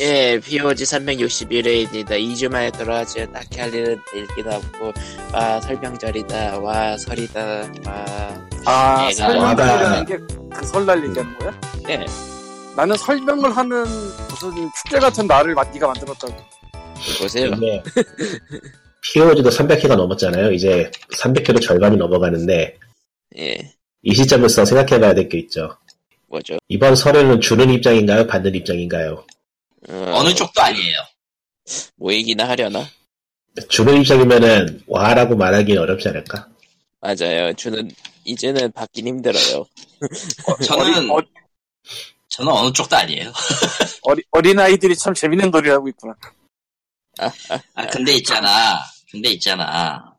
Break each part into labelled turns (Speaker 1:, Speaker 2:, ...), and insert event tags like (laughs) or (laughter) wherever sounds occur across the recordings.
Speaker 1: 예, POG 361회입니다. 2주 만에 돌아와서 딱히 할 일은 읽기도 없고, 와, 설명절이다, 와, 설이다, 와.
Speaker 2: 아, 네.
Speaker 1: 내가
Speaker 2: 설명회라는
Speaker 3: 와다.
Speaker 2: 게그 설날 얘기하는 거야?
Speaker 1: 예,
Speaker 2: 나는 설명을 하는 무슨 축제 같은 날을 마- 네가 만들었다고. 예.
Speaker 1: 보세요.
Speaker 3: 이게 POG도 300회가 넘었잖아요. 이제 300회로 절반이 넘어가는데
Speaker 1: 예,
Speaker 3: 이 시점에서 생각해봐야 될 게 있죠.
Speaker 1: 뭐죠?
Speaker 3: 이번 설에는 주는 입장인가요? 받는 입장인가요?
Speaker 1: 어,
Speaker 4: 어느 쪽도 아니에요.
Speaker 1: 모이기나 하려나?
Speaker 3: 주는 입장이면은 와라고 말하기는 어렵지 않을까?
Speaker 1: 맞아요. 주는, 이제는 받긴 힘들어요.
Speaker 4: 저는
Speaker 2: 어린,
Speaker 4: 저는 어느 쪽도 아니에요.
Speaker 2: 어, 어린 아이들이 참 재밌는 놀이를 하고 있구나.
Speaker 4: 아 근데 있잖아. 근데 있잖아.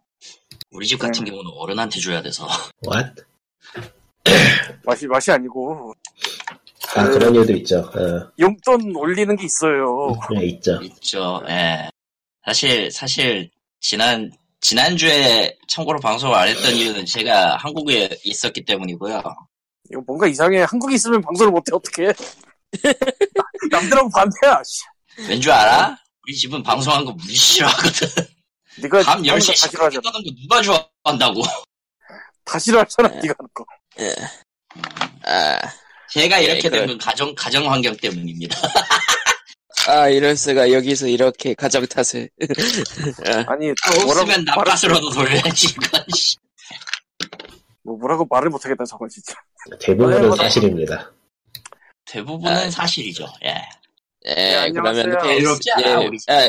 Speaker 4: 우리 집 같은 경우는 어른한테 줘야 돼서
Speaker 3: What?
Speaker 2: 맛이 맛이 아니고
Speaker 3: 아 그런 일도 있죠. 어,
Speaker 2: 용돈 올리는 게 있어요.
Speaker 3: 네, 있죠.
Speaker 4: 있죠. 예. 사실 사실 지난 지난주에 참고로 방송을 안 했던 이유는 제가 한국에 있었기 때문이고요.
Speaker 2: 이거 뭔가 이상해. 한국에 있으면 방송을 못해 (laughs) 어떻게? 남들하고 반대야. 씨.
Speaker 4: 왠 줄 알아? 우리 집은 방송한 거 무지 싫어하거든.
Speaker 2: 네가
Speaker 4: 밤
Speaker 2: 하는 거
Speaker 4: 10시
Speaker 2: 다
Speaker 4: 10분에
Speaker 2: 싫어하잖아.
Speaker 4: 끝나는 거 누가 좋아한다고.
Speaker 2: 다 싫어하잖아.
Speaker 1: 네.
Speaker 2: 네가 하는 거.
Speaker 1: 아,
Speaker 4: 제가
Speaker 1: 예,
Speaker 4: 이렇게
Speaker 1: 그래.
Speaker 4: 된 건 가정 가정 환경 때문입니다.
Speaker 1: 아, 이럴수가 여기서 이렇게 가정 탓을.
Speaker 2: 아니
Speaker 4: 없으면
Speaker 2: 뭐라고 말을,
Speaker 4: 나빠스로도 돌려야지 이건. 씨.
Speaker 2: 뭐, 뭐라고 말을 못하겠다 저건 진짜. (laughs)
Speaker 3: 대부분은
Speaker 2: 아이고, 예.
Speaker 3: 사실입니다.
Speaker 4: 대부분은
Speaker 1: 아.
Speaker 4: 사실이죠. 예.
Speaker 1: 예,
Speaker 2: 네,
Speaker 1: 그러면
Speaker 2: 안녕하세요.
Speaker 4: 대롭지 않아
Speaker 1: 예,
Speaker 4: 우리 집.
Speaker 1: 아,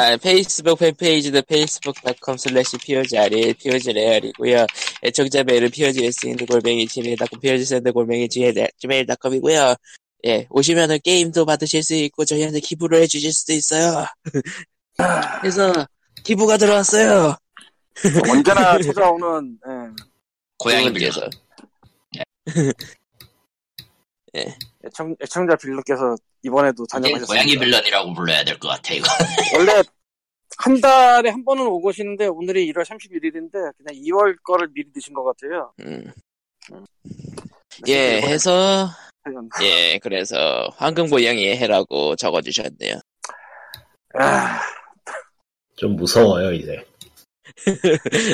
Speaker 1: 아, 페이스북 팬페이지는 facebook.com slash POGRL, POGRL이고요. 애청자 메일은 POGS인드골뱅이 지메일닷컴, POG샌드골뱅이 지메일닷컴이고요. 예, 오시면은 게임도 받으실 수 있고, 저희한테 기부를 해주실 수도 있어요. 그래서, 기부가 들어왔어요.
Speaker 2: (laughs) 언제나 찾아오는 예.
Speaker 4: 고양이 빌려.
Speaker 1: 그분께서.
Speaker 2: 애청, 애청자 빌런께서 이번에도
Speaker 4: 이제
Speaker 2: 다녀가셨습니다.
Speaker 4: 예, 고양이 빌런이라고 불러야 될 것 같아 이거.
Speaker 2: 원래 한 달에 한 번은 오고 오시는데 오늘이 1월 31일인데 그냥 2월 거를 미리 드신 것 같아요.
Speaker 1: 음. 예, 해서,
Speaker 2: 하여간.
Speaker 1: 예, 그래서, 황금고양이의 해라고 적어주셨네요.
Speaker 2: 아,
Speaker 3: 좀 무서워요 이제.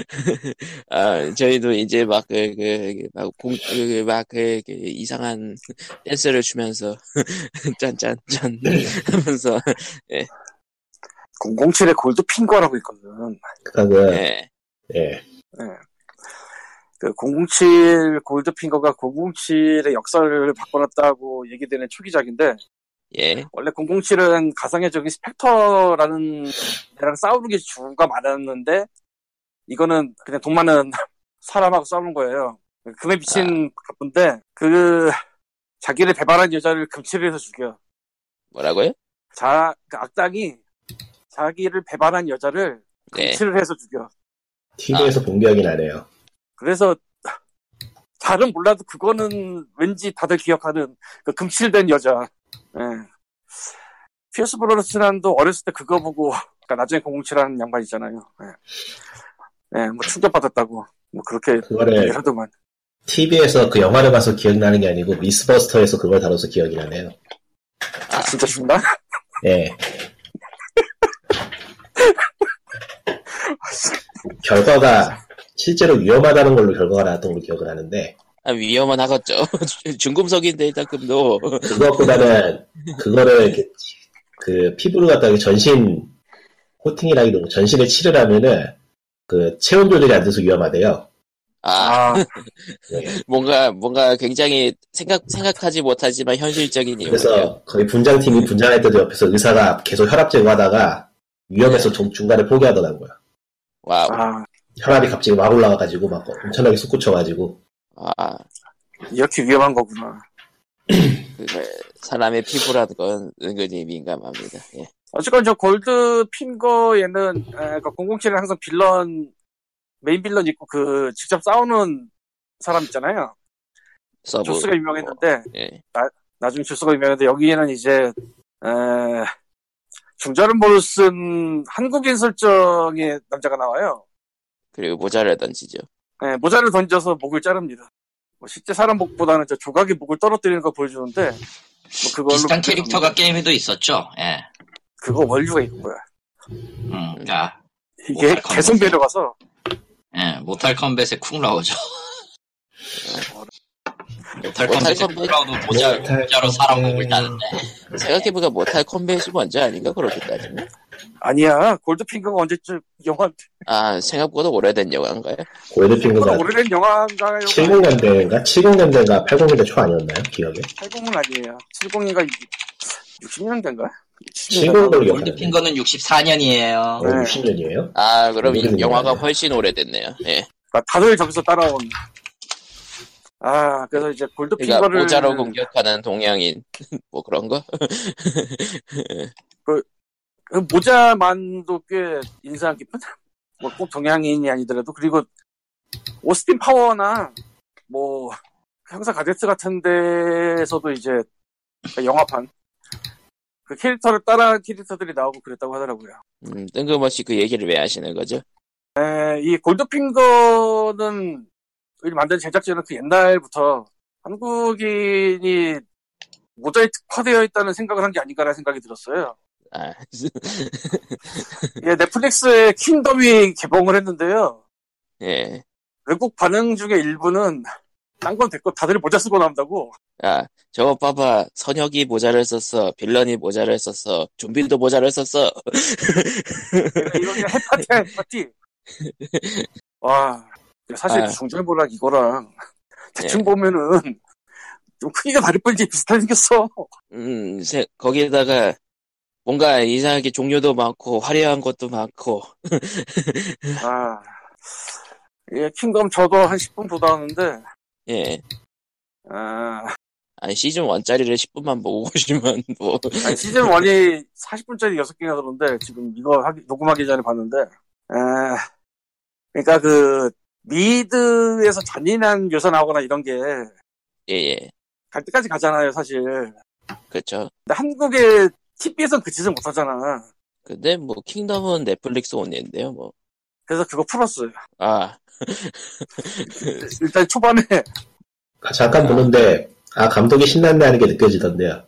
Speaker 1: (laughs) 아, 저희도 이제 막, 그, 그, 막, 공, 그, 그, 막, 그, 그, 이상한 댄스를 추면서, (laughs) 짠짠짠
Speaker 3: 네.
Speaker 1: 하면서,
Speaker 2: 007의 골드 핀 거라고 있거든.
Speaker 3: 그하고요.
Speaker 1: 예.
Speaker 2: 네.
Speaker 3: 예.
Speaker 2: 그 007 골드 핀 거가 007의 역사를 바꿔놨다고 얘기되는 초기작인데
Speaker 1: 예,
Speaker 2: 원래 007은 가상의 적인 스펙터라는 애랑 싸우는 게 주가 많았는데 이거는 그냥 돈 많은 (laughs) 사람하고 싸우는 거예요. 금에 미친 가쁜데 그 자기를 배반한 여자를 금치를 해서 죽여.
Speaker 1: 뭐라고요?
Speaker 2: 자, 그 악당이 자기를 배반한 여자를
Speaker 1: 네.
Speaker 2: 금치를 해서 죽여.
Speaker 3: TV에서 본 기억이 나네요.
Speaker 2: 그래서 잘은 몰라도 그거는 왠지 다들 기억하는 그 금칠된 여자. 예. 피어스 브로스란도 어렸을 때 그거 보고 그러니까 나중에 007하는 양반 있잖아요. 예. 예, 뭐 충격받았다고 뭐 그렇게
Speaker 3: 그거를
Speaker 2: 얘기를 하더만.
Speaker 3: TV에서 그 영화를 봐서 기억나는 게 아니고 미스버스터에서 그걸 다뤄서 기억이 나네요.
Speaker 2: 아, 진짜 죽나?
Speaker 3: 예. (laughs) 결과가 실제로 위험하다는 걸로 결과가 나왔던 걸로 기억을 하는데
Speaker 1: 아, 위험은 하겠죠. (laughs) 중- 중금속인데, 일단 금도.
Speaker 3: 그것보다는 그거를 이렇게 그 피부를 갖다가 전신 코팅이라기도 전신에 칠을 하면은 그 체온 조절이 안 돼서 위험하대요.
Speaker 1: 아,
Speaker 2: 아,
Speaker 3: 예.
Speaker 1: 뭔가, 뭔가 굉장히 생각, 생각하지 못하지만 현실적인 이유.
Speaker 3: 그래서 거의 분장팀이 분장할 때도 옆에서 의사가 계속 혈압 제거하다가 위험해서 중- 중간에 포기하더라고요.
Speaker 1: 와우.
Speaker 2: 아,
Speaker 3: 혈압이 갑자기 막 올라와가지고 막 엄청나게 솟구쳐가지고
Speaker 1: 아,
Speaker 2: 이렇게 위험한 거구나.
Speaker 1: 그, 사람의 피부라는 건 은근히 민감합니다. 예.
Speaker 2: 어쨌건 저 골드 핀거 얘는 에, 그 007은 항상 빌런 메인 빌런 있고 그 직접 싸우는 사람 있잖아요.
Speaker 1: 서브.
Speaker 2: 조스가 유명했는데
Speaker 1: 예.
Speaker 2: 나중에 주소가 유명한데 여기에는 이제 에, 중저른 볼을 쓴 한국인 설정의 남자가 나와요.
Speaker 1: 그리고 모자를 던지죠.
Speaker 2: 예, 모자를 던져서 목을 자릅니다. 뭐 실제 사람 목보다는 저 조각의 목을 떨어뜨리는 거 보여주는데 뭐 그걸로 그래서
Speaker 4: 비슷한 캐릭터가 게임에도 있었죠. 예.
Speaker 2: 그거 원류가 있는 거야.
Speaker 4: 음, 그러니까
Speaker 2: 이게
Speaker 4: 못할 것
Speaker 2: 계속
Speaker 4: 같아.
Speaker 2: 내려가서
Speaker 4: 예, 모탈 컴뱃에 쿵 나오죠. 음. 모탈
Speaker 1: 모탈
Speaker 4: 컴뱃에
Speaker 1: 컴뱃?
Speaker 4: 쿵 나오고 모자,
Speaker 3: 모탈
Speaker 4: 모자로 사람
Speaker 3: 컴뱃.
Speaker 4: 목을 따는데.
Speaker 1: 생각해보니까 못할 컴뱃이 먼저 아닌가 그렇게 따지면
Speaker 2: 아니야 골드핑거가 언제쯤 영화
Speaker 1: 아 생각보다 오래된 영화인가요?
Speaker 3: 골드핑거가
Speaker 2: 그거는 오래된 영화인가요?
Speaker 3: 네. 70년대인가 70년대인가 80년대 초 아니었나요? 기억에?
Speaker 2: 80은 아니에요. 70인가 60년대인가?
Speaker 3: 70년대로 뭐 기억하는데
Speaker 4: 골드핑거는
Speaker 3: 어,
Speaker 4: 64년이에요.
Speaker 2: 네.
Speaker 3: 60년이에요?
Speaker 1: 아 그럼 이
Speaker 3: 오래된
Speaker 1: 영화가
Speaker 3: 영화네요.
Speaker 1: 훨씬 오래됐네요 예
Speaker 2: 아, 다들 저기서 따라온. 아 그래서 이제
Speaker 1: 그러니까
Speaker 2: 골드핑거를
Speaker 1: 모자로 공격하는 동양인 (laughs) 뭐 그런 거
Speaker 2: 그 모자만도 꽤 인상 깊은 뭐 꼭 동양인이 아니더라도 그리고 오스틴 파워나 뭐 형사 가제트 같은 데에서도 이제 그 영화판 그 캐릭터를 따라 캐릭터들이 나오고 그랬다고 하더라고요.
Speaker 1: 음, 뜬금없이 그 얘기를 왜 하시는 거죠?
Speaker 2: 에, 이 골드핑거는 이 만든 제작진은 그 옛날부터 한국인이 모자에 특화되어 있다는 생각을 한 게 아닌가라는 생각이 들었어요.
Speaker 1: 아, (laughs)
Speaker 2: 예, 넷플릭스에 킹덤이 개봉을 했는데요.
Speaker 1: 예.
Speaker 2: 외국 반응 중에 일부는 딴 건 됐고 다들 모자 쓰고 나온다고.
Speaker 1: 아, 저거 봐봐. 선혁이 모자를 썼어. 빌런이 모자를 썼어. 좀비도 모자를 썼어.
Speaker 2: 그러니까 이런 게 해파티야
Speaker 1: (laughs)
Speaker 2: 해파티. 와, 사실
Speaker 1: 아.
Speaker 2: 중절모락 이거랑 대충
Speaker 1: 예.
Speaker 2: 보면은 좀 크기가 다를 뿐이지 비슷하게 생겼어.
Speaker 1: 음, 세- 거기에다가 뭔가 이상하게 종류도 많고 화려한 것도 많고.
Speaker 2: 아, 예, 킹덤 저도 한 10분 보다 왔는데,
Speaker 1: 예.
Speaker 2: 아,
Speaker 1: 아니 시즌 1짜리를 10분만 보고 (laughs) 보시면 뭐
Speaker 2: 아니, 시즌 1이 40분짜리 6개가 들었는데, 지금 이거 하기- 녹음하기 전에 봤는데, 아, 그러니까 그, 미드에서 잔인한 묘사 나오거나 이런 게,
Speaker 1: 예예.
Speaker 2: 갈 때까지 가잖아요, 사실. 근데
Speaker 1: 그렇죠.
Speaker 2: 한국의 TV에선 그 짓을 못 하잖아.
Speaker 1: 근데 뭐 킹덤은 넷플릭스 온인데요. 뭐.
Speaker 2: 그래서 그거 풀었어요.
Speaker 1: 아, 네.
Speaker 2: 일단 초반에,
Speaker 3: 아, 잠깐 보는데 아 감독이 신났네 하는 게 느껴지던데요.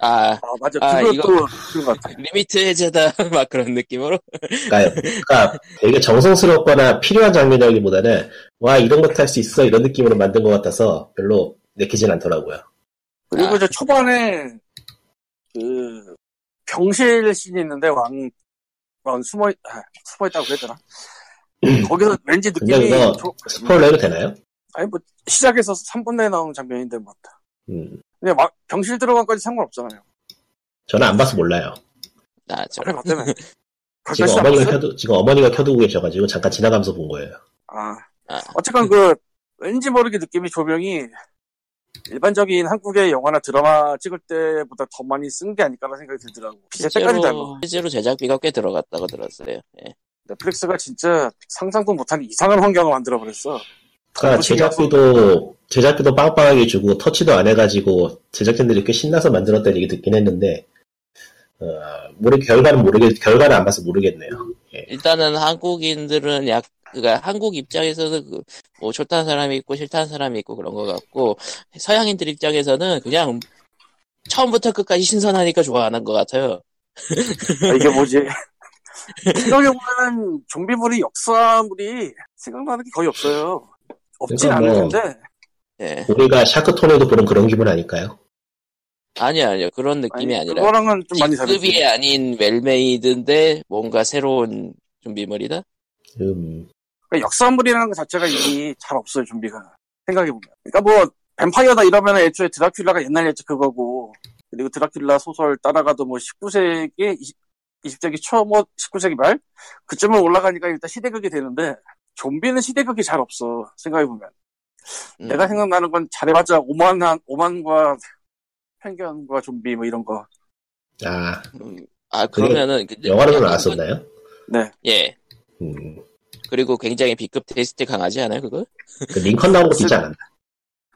Speaker 1: 아
Speaker 2: 아, 맞아.
Speaker 1: 아,
Speaker 2: 그것도
Speaker 1: 이거-
Speaker 2: 그런 것 같아.
Speaker 1: 리미트 해제다 (laughs) 막 그런 느낌으로.
Speaker 3: 그러니까, 그러니까 되게 정성스럽거나 필요한 장면이라기보다는 와 이런 것도 할 수 있어 이런 느낌으로 만든 것 같아서 별로 내키진 않더라고요.
Speaker 2: 그리고
Speaker 1: 아.
Speaker 2: 이제 초반에, 그, 병실 씬이 있는데, 왕, 왕 숨어, 있- 아, 숨어 있다고 그랬더라. 거기서 왠지
Speaker 3: 근데
Speaker 2: 느낌이
Speaker 3: 그거
Speaker 2: 조-
Speaker 3: 음. 스포일러 해도 되나요?
Speaker 2: 아니 뭐 시작에서 3분 내에 나오는 장면인데 뭐
Speaker 3: 음,
Speaker 2: 그냥 막 병실 들어간까지 상관없잖아요.
Speaker 3: 저는 안 봐서 몰라요.
Speaker 1: 아, 저
Speaker 2: 전에 봤잖아요.
Speaker 3: (laughs) 지금
Speaker 2: 가까이
Speaker 3: 어머니가
Speaker 2: 봤어요?
Speaker 3: 켜두 지금 어머니가 켜두고 계셔가지고 잠깐 지나가면서 본 거예요.
Speaker 2: 아
Speaker 1: 아.
Speaker 2: 어쨌건 그 왠지 모르게 느낌이 조명이 일반적인 한국의 영화나 드라마 찍을 때보다 더 많이 쓴 게 아닐까라는 생각이 들더라고. 빛의 색깔이 달라.
Speaker 1: 실제로, 실제로 제작비가 꽤 들어갔다고 들었어요. 예.
Speaker 2: 넷플릭스가 진짜 상상도 못한 이상한 환경을 만들어 버렸어.
Speaker 1: 아, 그렇죠.
Speaker 3: 그러니까
Speaker 2: 그것이
Speaker 3: 제작비도 제작비도 빵빵하게 주고 터치도 안 해가지고 제작진들이 꽤 신나서 만들었다는 얘기 듣긴 했는데 어, 모르 결과는 모르겠 결과는 안 봐서 모르겠네요.
Speaker 1: 일단은 한국인들은 약, 그니까 한국 입장에서는 그, 뭐 좋다는 사람이 있고 싫다는 사람이 있고 그런 것 같고, 서양인들 입장에서는 그냥 처음부터 끝까지 신선하니까 좋아하는 것 같아요.
Speaker 2: 아, 이게 뭐지?
Speaker 1: (laughs)
Speaker 2: 생각해보면 좀비물이 역사물이 생각나는 게 거의 없어요. 없진
Speaker 3: 그러니까 뭐-
Speaker 2: 않은데
Speaker 1: 예.
Speaker 3: 우리가 샤크토네도 보는 그런 기분 아닐까요?
Speaker 1: 아니요, 아니요. 그런 느낌이
Speaker 2: 아니,
Speaker 1: 아니, 라
Speaker 2: 그거랑은 좀 많이 다르지.
Speaker 1: 급이 아닌 웰메이드인데 뭔가 새로운 준비물이다?
Speaker 3: 음,
Speaker 2: 그러니까 역사물이라는 것 자체가 이미 잘 없어요, 좀비가. 생각해보면. 그러니까 뭐, 뱀파이어다 이러면 애초에 드라큘라가 옛날 예측 그거고, 그리고 드라큘라 소설 따라가도 뭐 19세기, 20, 세기 초, 뭐 19세기 말? 그쯤은 올라가니까 일단 시대극이 되는데, 좀비는 시대극이 잘 없어, 생각해보면.
Speaker 1: 음.
Speaker 2: 내가 생각나는 건 잘해봤자 오만한, 오만과 편견과 좀비 뭐 이런 거.
Speaker 3: 아
Speaker 1: 음, 아, 그러면은. 근데
Speaker 3: 영화로도
Speaker 1: 약간
Speaker 3: 나왔었나요?
Speaker 2: 네.
Speaker 1: 예.
Speaker 3: 음,
Speaker 1: 그리고 굉장히 B급 테스트 강하지 않아요, 그거?
Speaker 3: 그 링컨 나온 것도 있지 않았나?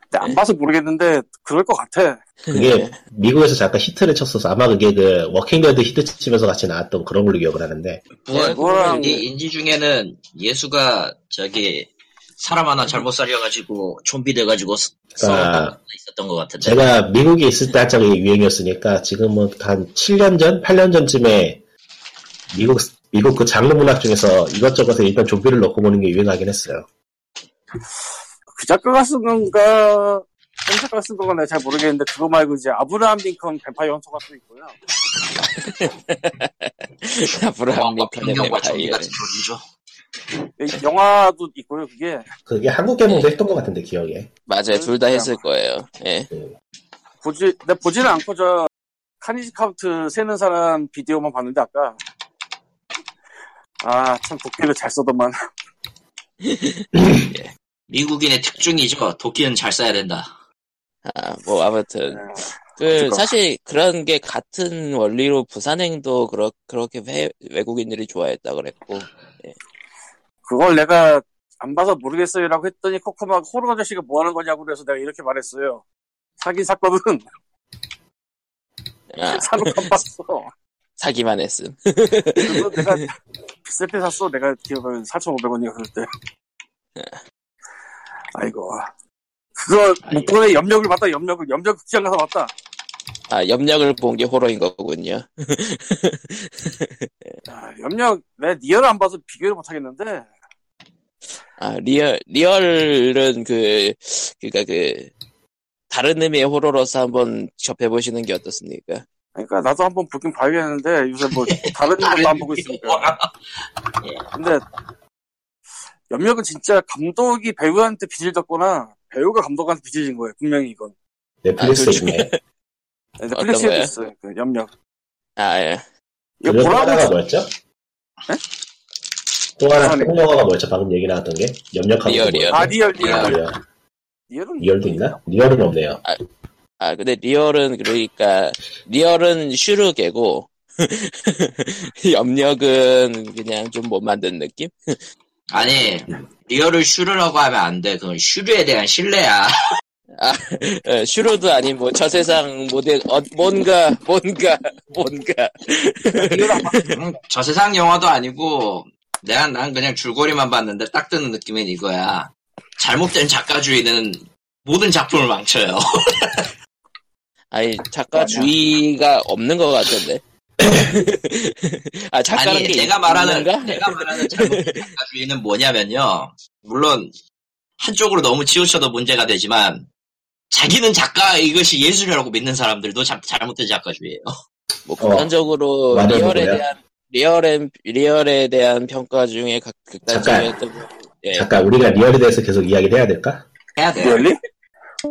Speaker 2: 근데 안 봐서 모르겠는데, 그럴 것 같아.
Speaker 1: 네.
Speaker 3: 그게 미국에서 잠깐 히트를 쳤어서 아마 그게 그 워킹데드 히트 치면서 같이 나왔던 그런
Speaker 4: 예,
Speaker 3: 걸로 기억을 하는데
Speaker 4: 부활
Speaker 2: 그거랑-
Speaker 4: 인지 중에는 예수가 저기 사람 하나 잘못 살려가지고 좀비 돼가지고 스- 싸웠던 것도 있었던 것 같은데.
Speaker 3: 아. 제가 미국에 있을 때 한창 이게 유행이었으니까 지금은 뭐 한 7년 전, 8년 전쯤에 미국 미국 그 장르 문학 중에서 이것저것에 일단 좀비를 넣고 보는 게 유행하긴 했어요.
Speaker 2: 그 작가가 쓴 건가 현 작가가 쓴 건가 내가 잘 모르겠는데 그거 말고 이제 아브라함 링컨 뱀파이어 헌터가 또 있고요.
Speaker 1: 아브라함
Speaker 4: 왕과
Speaker 1: 링컨의
Speaker 4: 변경과 좀비
Speaker 1: 뱀파이어.
Speaker 4: 같은 소리죠.
Speaker 2: 영화도 있고요 그게
Speaker 3: 그게 한국 개봉도 했던 것 같은데 기억에.
Speaker 1: 맞아요, 둘 다 했을 거예요. 예.
Speaker 2: 보지 내가 보지는 않고 저 카니지 카운트 세는 사람 비디오만 봤는데 아까 아 참 도끼를 잘 써더만
Speaker 4: 미국인의 특징이죠. 도끼는 잘 써야 된다.
Speaker 1: 아, 뭐 아무튼 그
Speaker 4: 예.
Speaker 2: 어쨌건.
Speaker 1: 사실 그런 게 같은 원리로 부산행도 그렇 그렇게 회- 외국인들이 좋아했다 그랬고
Speaker 2: 그걸 내가 안 봐서 모르겠어요라고 했더니 코코마 호러 아저씨가 뭐 하는 거냐고 그래서 내가 이렇게 말했어요. 사긴 샀거든.
Speaker 1: 아,
Speaker 2: (laughs) 사놓안 봤어.
Speaker 1: 사기만 했음. (laughs)
Speaker 2: 그래서 내가 비쌀 때 샀어. 내가 기억하면 4,500원이야 그럴 때. 아이고. 그거
Speaker 4: 아이고.
Speaker 2: 목포에 염력을 봤다. 염력을 염력 극장 가서 봤다.
Speaker 1: 아 염력을 본 게 호러인 거군요.
Speaker 2: 아, 염력 내 니얼 안 봐서 비교를 못 하겠는데.
Speaker 1: 아 리얼 리얼은 그 그러니까 그 다른 의미의 호러로서 한번 접해 보시는 게 어떻습니까?
Speaker 2: 그러니까 나도 한번 보긴 봐야겠는데 요새
Speaker 1: (laughs)
Speaker 2: 뭐 다른 걸로 안 보고 있으니까.
Speaker 1: 예.
Speaker 2: 근데 염력은 진짜 감독이 배우한테 빚을 졌거나 배우가 감독한테 빚을 진 거예요. 분명히 이건.
Speaker 3: 넷플릭스에
Speaker 1: 아, 그
Speaker 3: 있네.
Speaker 2: 넷플릭스에도
Speaker 1: 거예요?
Speaker 2: 있어요. 그 염력.
Speaker 1: 아 예.
Speaker 2: 이거
Speaker 3: 그리고 또
Speaker 2: 뭐라고
Speaker 3: 하나가 뭐였죠? 또 하나
Speaker 2: 죄송합니다.
Speaker 3: 콩영화가 뭐였죠? 방금 얘기 나왔던 게 염력하고
Speaker 1: 리얼이요.
Speaker 2: 아 리얼 리얼.
Speaker 3: 리얼.
Speaker 2: 리얼은
Speaker 3: 리얼도 있나? 리얼은 없네요.
Speaker 1: 아 근데 리얼은 그러니까 리얼은 슈르게고 (laughs) 염력은 그냥 좀 못 만든 느낌? 예.
Speaker 4: 아니 리얼을 슈르라고 하면 안 돼. 그건 슈르에 대한 신뢰야.
Speaker 1: 예, 슈로도 아닌 뭐 저세상 모델 어, 뭔가 뭔가 뭔가
Speaker 4: 리얼 안
Speaker 1: 예.
Speaker 4: 봤어. 응, 음, 저 세상 영화도 아니고 내가 난 그냥 줄거리만 봤는데 딱 드는 느낌은 이거야. 잘못된 작가주의는 모든 작품을 망쳐요.
Speaker 1: 아니 작가 주의가 없는 것 같던데. 아 작가는
Speaker 4: 아니
Speaker 1: 게
Speaker 4: 내가 말하는
Speaker 1: 있는가?
Speaker 4: 내가 말하는 잘못된 작가주의는 뭐냐면요. 물론 한쪽으로 너무 치우쳐도 문제가 되지만 자기는 작가 이것이 예술이라고 믿는 사람들도 자- 잘못된 작가주의예요.
Speaker 1: 뭐 극단적으로
Speaker 3: 어, 맞아요,
Speaker 1: 리얼에
Speaker 3: 그거야.
Speaker 1: 대한 리얼엔 리얼에 대한 평가 중에 각 극단적이었던 거. 예.
Speaker 3: 잠깐 우리가 리얼에 대해서 계속 이야기를 해야 될까?
Speaker 4: 해야 돼.
Speaker 2: 리얼리?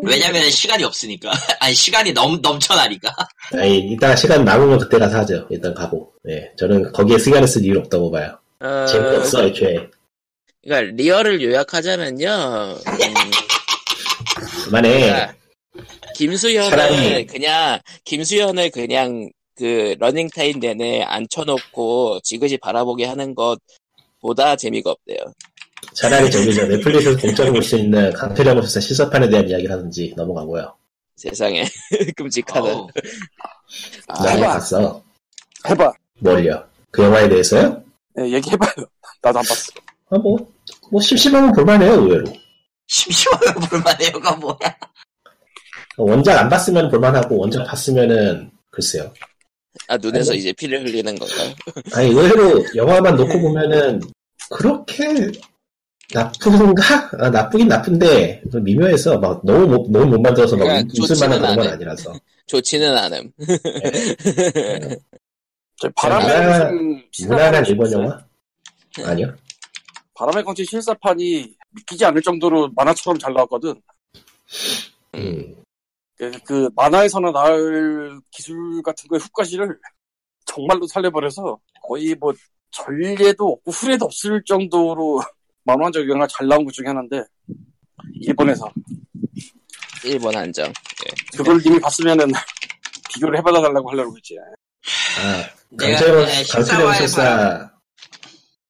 Speaker 4: 왜냐면 시간이 없으니까. (laughs) 아니 시간이 넘 넘쳐나니까.
Speaker 3: 아니 이따 시간 남으면 그때 가서 하죠. 일단 가고. 예, 저는 거기에 시간을 쓸 이유 없다고 봐요.
Speaker 1: 어,
Speaker 3: 재미없어 애초에.
Speaker 1: 그러니까 리얼을 요약하자면요. 음,
Speaker 3: 그만해.
Speaker 1: 아,
Speaker 3: 네.
Speaker 1: 김수현을
Speaker 3: 차라리-
Speaker 1: 그냥 김수현을 그냥 그 러닝 타임 내내 앉혀놓고 지그시 바라보게 하는 것보다 재미가 없대요.
Speaker 3: 차라리 저기 저 넷플릭스에서 공짜로 볼 수 있는 강태령 교사 실사판에 대한 이야기를 하든지 넘어가고요.
Speaker 1: 세상에 (laughs) 끔찍하다.
Speaker 4: 어우,
Speaker 1: 아,
Speaker 3: 나는
Speaker 2: 해봐.
Speaker 3: 봤어.
Speaker 2: 해봐.
Speaker 3: 뭘요? 그 영화에 대해서요?
Speaker 2: 예, 얘기해봐요. (laughs) 나도 안 봤어.
Speaker 3: 아, 뭐, 뭐 심심하면 볼만해요 의외로.
Speaker 4: 심심하면 볼만해요가 뭐야?
Speaker 3: 원작 안 봤으면 볼만하고 원작 봤으면은 글쎄요.
Speaker 1: 아, 눈에서 이제 피를 흘리는 건가요?
Speaker 3: 아니 의외로 영화만 놓고 보면은 그렇게 나쁜가? 아, 나쁘긴 나쁜데 좀 미묘해서 막 너무 못, 너무 못 만들어서 막
Speaker 1: 그러니까
Speaker 3: 웃을만한
Speaker 1: 좋지는
Speaker 3: 그런 건
Speaker 1: 않아요.
Speaker 3: 아니라서.
Speaker 1: 좋지는 않음.
Speaker 2: 저 바람의
Speaker 3: 나라-
Speaker 2: 검침
Speaker 3: 무난한
Speaker 2: 실사판이
Speaker 3: 일본 영화? 아니요.
Speaker 2: 바람의 검침 실사판이 믿기지 않을 정도로 만화처럼 잘 나왔거든.
Speaker 3: 음.
Speaker 2: 그, 그 만화에서나 나올 기술 같은 거의 훅가시를 정말로 살려버려서 거의 뭐 전례도 없고 후례도 없을 정도로 (laughs) 만화적 영화 잘 나온 것 중에 하나인데 일본에서
Speaker 1: 일본 한정.
Speaker 2: 그걸 이미 봤으면은 (laughs) 비교를 해봐달라고 하려고 했지.
Speaker 3: 아,
Speaker 4: 내가
Speaker 3: 강철영
Speaker 4: 그냥
Speaker 3: 강철영
Speaker 4: 식사와의
Speaker 3: 소사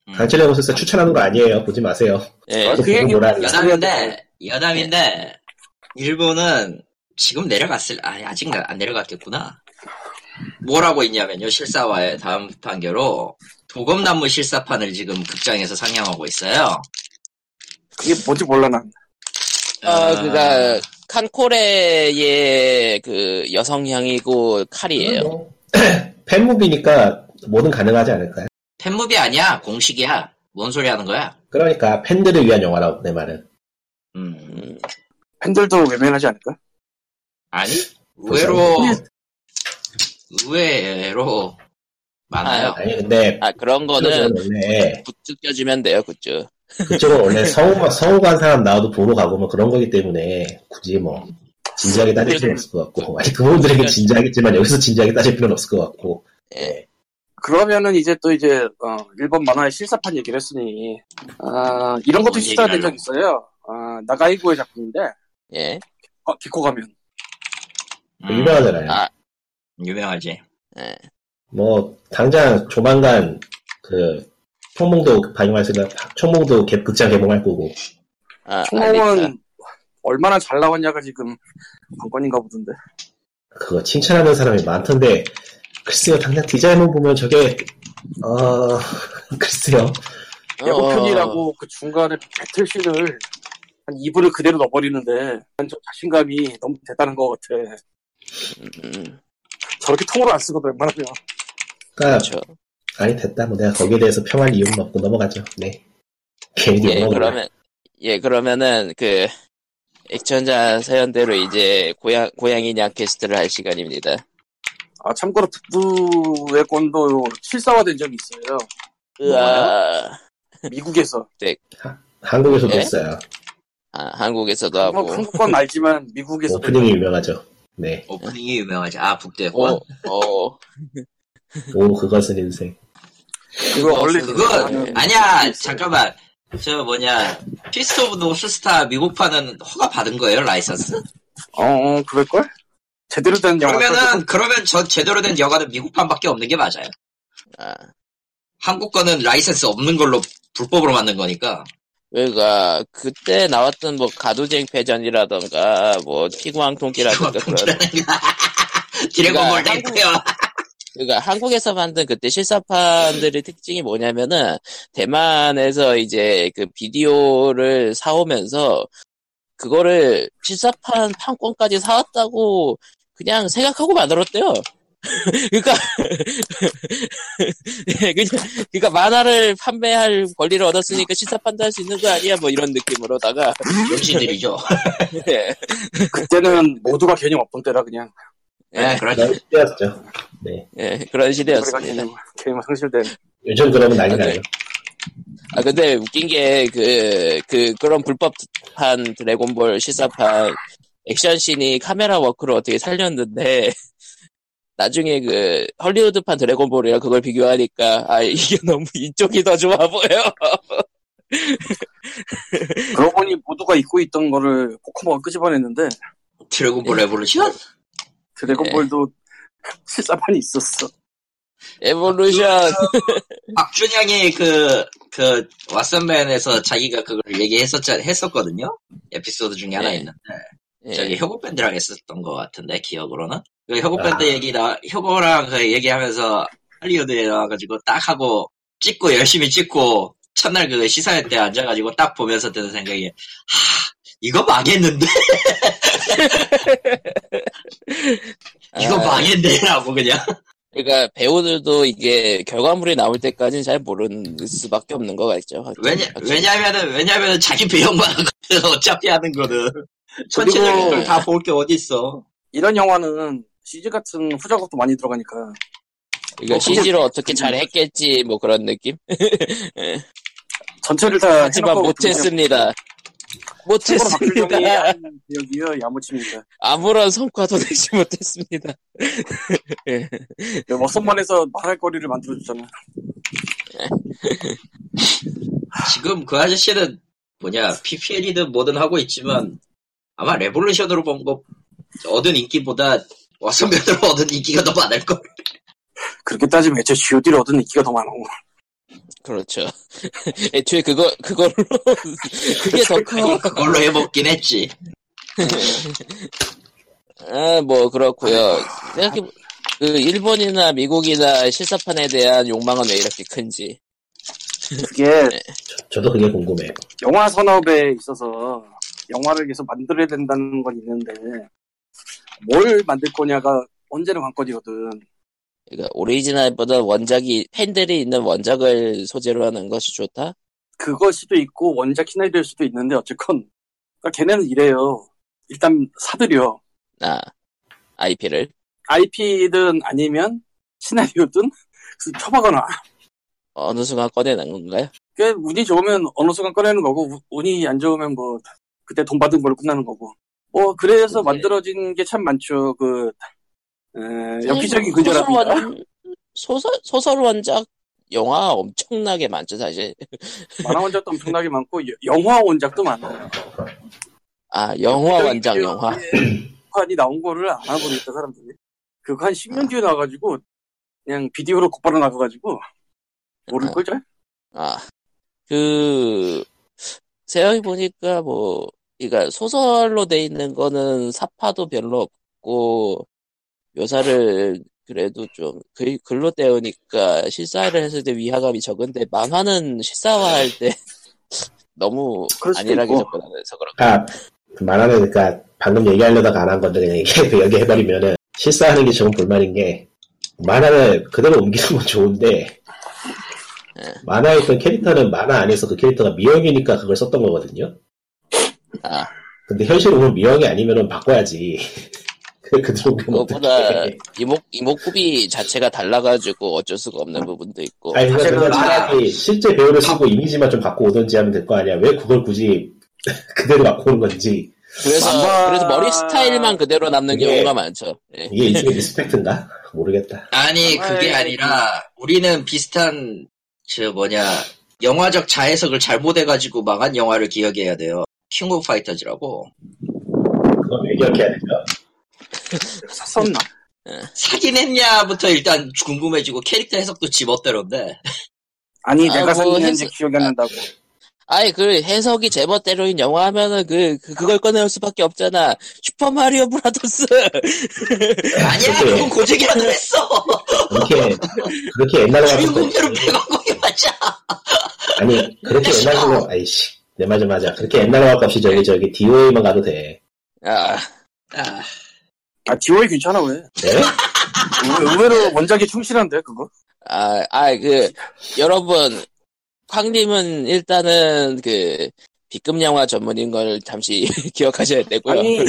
Speaker 4: 음.
Speaker 3: 강철영 소사 추천하는 거 아니에요. 보지 마세요.
Speaker 1: 예.
Speaker 2: 그렇죠.
Speaker 3: 그 얘기- 뭐라 그래?
Speaker 4: 여담인데 여담인데 일본은 지금 내려갔을 아니 아직 안 내려갔겠구나. 뭐라고 있냐면요 실사화의 다음 판결로 도검나무 실사판을 지금 극장에서 상영하고 있어요.
Speaker 2: 그게 뭔지 몰라 난.
Speaker 1: 어, 그가 칸코레의 그 여성향이고 칼이에요.
Speaker 3: 뭐, (clears throat) 팬무비니까 뭐든 가능하지 않을까요?
Speaker 4: 팬무비 아니야 공식이야 뭔 소리 하는 거야
Speaker 3: 그러니까 팬들을 위한 영화라고 내 말은.
Speaker 4: 음
Speaker 1: 음,
Speaker 2: 팬들도 외면하지 않을까?
Speaker 4: 아니 의외로 의외로 많아요
Speaker 3: 아니 근데
Speaker 1: 아 그런 거는
Speaker 3: 그쪽은 원래
Speaker 1: 굿즈 껴주면 돼요 굿즈.
Speaker 3: 그쪽은 원래 성우가 성우가 한 사람 나와도 보러 가고 뭐 그런 거기 때문에 굳이 뭐 진지하게 따질 필요는 없을 것 같고 아니 그분들에게 진지하겠지만 여기서 진지하게 따질 필요는 없을 것 같고
Speaker 2: 그러면은 이제 또 이제 어, 일본 만화의 실사판 얘기를 했으니 아, 이런 것도
Speaker 4: 뭔
Speaker 2: 실사가
Speaker 4: 얘기를
Speaker 2: 된적 있어요. 아, 나가이고의 작품인데
Speaker 1: 예.
Speaker 2: 어, 기코 가면
Speaker 4: 음,
Speaker 3: 유명하잖아요.
Speaker 1: 아
Speaker 4: 유명하지
Speaker 3: 뭐 당장 조만간 그 총몽도 방영할 생각 총몽도 개- 극장 개봉할 거고
Speaker 1: 아, 알겠다.
Speaker 2: 총몽은 얼마나 잘 나왔냐가 지금 관건인가 보던데
Speaker 3: 그거 칭찬하는 사람이 많던데 글쎄요 당장 디자인만 보면 저게 어 (laughs) 글쎄요
Speaker 2: 예고편이라고 그 중간에 배틀씬을 한 2부를 그대로 넣어버리는데 난좀 자신감이 너무 대단한 것 같아
Speaker 1: 음,
Speaker 2: 저렇게 통으로 안 쓰거든 웬만하면
Speaker 3: 그러니까
Speaker 1: 그렇죠.
Speaker 3: 아니 됐다 뭐 내가 거기에 대해서 평할 이유는 없고 넘어가죠 네 개인이
Speaker 1: 예,
Speaker 3: 넘어가
Speaker 1: 그러면 예, 그러면은 그 액션자 사연대로 이제 고양 고양이냐 게스트를 할 시간입니다.
Speaker 2: 아 참고로 북부의 건도 실사화된 적이 있어요
Speaker 1: 으아,
Speaker 2: 미국에서
Speaker 3: 한국에서도
Speaker 1: 예?
Speaker 3: 했어요
Speaker 1: 아, 한국에서도
Speaker 2: 뭐
Speaker 1: 하고
Speaker 2: 한국 건 알지만 미국에서
Speaker 3: 오프닝이 유명하죠 네 오
Speaker 4: 오프닝이 유명하지 아 북대권
Speaker 1: 오, 오,
Speaker 3: 그것은 인생
Speaker 1: (laughs)
Speaker 2: 그거
Speaker 1: 네.
Speaker 2: 원래
Speaker 4: 그건
Speaker 2: 나는
Speaker 4: 아니야 잠깐만 저 뭐냐 피스트 오브 노스스타 미국판은 허가 받은 거예요 라이선스?
Speaker 2: 어, 어 그럴걸? 제대로 된 영화
Speaker 4: 그러면은 그러면 저 제대로 된 영화는 미국판밖에 없는 게 맞아요.
Speaker 1: 아,
Speaker 4: 한국 거는 라이선스 없는 걸로 불법으로 만든 거니까
Speaker 1: 그러니까 그때 나왔던 뭐 가두쟁 패전이라던가 뭐 피구왕통기라던가 그런
Speaker 4: (laughs) 드래곤볼 도
Speaker 1: 한국-
Speaker 4: 있고요.
Speaker 1: 그러니까 한국에서 만든 그때 실사판들의 특징이 뭐냐면은 대만에서 이제 그 비디오를 사오면서 그거를 실사판 판권까지 사왔다고 그냥 생각하고 만들었대요. (laughs) 그러니까 (laughs) 예, 그냥 그러니까 만화를 판매할 권리를 얻었으니까 실사판도 할 수 있는 거 아니야? 뭐 이런 느낌으로다가 (laughs)
Speaker 4: (laughs) 역시들이죠.
Speaker 1: 예.
Speaker 2: 그때는 모두가 개념 없던 때라 그냥
Speaker 4: 네,
Speaker 1: 예,
Speaker 4: 그렇죠.
Speaker 3: 시대였죠 네
Speaker 1: 예, 그런
Speaker 2: 우리가
Speaker 1: 시대였습니다.
Speaker 2: 개념 개념 상실된
Speaker 3: 요즘 그러면 난리
Speaker 1: 아, 네.
Speaker 3: 나요
Speaker 1: 아 근데 웃긴 게 그 그, 그런 불법한 드래곤볼 실사판 액션씬이 카메라 워크로 어떻게 살렸는데 (laughs) 나중에 그 헐리우드판 드래곤볼이랑 그걸 비교하니까 아 이게 (laughs) 너무 이쪽이 더 좋아 보여
Speaker 2: 그러고 보니 모두가 잊고 있던 거를 코코마가 끄집어냈는데
Speaker 4: 드래곤볼 레볼루션?
Speaker 1: 네.
Speaker 2: 드래곤볼도 실사판이 있었어
Speaker 1: 에볼루션
Speaker 4: 아, 박준영이 그, 그, 왓슨맨에서 자기가 그걸 얘기했었, 했었거든요? 에피소드 중에 하나
Speaker 1: 네.
Speaker 4: 있는데.
Speaker 1: 예,
Speaker 4: (laughs) 저기 효고밴드랑 했었던 것 같은데, 기억으로는. 그 효고밴드
Speaker 3: 아.
Speaker 4: 얘기 나, 효고랑 그 얘기하면서 할리우드에 나와가지고 딱 하고 찍고 열심히 찍고 첫날 그 시사회 때 앉아가지고 딱 보면서 드는 생각이, 하, 이거 망했는데? (laughs) 이거
Speaker 1: 아,
Speaker 4: 망했네?
Speaker 1: (laughs)
Speaker 4: 라고 그냥.
Speaker 1: 그러니까 배우들도 이게 결과물이 나올 때까지는 잘 모르는 수밖에 없는 것 같죠 확실히.
Speaker 4: 왜냐, 왜냐면은, 왜냐면은 자기 배역만 하거든. (laughs) 어차피 하는 거는. 전체적인 걸 다 볼 게 어딨어.
Speaker 2: 이런 영화는 CG 같은 후작업도 많이 들어가니까
Speaker 4: 뭐,
Speaker 1: 그러니까 CG로 어떻게 잘 했겠지 뭐 그런 느낌
Speaker 2: 전체를 다
Speaker 1: 하지만
Speaker 2: 해놓고
Speaker 1: 못했습니다.
Speaker 2: 그냥 참고로 박준영이
Speaker 1: 못했습니다.
Speaker 2: 한 기억이요 야무침입니다
Speaker 1: 아무런 성과도 내지 못했습니다.
Speaker 2: 워선만에서 예, 뭐 말할 거리를 만들어줬잖아
Speaker 4: 지금 그 아저씨는 뭐냐 PPL이든 뭐든 하고
Speaker 3: 음.
Speaker 4: 있지만 아마 레볼루션으로 본 거 얻은 인기보다 왓슨맨으로 (laughs) 얻은 인기가 더 많을 걸.
Speaker 2: 그렇게 따지면 애초에 GOD를 얻은 인기가 더 많아
Speaker 1: 그렇죠. (laughs) 애초에 그거 그걸로 (laughs) 그게 더 커.
Speaker 4: 그걸로 해먹긴 했지.
Speaker 1: 아, 뭐 그렇고요. 생각해 보- 그 일본이나 미국이나 실사판에 대한 욕망은 왜 이렇게 큰지.
Speaker 2: 그게
Speaker 3: 저도 그게 궁금해요.
Speaker 2: 영화 산업에 있어서 영화를 계속 만들어야 된다는 건 있는데 뭘 만들 거냐가 언제나 관건이거든.
Speaker 1: 그러니까 오리지널보다 원작이 팬들이 있는 원작을 소재로 하는 것이 좋다.
Speaker 2: 그걸 수도 있고 원작 히나이 될 수도 있는데 어쨌건 그러니까 걔네는 이래요. 일단 사들여
Speaker 1: 나 IP를
Speaker 2: IP든 아니면 시나리오든 (laughs) 그래서 쳐박아놔.
Speaker 1: 어느 순간 꺼내는 건가요?
Speaker 2: 꽤 운이 좋으면 어느 순간 꺼내는 거고 우- 운이 안 좋으면 뭐 그때 돈 받은 걸로 끝나는 거고 뭐 그래서
Speaker 1: 네.
Speaker 2: 만들어진 게 참 많죠 그 에,
Speaker 1: 아니,
Speaker 2: 역기적인
Speaker 1: 뭐
Speaker 2: 근절합니다
Speaker 1: 소설 원- 소설 소설 원작 영화 엄청나게 많죠 사실.
Speaker 2: (laughs) 만화 원작도 엄청나게 많고 여- 영화 원작도 많아요
Speaker 1: 아 영화 원작
Speaker 2: 비디오
Speaker 1: 영화.
Speaker 2: 판이 나온 거를 안 하고 있다 사람들이 그거 한 10년 뒤에 나와가지고 그냥 비디오로 곧바로 나가가지고 모를걸 잘?
Speaker 1: 아, 그, 생각해보니까 뭐, 그러니까 소설로 돼 있는 거는 사파도 별로 없고, 묘사를 그래도 좀 글, 글로 때우니까 실사를 했을 때 위화감이 적은데, 만화는 실사화할 때 (laughs) 너무
Speaker 2: 그럴 수도
Speaker 1: 안일하게
Speaker 2: 있고.
Speaker 1: 접근해서 그런
Speaker 3: 그러니까 말하는 그러니까 방금 얘기하려다가 안 한 건데 그냥 얘기 얘기 해버리면은 (laughs) 실사하는 게 조금 불만인 게 만화를 그대로 옮기는 건 좋은데 만화에 있던 캐릭터는 만화 안에서 그 캐릭터가 미형이니까 그걸 썼던 거거든요.
Speaker 1: 아.
Speaker 3: 근데 현실로 보면 미형이 아니면은 바꿔야지. (laughs) 그 그대로 옮기면
Speaker 2: (laughs)
Speaker 1: 그거보다
Speaker 3: 어떡해.
Speaker 1: 이목, 이목구비 자체가 달라가지고 어쩔 수가 없는 부분도 있고,
Speaker 3: 아니 그러니까
Speaker 2: 사실은
Speaker 3: 그건
Speaker 4: 만화-
Speaker 3: 차라리 실제 배우를 쓰고 이미지만 좀 갖고 오든지 하면 될 거 아니야. 왜 그걸 굳이 (laughs) 그대로 갖고 오는 건지
Speaker 1: 그래서,
Speaker 2: 만화-
Speaker 1: 그래서 머리 스타일만 그대로 남는
Speaker 3: 이게-
Speaker 1: 경우가 많죠. 예.
Speaker 3: 이게 일종의 리스펙트인가? 모르겠다.
Speaker 4: 아니
Speaker 2: 정말-
Speaker 4: 그게 아니라 우리는 비슷한 저 뭐냐 영화적 자해석을 잘못해가지고 망한 영화를 기억해야 돼요. 킹 오브 파이터즈라고
Speaker 3: 그건 왜 기억해야 되죠?
Speaker 2: 샀었나?
Speaker 4: 사기냈냐부터 일단 궁금해지고 캐릭터 해석도 집어대로인데
Speaker 2: 아니
Speaker 1: 아,
Speaker 2: 내가
Speaker 1: 뭐
Speaker 2: 샀는지
Speaker 1: 했-
Speaker 2: 기억이 안 난다고
Speaker 1: 아니 그 해석이 제멋대로인 영화 하면은 그, 그 그걸 꺼내올 수밖에 없잖아 슈퍼 마리오 브라더스 (laughs)
Speaker 4: 아니야
Speaker 3: 그게-
Speaker 4: 그건 고잭이라도 했어
Speaker 3: 그렇게 아, 그렇게 옛날에 가서 또-
Speaker 4: 주인공대로 백원공이 맞아
Speaker 3: 아니 그렇게 옛날에 가서- 아이씨 내 말 좀 하자 그렇게 옛날에 갈 값이 저기 저기 DOA만 가도 돼
Speaker 1: 아
Speaker 4: 아,
Speaker 2: 아 디오이 괜찮아 왜?
Speaker 3: 네?
Speaker 2: 의외- 의외로 원작에 충실한데 그거?
Speaker 1: 아, 아, 그, 여러분, 광님은 일단은 그, B급 영화 전문인 걸 잠시 (laughs) 기억하셔야 되고요.
Speaker 2: 아니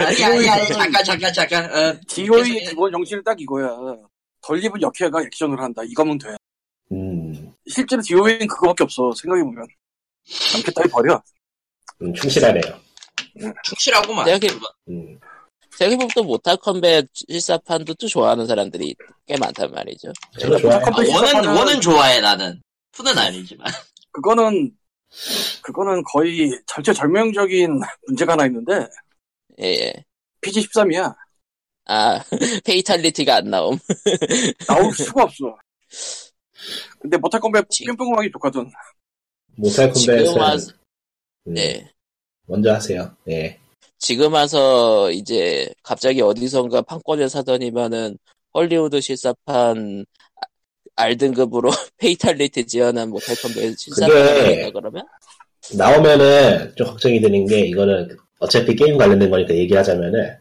Speaker 4: 아니 아니 아니 잠깐 잠깐 잠깐 어,
Speaker 2: 디오의
Speaker 4: 계속해.
Speaker 2: 기본 정신은 딱 이거야. 덜립은 역해가 액션을 한다. 이거면 돼.
Speaker 3: 음,
Speaker 2: 실제로 디오인 그거밖에 없어. 생각해보면. 남캐 따위 버려.
Speaker 3: 음, 충실하네요
Speaker 4: 충실하고만
Speaker 1: 내가 이렇게-
Speaker 3: 음,
Speaker 1: 세계법도 모탈 컴뱃 실사판도 또 좋아하는 사람들이 꽤 많단 말이죠.
Speaker 3: 저도 좋아요
Speaker 4: 아, 원은 원은 좋아해 나는 푸는 아니지만
Speaker 2: 그거는, 그거는 거의 절체절명적인 문제가 하나 있는데,
Speaker 1: 예, 예.
Speaker 2: PG13이야.
Speaker 1: 아, (laughs) 페이탈리티가 안 나옴.
Speaker 2: 나올 수가 없어. 근데 모탈 컴뱃
Speaker 1: 지금-
Speaker 2: 뿅뿅하기 좋거든.
Speaker 3: 모탈
Speaker 1: 지금
Speaker 3: 콤뱃은
Speaker 1: 와서,
Speaker 3: 음,
Speaker 1: 네.
Speaker 3: 먼저 하세요 예.
Speaker 1: 지금 와서 이제 갑자기 어디선가 판권을 사더니만은 헐리우드 실사판 아- R등급으로 (laughs) 페이탈리티 지원한 모탈 컴뱃 실사판인가
Speaker 3: 그게-
Speaker 1: 그러면?
Speaker 3: 나오면은 좀 걱정이 되는 게 이거는 어차피 게임 관련된 거니까 얘기하자면은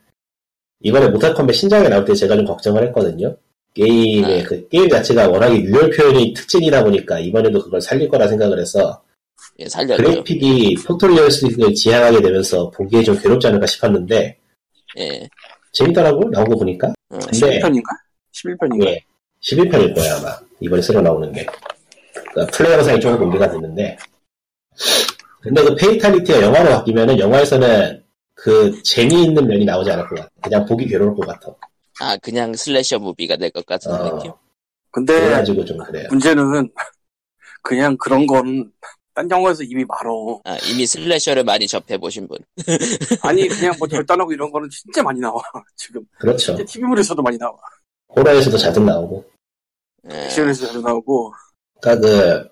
Speaker 3: 이번에 모탈 컴뱃 신작이 나올 때 제가 좀 걱정을 했거든요 게임의 그 게임 자체가 워낙에 유혈 표현이 특징이다 보니까 이번에도 그걸 살릴 거라 생각을 해서
Speaker 1: 예, 살려줘.
Speaker 3: 그래픽이 포토리얼스틱을 지향하게 되면서 보기에 좀 괴롭지 않을까 싶었는데
Speaker 1: 예.
Speaker 3: 재밌더라고 나온 거 보니까
Speaker 1: 어.
Speaker 2: 네.
Speaker 3: 근데
Speaker 2: 11편인가? 11편인가?
Speaker 3: 이게 11편일 거야 아마 이번에 새로 나오는 게 그러니까 플레이 영상이 조금 공개가 됐는데 근데 그 페이탈리티가 영화로 바뀌면은 영화에서는 그 재미있는 면이 나오지 않을 것 같아 그냥 보기 괴로울 것 같아
Speaker 1: 아, 그냥 슬래셔 무비가 될 것 같은
Speaker 3: 어.
Speaker 1: 느낌?
Speaker 2: 근데
Speaker 3: 그래가지고 좀 그래요
Speaker 2: 문제는 그냥 그런 건 딴 영화에서 이미 말어.
Speaker 1: 아, 이미 슬래셔를 많이 접해보신 분.
Speaker 2: 아니 그냥 뭐 절단하고 이런 거는 진짜 많이 나와 지금
Speaker 3: 그렇죠
Speaker 2: 이제 TV물에서도 많이 나와
Speaker 3: 호러에서도 자주 나오고
Speaker 1: 예.
Speaker 2: 액션에서 자주 나오고
Speaker 3: 그러니까 그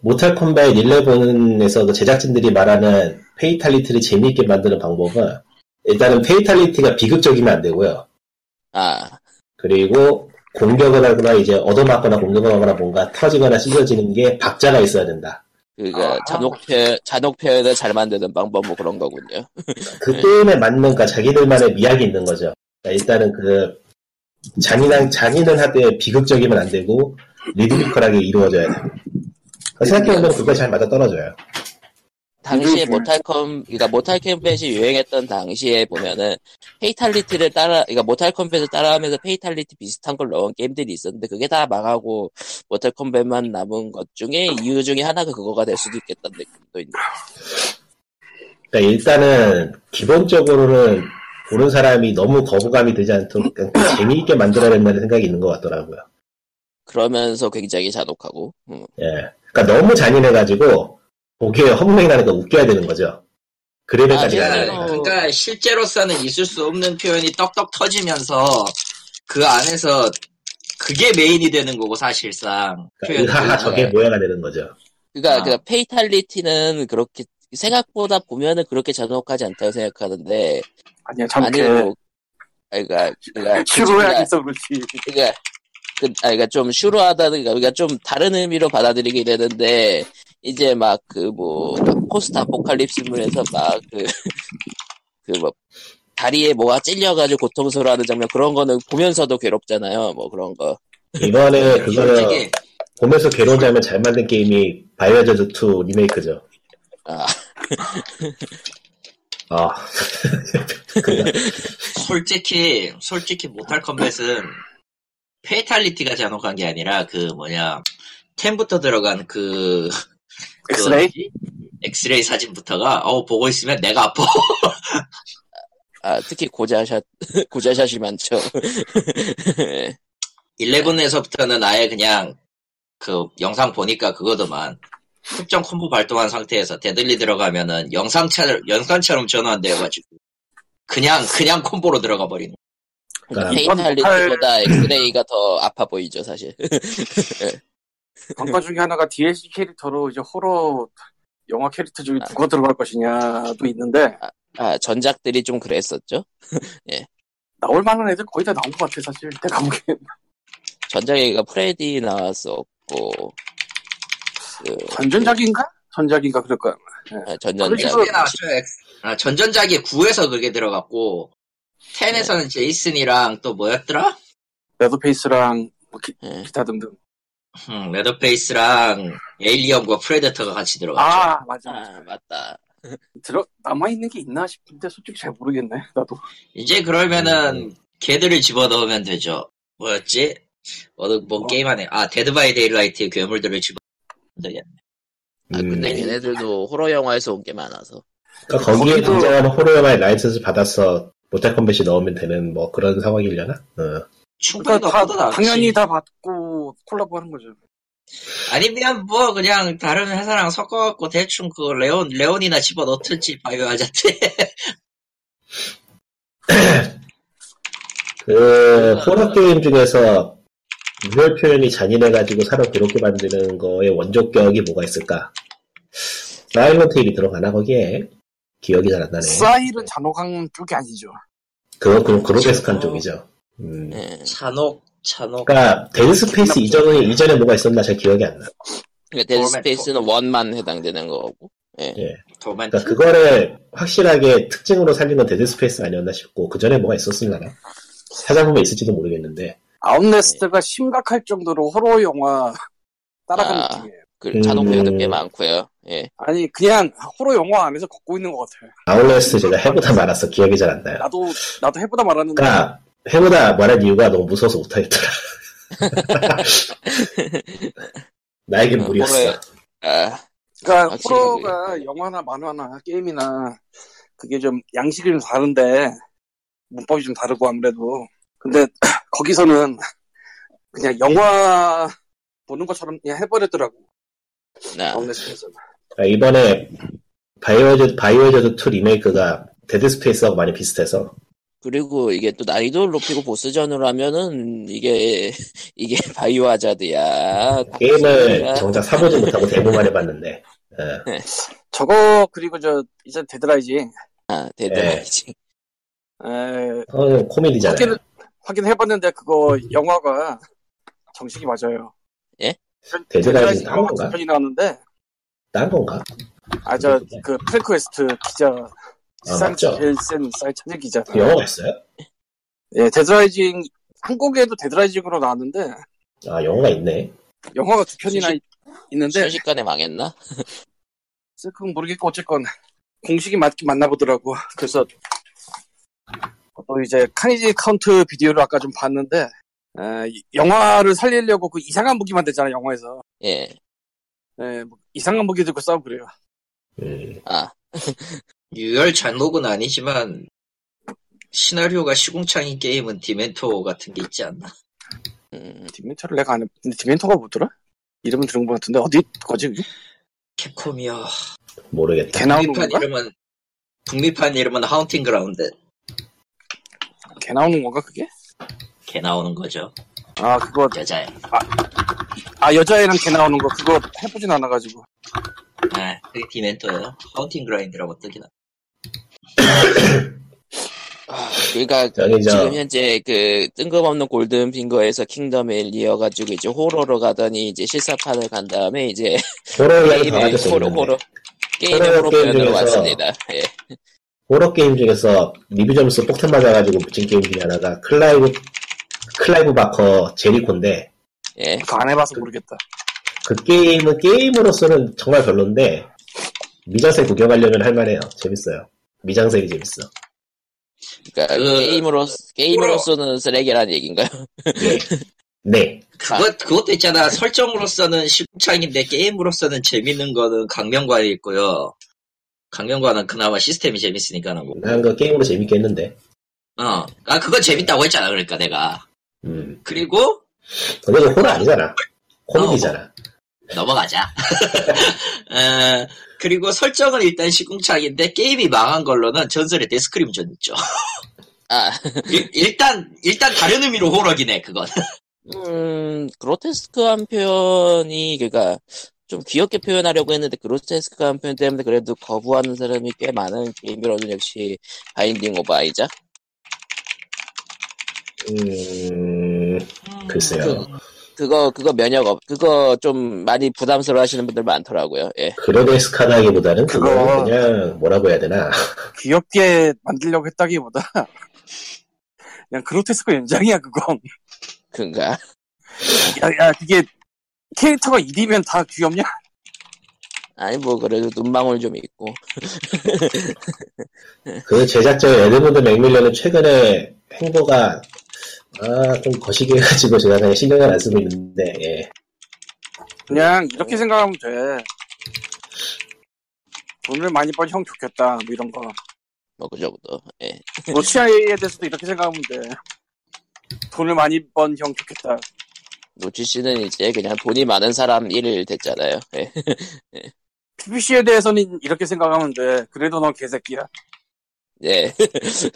Speaker 3: 모탈 컴뱃 11에서 그 제작진들이 말하는 페이탈리티를 재미있게 만드는 방법은 일단은 페이탈리티가 비극적이면 안 되고요.
Speaker 1: 아,
Speaker 3: 그리고 공격을 하거나 이제 얻어맞거나 공격을 하거나 뭔가 터지거나 찢어지는 게 박자가 있어야 된다.
Speaker 1: 그니까
Speaker 2: 아.
Speaker 1: 잔혹 표현, 잔혹 표현을 잘 만드는 방법 뭐 그런 거군요.
Speaker 3: 그 게임에 맞는 그러니까 자기들만의 미학이 있는 거죠. 그러니까 일단은 그 잔인한 잔인은 하되 비극적이면 안 되고 리드미컬하게 이루어져야 돼요. 그러니까 생각해보면 그게 잘 맞아 떨어져요.
Speaker 1: 당시에
Speaker 2: 음.
Speaker 1: 모탈컴, 그러니까 모탈 컴뱃이 유행했던 당시에 보면은 페이탈리티를 따라, 그러니까 모탈 컴뱃을 따라하면서 페이탈리티 비슷한 걸 넣은 게임들이 있었는데 그게 다 망하고 모탈 컴뱃만 남은 것 중에 이유 중에 하나가 그거가 될 수도 있겠다는 느낌도 있네.
Speaker 3: 그러니까 일단은 기본적으로는 보는 사람이 너무 거부감이 들지 않도록 그냥 재미있게 만들어야 된다는 생각이 있는 것 같더라고요.
Speaker 1: 그러면서 굉장히 잔혹하고. 음.
Speaker 3: 예. 그러니까 너무 잔인해가지고 보기에 허무맹이 나니까 웃겨야 되는 거죠. 그
Speaker 1: 아,
Speaker 3: 레벨까지 가야
Speaker 1: 제가-
Speaker 3: 되니까.
Speaker 4: 그러니까 실제로서는 있을 수 없는 표현이 떡떡 터지면서 그 안에서 그게 메인이 되는 거고 사실상
Speaker 2: 아,
Speaker 3: 그러니까
Speaker 4: 표현이 어,
Speaker 3: 으하하 저게
Speaker 1: 네.
Speaker 3: 뭐야가 되는 거죠.
Speaker 1: 그러니까,
Speaker 4: 아.
Speaker 1: 그러니까 페이탈리티는 그렇게 생각보다 보면은 그렇게 잔혹하지 않다고 생각하는데
Speaker 2: 아니야, 참,
Speaker 1: 아니
Speaker 2: 그,
Speaker 1: 뭐 그러니까 그러니까
Speaker 2: 치료해야 해서 그렇지.
Speaker 1: 그러니까 그, 아, 그러니까 좀 슈로하다든가 그러니까 좀 다른 의미로 받아들이게 되는데 이제 막 그 뭐 포스트 아포칼립스물에서 막 (laughs) 그 그 뭐 다리에 뭐가 찔려가지고 고통스러워하는 장면 그런 거는 보면서도 괴롭잖아요 뭐 그런 거
Speaker 3: 네, 이번에
Speaker 4: 솔직히
Speaker 3: 그거를 보면서 괴로워하면 잘 만든 게임이 바이오저즈 2 리메이크죠.
Speaker 1: 아.
Speaker 3: 아,
Speaker 4: 솔직히 솔직히 모탈 컴뱃은 페이탈리티가 잔혹한 게 아니라 그 뭐냐 10부터 들어간 그
Speaker 2: 엑스레이?
Speaker 4: 그거지? 엑스레이 사진부터가 어 보고 있으면 내가 아파
Speaker 1: 아, 특히 고자샷 (laughs) 고자샷이 많죠
Speaker 4: 11에서부터는 아예 그냥 그 영상 보니까 그거더만 특정 콤보 발동한 상태에서 데들리 들어가면은 영상처럼 영상처럼 전환돼가지고 그냥 그냥 콤보로 들어가 버리는
Speaker 1: 그러니까
Speaker 3: 아.
Speaker 1: 페이탈리티보다 엑스레이가 더 아파 보이죠 사실
Speaker 2: 관과 중에 하나가 DLC 캐릭터로 이제 호러 영화 캐릭터 중에 누가 들어갈 것이냐도 있는데,
Speaker 1: 아 전작들이 좀 그랬었죠
Speaker 2: 나올 만한 애들 거의 다 나온 것 같아, 사실. 내가 보기엔.
Speaker 1: 전작에가 프레디 나왔었고 그
Speaker 2: 전전작인가? 전작인가, 그럴 거야.
Speaker 1: 아,
Speaker 2: 그렇게
Speaker 1: 전전작
Speaker 2: 해서-
Speaker 4: 아, 전전작이 9에서 그게 들어갔고
Speaker 2: 네.
Speaker 4: 10에서는 제이슨이랑 또 뭐였더라?
Speaker 2: 레드페이스랑 뭐 기,
Speaker 1: 예.
Speaker 2: 기타 등등.
Speaker 4: 음, 레더페이스랑 에일리언과 프레데터가 같이 들어갔죠
Speaker 2: 아, 맞아. 맞아.
Speaker 1: 아, 맞다.
Speaker 2: 들어, 남아있는 게 있나 싶은데, 솔직히 잘 모르겠네, 나도.
Speaker 4: 이제
Speaker 2: 음.
Speaker 4: 그러면은 걔들을 집어넣으면 되죠. 뭐였지? 어느 뭐
Speaker 2: 어.
Speaker 4: 게임 안에 아 데드 바이 데일라이트의 괴물들을 집어. 넣으면 되겠네.
Speaker 1: 아, 근데
Speaker 3: 음,
Speaker 1: 얘네들도 호러 영화에서 온 게 많아서.
Speaker 3: 그러니까 거기에
Speaker 2: 거기도-
Speaker 3: 등장하는 호러 영화의 라이선스 받아서 모탈 컴뱃이 넣으면 되는 뭐 그런 상황이려나? 어.
Speaker 4: 충분히
Speaker 2: 그러니까 다,
Speaker 4: 넣고도 나왔지.
Speaker 2: 당연히 다 받고 콜라보 하는 거죠.
Speaker 4: 아니면 뭐 그냥 다른 회사랑 섞어갖고 대충 그 레온 레온이나 집어 넣든지 바이오 하자트.
Speaker 2: (laughs)
Speaker 3: 그 호러 게임 중에서 무혈 표현이 잔인해가지고 사람 괴롭게 만드는 거의 원조격이 뭐가 있을까? 사일런트 힐이 들어가나 거기에 기억이 잘 안 나네.
Speaker 2: 사일은 잔혹한 쪽이 아니죠.
Speaker 3: 그건 그럼 그로데스칸 쪽이죠. 음.
Speaker 1: 예.
Speaker 4: 잔혹 잔혹.
Speaker 3: 그러니까 데드 스페이스 이전에 이전에 뭐가 있었나 잘 기억이 안 나.
Speaker 1: 그러니까 데드
Speaker 4: 도맨-
Speaker 1: 스페이스는 원만 해당되는 거고.
Speaker 4: 도맨트.
Speaker 3: 그러니까 그거를 확실하게 특징으로 살린 건 데드 스페이스 아니었나 싶고 그 전에 뭐가 있었을라나? 찾아보면 있을지도 모르겠는데.
Speaker 2: 아웃레스트가
Speaker 1: 예.
Speaker 2: 심각할 정도로 호러 영화 따라간
Speaker 1: 아.
Speaker 2: 느낌이에요.
Speaker 1: 그
Speaker 3: 음.
Speaker 1: 잔혹 배우도 꽤 많고요. 예.
Speaker 2: 아니 그냥 호러 영화 안에서 걷고 있는 것 같아요.
Speaker 3: 아웃라스트 제가 해보다 말았어 기억이 잘 안 나요.
Speaker 2: 나도 나도 해보다 말았는데
Speaker 1: 아.
Speaker 3: 그러니까 해보다 말한 이유가 너무 무서워서
Speaker 1: (laughs)
Speaker 3: 못하겠더라. 나에겐
Speaker 1: 어,
Speaker 3: 무리였어.
Speaker 1: 뭐래. 아,
Speaker 2: 그러니까
Speaker 1: 확실히
Speaker 2: 호러가 영화나 만화나 게임이나 그게 좀 양식이 좀 다른데 문법이 좀 다르고 아무래도 근데 (clears throat) 거기서는 그냥 영화 보는 것처럼 그냥 해버렸더라고
Speaker 1: 나
Speaker 2: 아웃레스트에서.
Speaker 3: 그러니까 이번에 바이오저드 바이오저드 2 리메이크가 데드 스페이스하고 많이 비슷해서
Speaker 1: 그리고 이게 또 난이도를 높이고 보스전으로 하면은 이게 (laughs) 이게 바이오 하자드야.
Speaker 3: 게임을 정작 사보지 못하고 데모만 해봤는데 어,
Speaker 2: 저거 그리고 저 이제 데드라이지
Speaker 3: 예.
Speaker 1: 아, 데드라이징.
Speaker 2: 에,
Speaker 3: 어, 코미디잖아요. 음.
Speaker 2: 거기는 확인해봤는데 그거 영화가 정식이 맞아요.
Speaker 1: 예?
Speaker 3: 데드라인이 딴 건가?
Speaker 2: 편이 나왔는데
Speaker 3: 딴 건가?
Speaker 2: 아 저 그 프랭크웨스트 기자 시상
Speaker 3: 아, 맞죠.
Speaker 2: 제일 센 사이 찾은 기자.
Speaker 3: 그 영화가 있어요?
Speaker 2: 예, 데드라이징 한국에도 데드라이징으로 나왔는데
Speaker 3: 아 영화가 있네.
Speaker 2: 영화가 두 편이나
Speaker 1: 순식-
Speaker 2: 있- 있는데
Speaker 1: 순식간에 망했나?
Speaker 2: 그건 모르겠고 어쨌건 공식이 맞긴 맞나 보더라고. 그래서 또 이제 카니지 카운트 비디오를 아까 좀 봤는데 에, 이- 영화를 살리려고 그 이상한 무기만 됐잖아 영화에서
Speaker 1: 예.
Speaker 2: 에, 뭐 이상한 무기 들고 싸우고 그래요.
Speaker 3: 음,
Speaker 1: 아,
Speaker 4: 유혈 잔혹은 아니지만 시나리오가 시궁창인 게임은 디멘토 같은 게 있지 않나?
Speaker 1: 음,
Speaker 2: 디멘터를 내가 안 해. 근데 디멘터가 뭐더라? 이름은 들은 것 같은데 어디 거지? 그게?
Speaker 4: 캡콤이요.
Speaker 3: 모르겠다.
Speaker 2: 개 나오는
Speaker 4: 북미판
Speaker 2: 건가?
Speaker 4: 아, 이름은 북미판 이름은 하운팅 그라운드.
Speaker 2: 개 나오는 건가 그게?
Speaker 4: 개 나오는 거죠.
Speaker 2: 아 그거
Speaker 4: 여자애.
Speaker 2: 아 여자애랑 개 나오는 거 그거 해보진 않아가지고
Speaker 4: 아, 그게 디멘토예요. 하운팅 그라인드라고 뜨긴 하.
Speaker 1: 아, 그러니까
Speaker 3: 저기 저
Speaker 1: 지금 현재 그 뜬금없는 골든 빙거에서 킹덤에 이어가지고 이제 호러로 가더니 이제 실사판을 간 다음에 이제
Speaker 3: 호러 이야기 다
Speaker 1: 게임의
Speaker 3: 가졌어
Speaker 1: 네, 호러 호러 게임의
Speaker 3: 호러
Speaker 1: 호러
Speaker 3: 게임
Speaker 1: 표현으로
Speaker 3: 중에서-
Speaker 1: 왔습니다. 예.
Speaker 3: 호러 게임 중에서 리뷰 점수 폭탄 맞아가지고 붙인 게임 중에 하나가 클라이브 클라이브 바커 제리콘데
Speaker 1: 예.
Speaker 2: 그거 안 해봐서 모르겠다.
Speaker 3: 그 게임은 게임으로서는 정말 별론데 미장센 구경하려면 할만해요. 재밌어요. 미장센이 재밌어.
Speaker 1: 그러니까
Speaker 4: 그-
Speaker 1: 게임으로 게임으로서는 쓰레기라는 얘기인가요? (laughs)
Speaker 3: 예. 네.
Speaker 4: 그것 그것도 있잖아. 설정으로서는 시궁창인데 게임으로서는 재밌는 거는 강명관이 있고요. 강명관은 그나마 시스템이 재밌으니까 하는 거.
Speaker 3: 난 그 게임으로 재밌게 했는데.
Speaker 4: 어, 아 그건 재밌다고 했잖아. 그러니까 내가.
Speaker 3: 음.
Speaker 4: 그리고
Speaker 3: 근데 그 호러 아니잖아. 코미디잖아.
Speaker 4: 넘어가자. (laughs) 어, 그리고 설정은 일단 시궁창인데 게임이 망한 걸로는 전설의 데스크림존 있죠. (laughs)
Speaker 1: 아,
Speaker 4: 일- 일단 일단 다른 의미로 호러긴 해 그건. (laughs)
Speaker 1: 음, 그로테스크한 표현이 그러니까 좀 귀엽게 표현하려고 했는데 그로테스크한 표현 때문에 그래도 거부하는 사람이 꽤 많은 게임이로는 역시 바인딩 오바이자.
Speaker 3: 음. 글쎄요.
Speaker 1: 그거 그거 면역 없 그거 좀 많이 부담스러워하시는 분들 많더라고요. 예.
Speaker 3: 그로데스카다기보다는 그거
Speaker 2: 그거-
Speaker 3: 그냥 뭐라고 해야 되나.
Speaker 2: 귀엽게 만들려고 했다기보다 (laughs) 그냥 그로테스크 연장이야 그건. (laughs)
Speaker 1: 그니까
Speaker 2: 야, 야 그게 캐릭터가 일이면 다 귀엽냐?
Speaker 1: 아니 뭐 그래도 눈망울 좀 있고
Speaker 3: 그 제작자 에드문드 맥밀런은 최근에 행보가 아, 좀 거시기 해가지고 제가 그냥 신경을 안 쓰고 있는데, 예.
Speaker 2: 그냥 이렇게 생각하면 돼. 돈을 많이 벌형 좋겠다 뭐 이런 거.
Speaker 1: 뭐 그 정도. 예.
Speaker 2: 뭐 러시아에 대해서도 이렇게 생각하면 돼. 돈을 많이 번 형 좋겠다.
Speaker 1: 노치 씨는 이제 그냥 돈이 많은 사람 1일 됐잖아요. 예.
Speaker 2: PPC에 대해서는 이렇게 생각하면 돼. 그래도 넌 개새끼야.
Speaker 1: 예.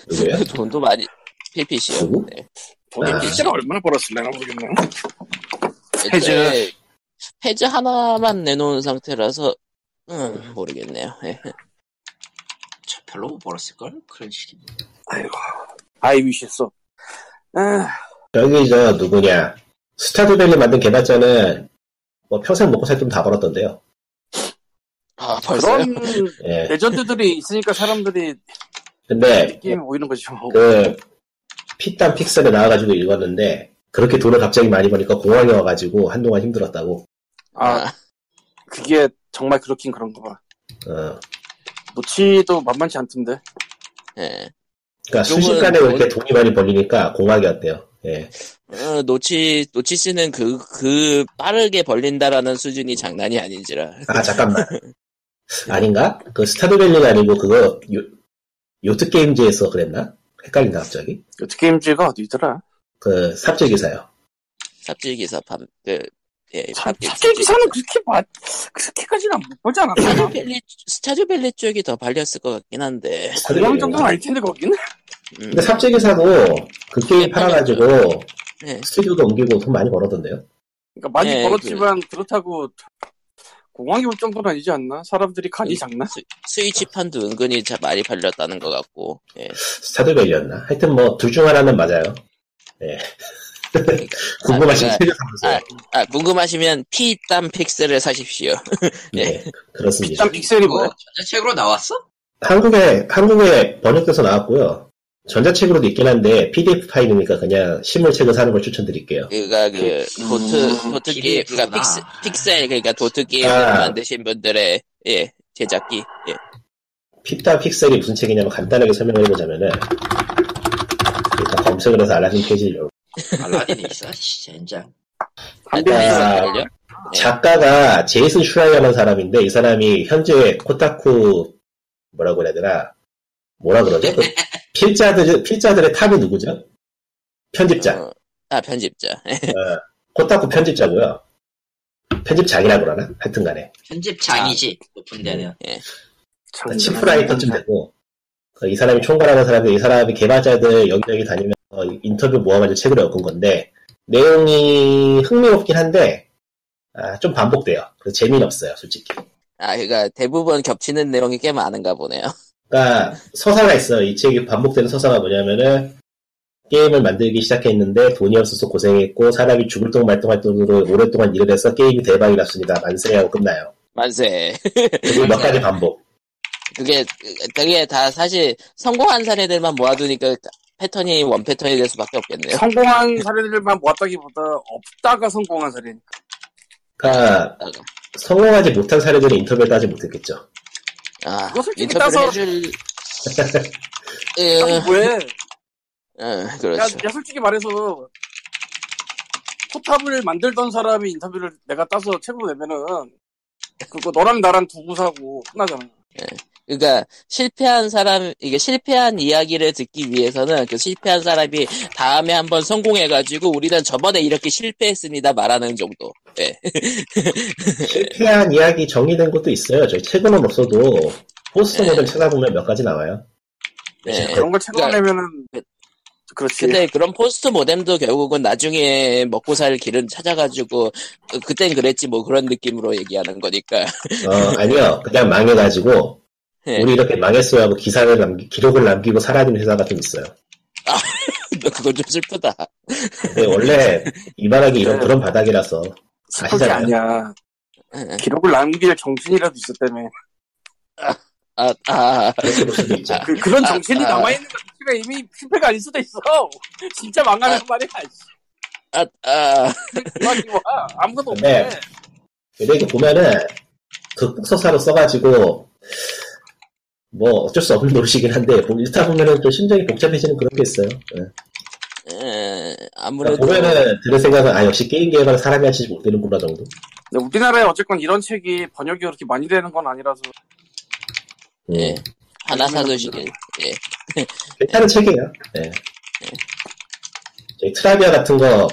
Speaker 3: 누구야?
Speaker 1: (laughs) 돈도 많이 PPC요.
Speaker 3: 누구?
Speaker 1: 네.
Speaker 2: 돈이
Speaker 3: 아.
Speaker 2: PPC를 얼마나 벌었을래나 모르겠네.
Speaker 1: 애초에 예. 해즈 하나만 내놓은 상태라서 음, 모르겠네요. 예.
Speaker 4: 저 별로 못 벌었을걸? 그런 식이.
Speaker 2: 아이고. 아이 위시소. 아,
Speaker 3: 여기 저 누구냐 스타드밸리 만든 개발자는 뭐 평생 먹고 살 돈 다 벌었던데요.
Speaker 1: 아 벌써요?
Speaker 2: 그런
Speaker 3: 예.
Speaker 2: 레전드들이 있으니까 사람들이
Speaker 3: 근데
Speaker 2: 게임 모이는 거지 뭐.
Speaker 3: 그 피땀 픽셀에 나와가지고 읽었는데 그렇게 돈을 갑자기 많이 버니까 공황이 와가지고 한동안 힘들었다고.
Speaker 2: 아, 그게 정말 그렇긴 그런가 봐.
Speaker 3: 어.
Speaker 2: 노치도 만만치 않던데.
Speaker 1: 예.
Speaker 3: 그러니까
Speaker 1: 요건
Speaker 3: 순식간에
Speaker 1: 돈-
Speaker 3: 그렇게 돈이 많이 벌리니까 공황이 왔대요. 예.
Speaker 1: 어, 노치 노치 씨는 그 그 빠르게 벌린다라는 수준이 장난이 아닌지라.
Speaker 3: 아 잠깐만. 아닌가? 그 스타드밸리가 아니고 그거 요, 요트 게임즈에서 그랬나? 헷갈린다 갑자기.
Speaker 2: 어떻게 임지가 어디더라?
Speaker 3: 그 삽질 기사요.
Speaker 1: 삽질기사 밥, 그, 예,
Speaker 2: 참,
Speaker 1: 밥-
Speaker 2: 탑재 기사는 그렇게 봐, 그렇게까지는 안 보지 않았나?
Speaker 1: 스타듀밸리, 스타듀밸리 쪽이 더 발렸을 것 같긴 한데,
Speaker 2: 그런 정도는 아닐 텐데, 거긴.
Speaker 1: 음,
Speaker 2: 네.
Speaker 3: 근데 삽질기사도 그 게임 팔아가지고
Speaker 1: 네.
Speaker 3: 스튜디오도 옮기고 돈 많이 벌었던데요.
Speaker 2: 그러니까 많이
Speaker 1: 예,
Speaker 2: 벌었지만, 그... 렇다고 공황이 올 정도는 아니지 않나? 사람들이 간이
Speaker 1: 음.
Speaker 2: 작나?
Speaker 1: 스, 스위치판도 은근히 자, 많이 발렸다는 것 같고, 예.
Speaker 3: 스타드밸리였나? 하여튼 뭐 둘 중 하나는 맞아요. (laughs) 궁금하신
Speaker 1: 아,
Speaker 3: 세계 사무소.
Speaker 1: 아, 궁금하시면 피땀 픽셀을 사십시오.
Speaker 3: 네, 그렇습니다.
Speaker 2: 일단 픽셀이 뭐야?
Speaker 4: 전자책으로 나왔어?
Speaker 3: 한국에 한국에 번역돼서 나왔고요. 전자책으로도 있긴 한데 PDF 파일이니까 그냥 실물책을 사는 걸 추천드릴게요.
Speaker 1: 그니까 그 도트 도트 게임 그니까
Speaker 4: 비밀이구나.
Speaker 1: 픽스, 픽셀 그러니까 도트 게임을
Speaker 3: 아.
Speaker 1: 만드신 분들의 예 제작기 예.
Speaker 3: 핍다 픽셀이 무슨 책이냐면 간단하게 설명을 해보자면은 일단 검색을 해서 알라딘 페이지를 열고
Speaker 4: 알라딘이 있어? 씨, 젠장.
Speaker 2: 담배
Speaker 3: 아,
Speaker 2: 피우는
Speaker 3: 아.
Speaker 1: 알려?
Speaker 3: 작가가 제이슨 슈라이라는 사람인데 이 사람이 현재 코타쿠 뭐라고 해야 되나 뭐라 그러죠? 그 필자들 필자들의 탑이 누구죠? 편집자
Speaker 1: 어, 아 편집자 예.
Speaker 3: 코타쿠 편집자고요. 편집장이라 그러나 하여튼간에
Speaker 4: 편집장이지, 높은
Speaker 3: 네.
Speaker 4: 데는.
Speaker 1: 아,
Speaker 2: 참-
Speaker 3: 치프라이터쯤 되고 어, 이 사람이 총괄하는 사람이 이 사람이 개발자들 여기저기 다니면서 인터뷰 모아가지고 책을 엮은 건데 내용이 흥미롭긴 한데 아, 좀 반복돼요. 그래서 재미는 없어요, 솔직히.
Speaker 1: 아 그러니까 대부분 겹치는 내용이 꽤 많은가 보네요. (laughs)
Speaker 3: 그러니까 서사가 있어요. 이 책이 반복되는 서사가 뭐냐면은 게임을 만들기 시작했는데 돈이 없어서 고생했고 사람이 죽을 똥 말똥할 돈으로 오랫동안 일을 해서 게임이 대박이 났습니다. 만세하고 끝나요.
Speaker 1: 만세.
Speaker 3: 그리고 몇 가지 반복.
Speaker 1: 그게 그게 다 사실 성공한 사례들만 모아두니까 패턴이 원 패턴이 될 수밖에 없겠네요.
Speaker 2: 예. 성공한 사례들만 모았다기보다 없다가 성공한 사례니까.
Speaker 3: 그러니까 성공하지 못한 사례들은 인터뷰를 따지 못했겠죠.
Speaker 1: 아
Speaker 2: 그거 솔직히
Speaker 1: 인터뷰를
Speaker 2: 따서-
Speaker 1: 해줄 예,
Speaker 2: 야, 왜?
Speaker 1: 예,
Speaker 2: 야,
Speaker 1: 그렇죠.
Speaker 2: 야, 솔직히 말해서 포탑을 만들던 사람이 인터뷰를 내가 따서 책으로 내면은 그거 너랑 나랑 두고 사고 끝나잖아.
Speaker 1: 그러니까 실패한 사람 이게 실패한 이야기를 듣기 위해서는 그 실패한 사람이 다음에 한번 성공해가지고 우리는 저번에 이렇게 실패했습니다 말하는 정도. 예.
Speaker 3: 실패한 이야기 정리된 것도 있어요. 저희 책은 없어도 포스트
Speaker 1: 네.
Speaker 3: 모델 찾아보면 몇 가지 나와요.
Speaker 1: 예.
Speaker 2: 그런 걸 책으로
Speaker 1: 그러니까-
Speaker 2: 내면은 그렇지.
Speaker 1: 근데 그런 포스트 모뎀도 결국은 나중에 먹고 살 길은 찾아가지고 어, 그땐 그랬지 뭐 그런 느낌으로 얘기하는 거니까.
Speaker 3: 어, 아니요. 그냥 망해가지고
Speaker 1: 예. (laughs)
Speaker 3: 우리 이렇게 망했어요 하고 기사를 남기, 기록을 남기고 사라지는 회사가 좀 있어요.
Speaker 1: 그건 좀 슬프다.
Speaker 3: 근데 원래 이 바닥이 이런
Speaker 2: 네.
Speaker 3: 그런 바닥이라서
Speaker 2: 슬프지
Speaker 3: 아시잖아요.
Speaker 2: 아니야.
Speaker 1: 예.
Speaker 2: 기록을 남길 정신이라도 있었다며.
Speaker 1: 아, 아,
Speaker 3: 그렇게 볼 수도 있죠.
Speaker 2: 그, 그런
Speaker 1: 아,
Speaker 2: 정신이
Speaker 1: 아.
Speaker 2: 남아있는 것 자체가 이미 실패가 아닐 수도 있어. (laughs) 진짜 망하는 말이야. 씨.
Speaker 1: 아, 아.
Speaker 2: 대박이 와. 아무것도
Speaker 3: 네.
Speaker 2: 없네.
Speaker 3: 근데 이게 보면은 극복서사로 써가지고 뭐 어쩔 수 없는 노릇이긴 한데 보- 읽다 보면은 좀 심장이 복잡해지는 그런 게 있어요. 예.
Speaker 1: 예,
Speaker 3: 그러니까
Speaker 1: 아무래도.
Speaker 3: 보면은 들을 생각은 아 역시 게임 개발은 사람이 하지 못되는구나 정도.
Speaker 2: 근데 우리나라에 어쨌건 이런 책이 번역이 그렇게 많이 되는 건 아니라서
Speaker 1: 예.
Speaker 3: 예.
Speaker 1: 하나 사두시길.
Speaker 3: 괜찮은 책이에요. 예. 저희 트라비아 같은 거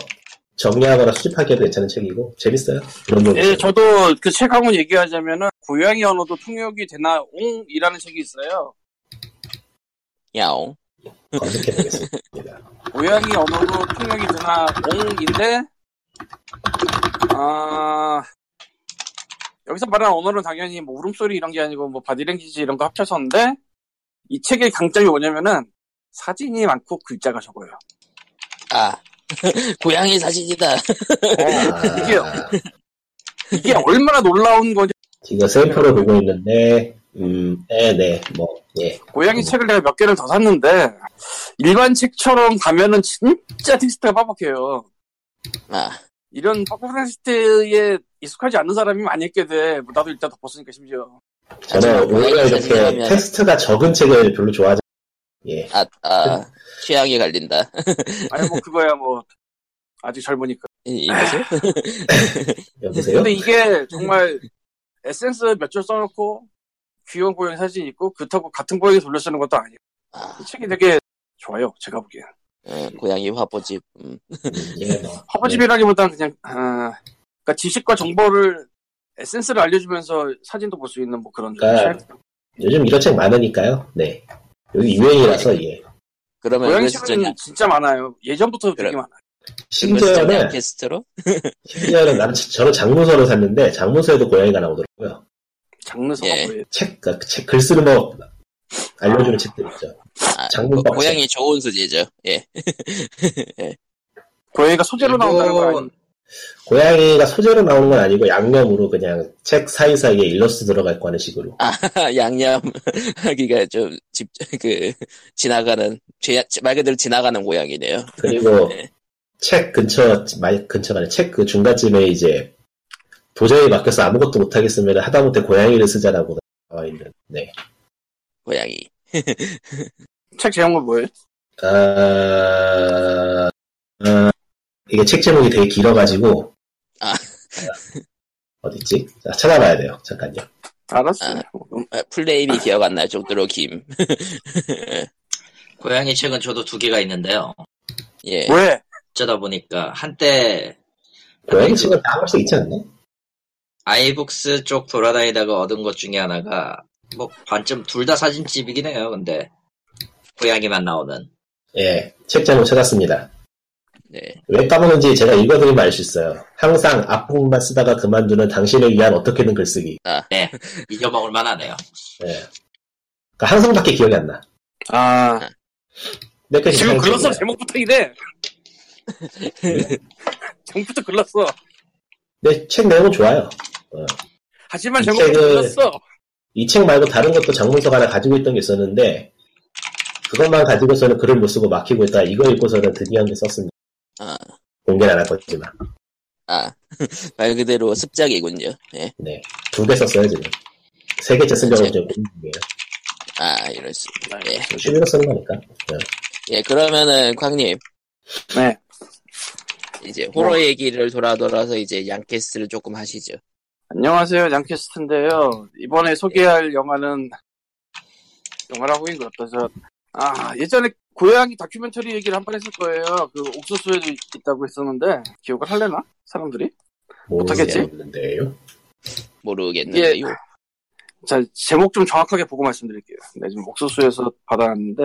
Speaker 3: 정리하거나 수집하기에도 괜찮은 책이고 재밌어요. 그런 거.
Speaker 2: 예, 저도 그 책 한 권 얘기하자면은 고양이 언어도 통역이 되나 옹이라는 책이 있어요.
Speaker 1: 야옹.
Speaker 3: 검색해 보겠습니다.
Speaker 2: 고양이 언어도 통역이 되나 옹인데 아 여기서 말하는 언어는 당연히 뭐 울음소리 이런 게 아니고 뭐 바디랭귀지 이런 거 합쳐서인데 이 책의 강점이 뭐냐면은 사진이 많고 글자가 적어요.
Speaker 1: 아. (laughs) 고양이 사진이다.
Speaker 2: 이게
Speaker 3: 아,
Speaker 2: 이게 얼마나 놀라운 건지
Speaker 3: 지금 샘플을 보고 있는데 음, 네, 네, 뭐, 예.
Speaker 2: 고양이 책을 내가 몇 개를 더 샀는데 일반 책처럼 가면은 진짜 텍스트가 빡빡해요.
Speaker 1: 아,
Speaker 2: 이런 빡빡한 텍스트에 익숙하지 않는 사람이 많이 읽게 돼. 뭐 나도 일단 덮었으니까 심지어.
Speaker 3: 저는 오히려 이렇게
Speaker 1: 왜냐면-
Speaker 3: 텍스트가 적은 책을 별로 좋아하지. 예.
Speaker 1: 아, 아. 취향이 갈린다.
Speaker 2: 아니 뭐 그거야 뭐 아직 젊으니까.
Speaker 1: 이, 이거죠?
Speaker 3: 여보세요?
Speaker 2: 근데 이게 정말 에센스 몇 줄 써놓고 귀여운 고양이 사진 있고 그렇다고 같은 고양이 돌려 쓰는 것도 아니야.
Speaker 1: 아,
Speaker 2: 이 책이 되게 좋아요. 제가 보기엔.
Speaker 1: 예, 고양이 화보집. 음.
Speaker 3: 음, 예, 뭐.
Speaker 1: 네.
Speaker 2: 허브집이라기보다는 그냥 아, 그러니까 지식과 정보를 에센스를 알려주면서 사진도 볼 수 있는 뭐
Speaker 1: 네.
Speaker 2: 그런
Speaker 3: 그러니까
Speaker 2: 책.
Speaker 3: 예. 요즘 이런 책 많으니까요. 네. 여기 유행이라서 예.
Speaker 1: 그러면
Speaker 2: 고양이
Speaker 1: 이거 진짜
Speaker 2: 책은 진짜 많아요. 예전부터 되게
Speaker 1: 그래.
Speaker 2: 많아요.
Speaker 3: 심지어는
Speaker 1: 캐스트로?
Speaker 3: 심지어는 나는 지- 저는 장문서를 샀는데 장문서에도 고양이가 나오더라고요.
Speaker 2: 장르성
Speaker 1: 예.
Speaker 2: 예.
Speaker 3: 책, 그러니까 책, 글 쓰는 법 알려주는 책들 있죠.
Speaker 1: 아,
Speaker 3: 장문
Speaker 1: 고-
Speaker 3: 박사.
Speaker 1: 고양이 좋은 수지죠. 예.
Speaker 2: 고양이가 소재로 나온다는 거 아니야?
Speaker 4: 일본
Speaker 3: 고양이가 소재로 나오는 건 아니고 양념으로 그냥 책 사이사이에 일러스트 들어갈 거 하는 식으로.
Speaker 1: (laughs) 양념 (laughs) 하기가 좀 집, 그, 지나가는, 제- 말 그대로 지나가는 고양이네요.
Speaker 3: 그리고
Speaker 1: 네.
Speaker 3: 책 근처, 말 근처가 아니라 책 그 중간쯤에 이제 도저히 막혀서 아무것도 못하겠으면 하다못해 고양이를 쓰자라고 나와 있는. 네.
Speaker 1: 고양이.
Speaker 2: 책 제목은 뭐예요?
Speaker 3: 아, 아, 이게 책 제목이 되게 길어가지고.
Speaker 1: 아.
Speaker 3: 어딨지? 자, 찾아봐야 돼요. 잠깐요.
Speaker 2: 알았어요.
Speaker 1: 아. 아, 플레임이 기억 안 날 정도로 김.
Speaker 4: 고양이 책은 저도 두 개가 있는데요.
Speaker 1: 예.
Speaker 2: 왜?
Speaker 4: 어쩌다 보니까 한때
Speaker 3: 고양이 책은 다 할 수 있지 않나?
Speaker 4: 아이북스 쪽 돌아다니다가 얻은 것 중에 하나가 뭐 반쯤 둘 다 사진집이긴 해요. 근데 고양이만 나오는
Speaker 3: 예, 책 제목 찾았습니다.
Speaker 1: 네.
Speaker 3: 왜 까먹는지 제가 읽어드리면 알 수 있어요. 항상 앞부분만 쓰다가 그만두는 당신을 위한 어떻게든 글쓰기.
Speaker 4: 잊어먹을 만하네요.
Speaker 3: 예. 그러니까 항상밖에 기억이 안 나.
Speaker 2: 아,
Speaker 3: 내 것이
Speaker 2: 지금 글렀어.
Speaker 3: 항상 기억이 나.
Speaker 2: 제목부터 (laughs) 이래. 제목부터 글렀어.
Speaker 3: 네, 책 내용은 좋아요. 어.
Speaker 2: 하지만
Speaker 3: 이
Speaker 2: 제목부터
Speaker 3: 책은-
Speaker 2: 글렀어.
Speaker 3: 이 책 말고 다른 것도 장문서가 하나 가지고 있던 게 있었는데 그것만 가지고서는 글을 못 쓰고 막히고 있다. 이거 읽고서는 드디어 한 개 썼습니다.
Speaker 1: 아.
Speaker 3: 공개는 안 할 거지만.
Speaker 1: 아, 말 그대로 습작이군요. 예.
Speaker 3: 네, 두 개 썼어요 지금. 세 개째 쓰려고
Speaker 1: 책.
Speaker 3: 이제 고민 중이에요.
Speaker 1: 아, 이럴 수. 예.
Speaker 3: 취미로 쓰는 거니까. 예.
Speaker 1: 예, 그러면은, 광님.
Speaker 2: 네.
Speaker 1: 이제 호러 얘기를 돌아 돌아서 이제 양캐스를 조금 하시죠.
Speaker 2: 안녕하세요. 양캐스트인데요. 이번에 소개할 영화는 영화라고 인것 같아서 아 예전에 고양이 다큐멘터리 얘기를 한 번 했을 거예요. 그 옥수수에도 있다고 했었는데 기억을 할래나 사람들이?
Speaker 3: 모르는
Speaker 2: 어떻겠지?
Speaker 3: 게뭐 없는데요.
Speaker 1: 모르겠는데요.
Speaker 2: 예. 자 제목 좀 정확하게 보고 말씀드릴게요. 네, 지금 옥수수에서 받아왔는데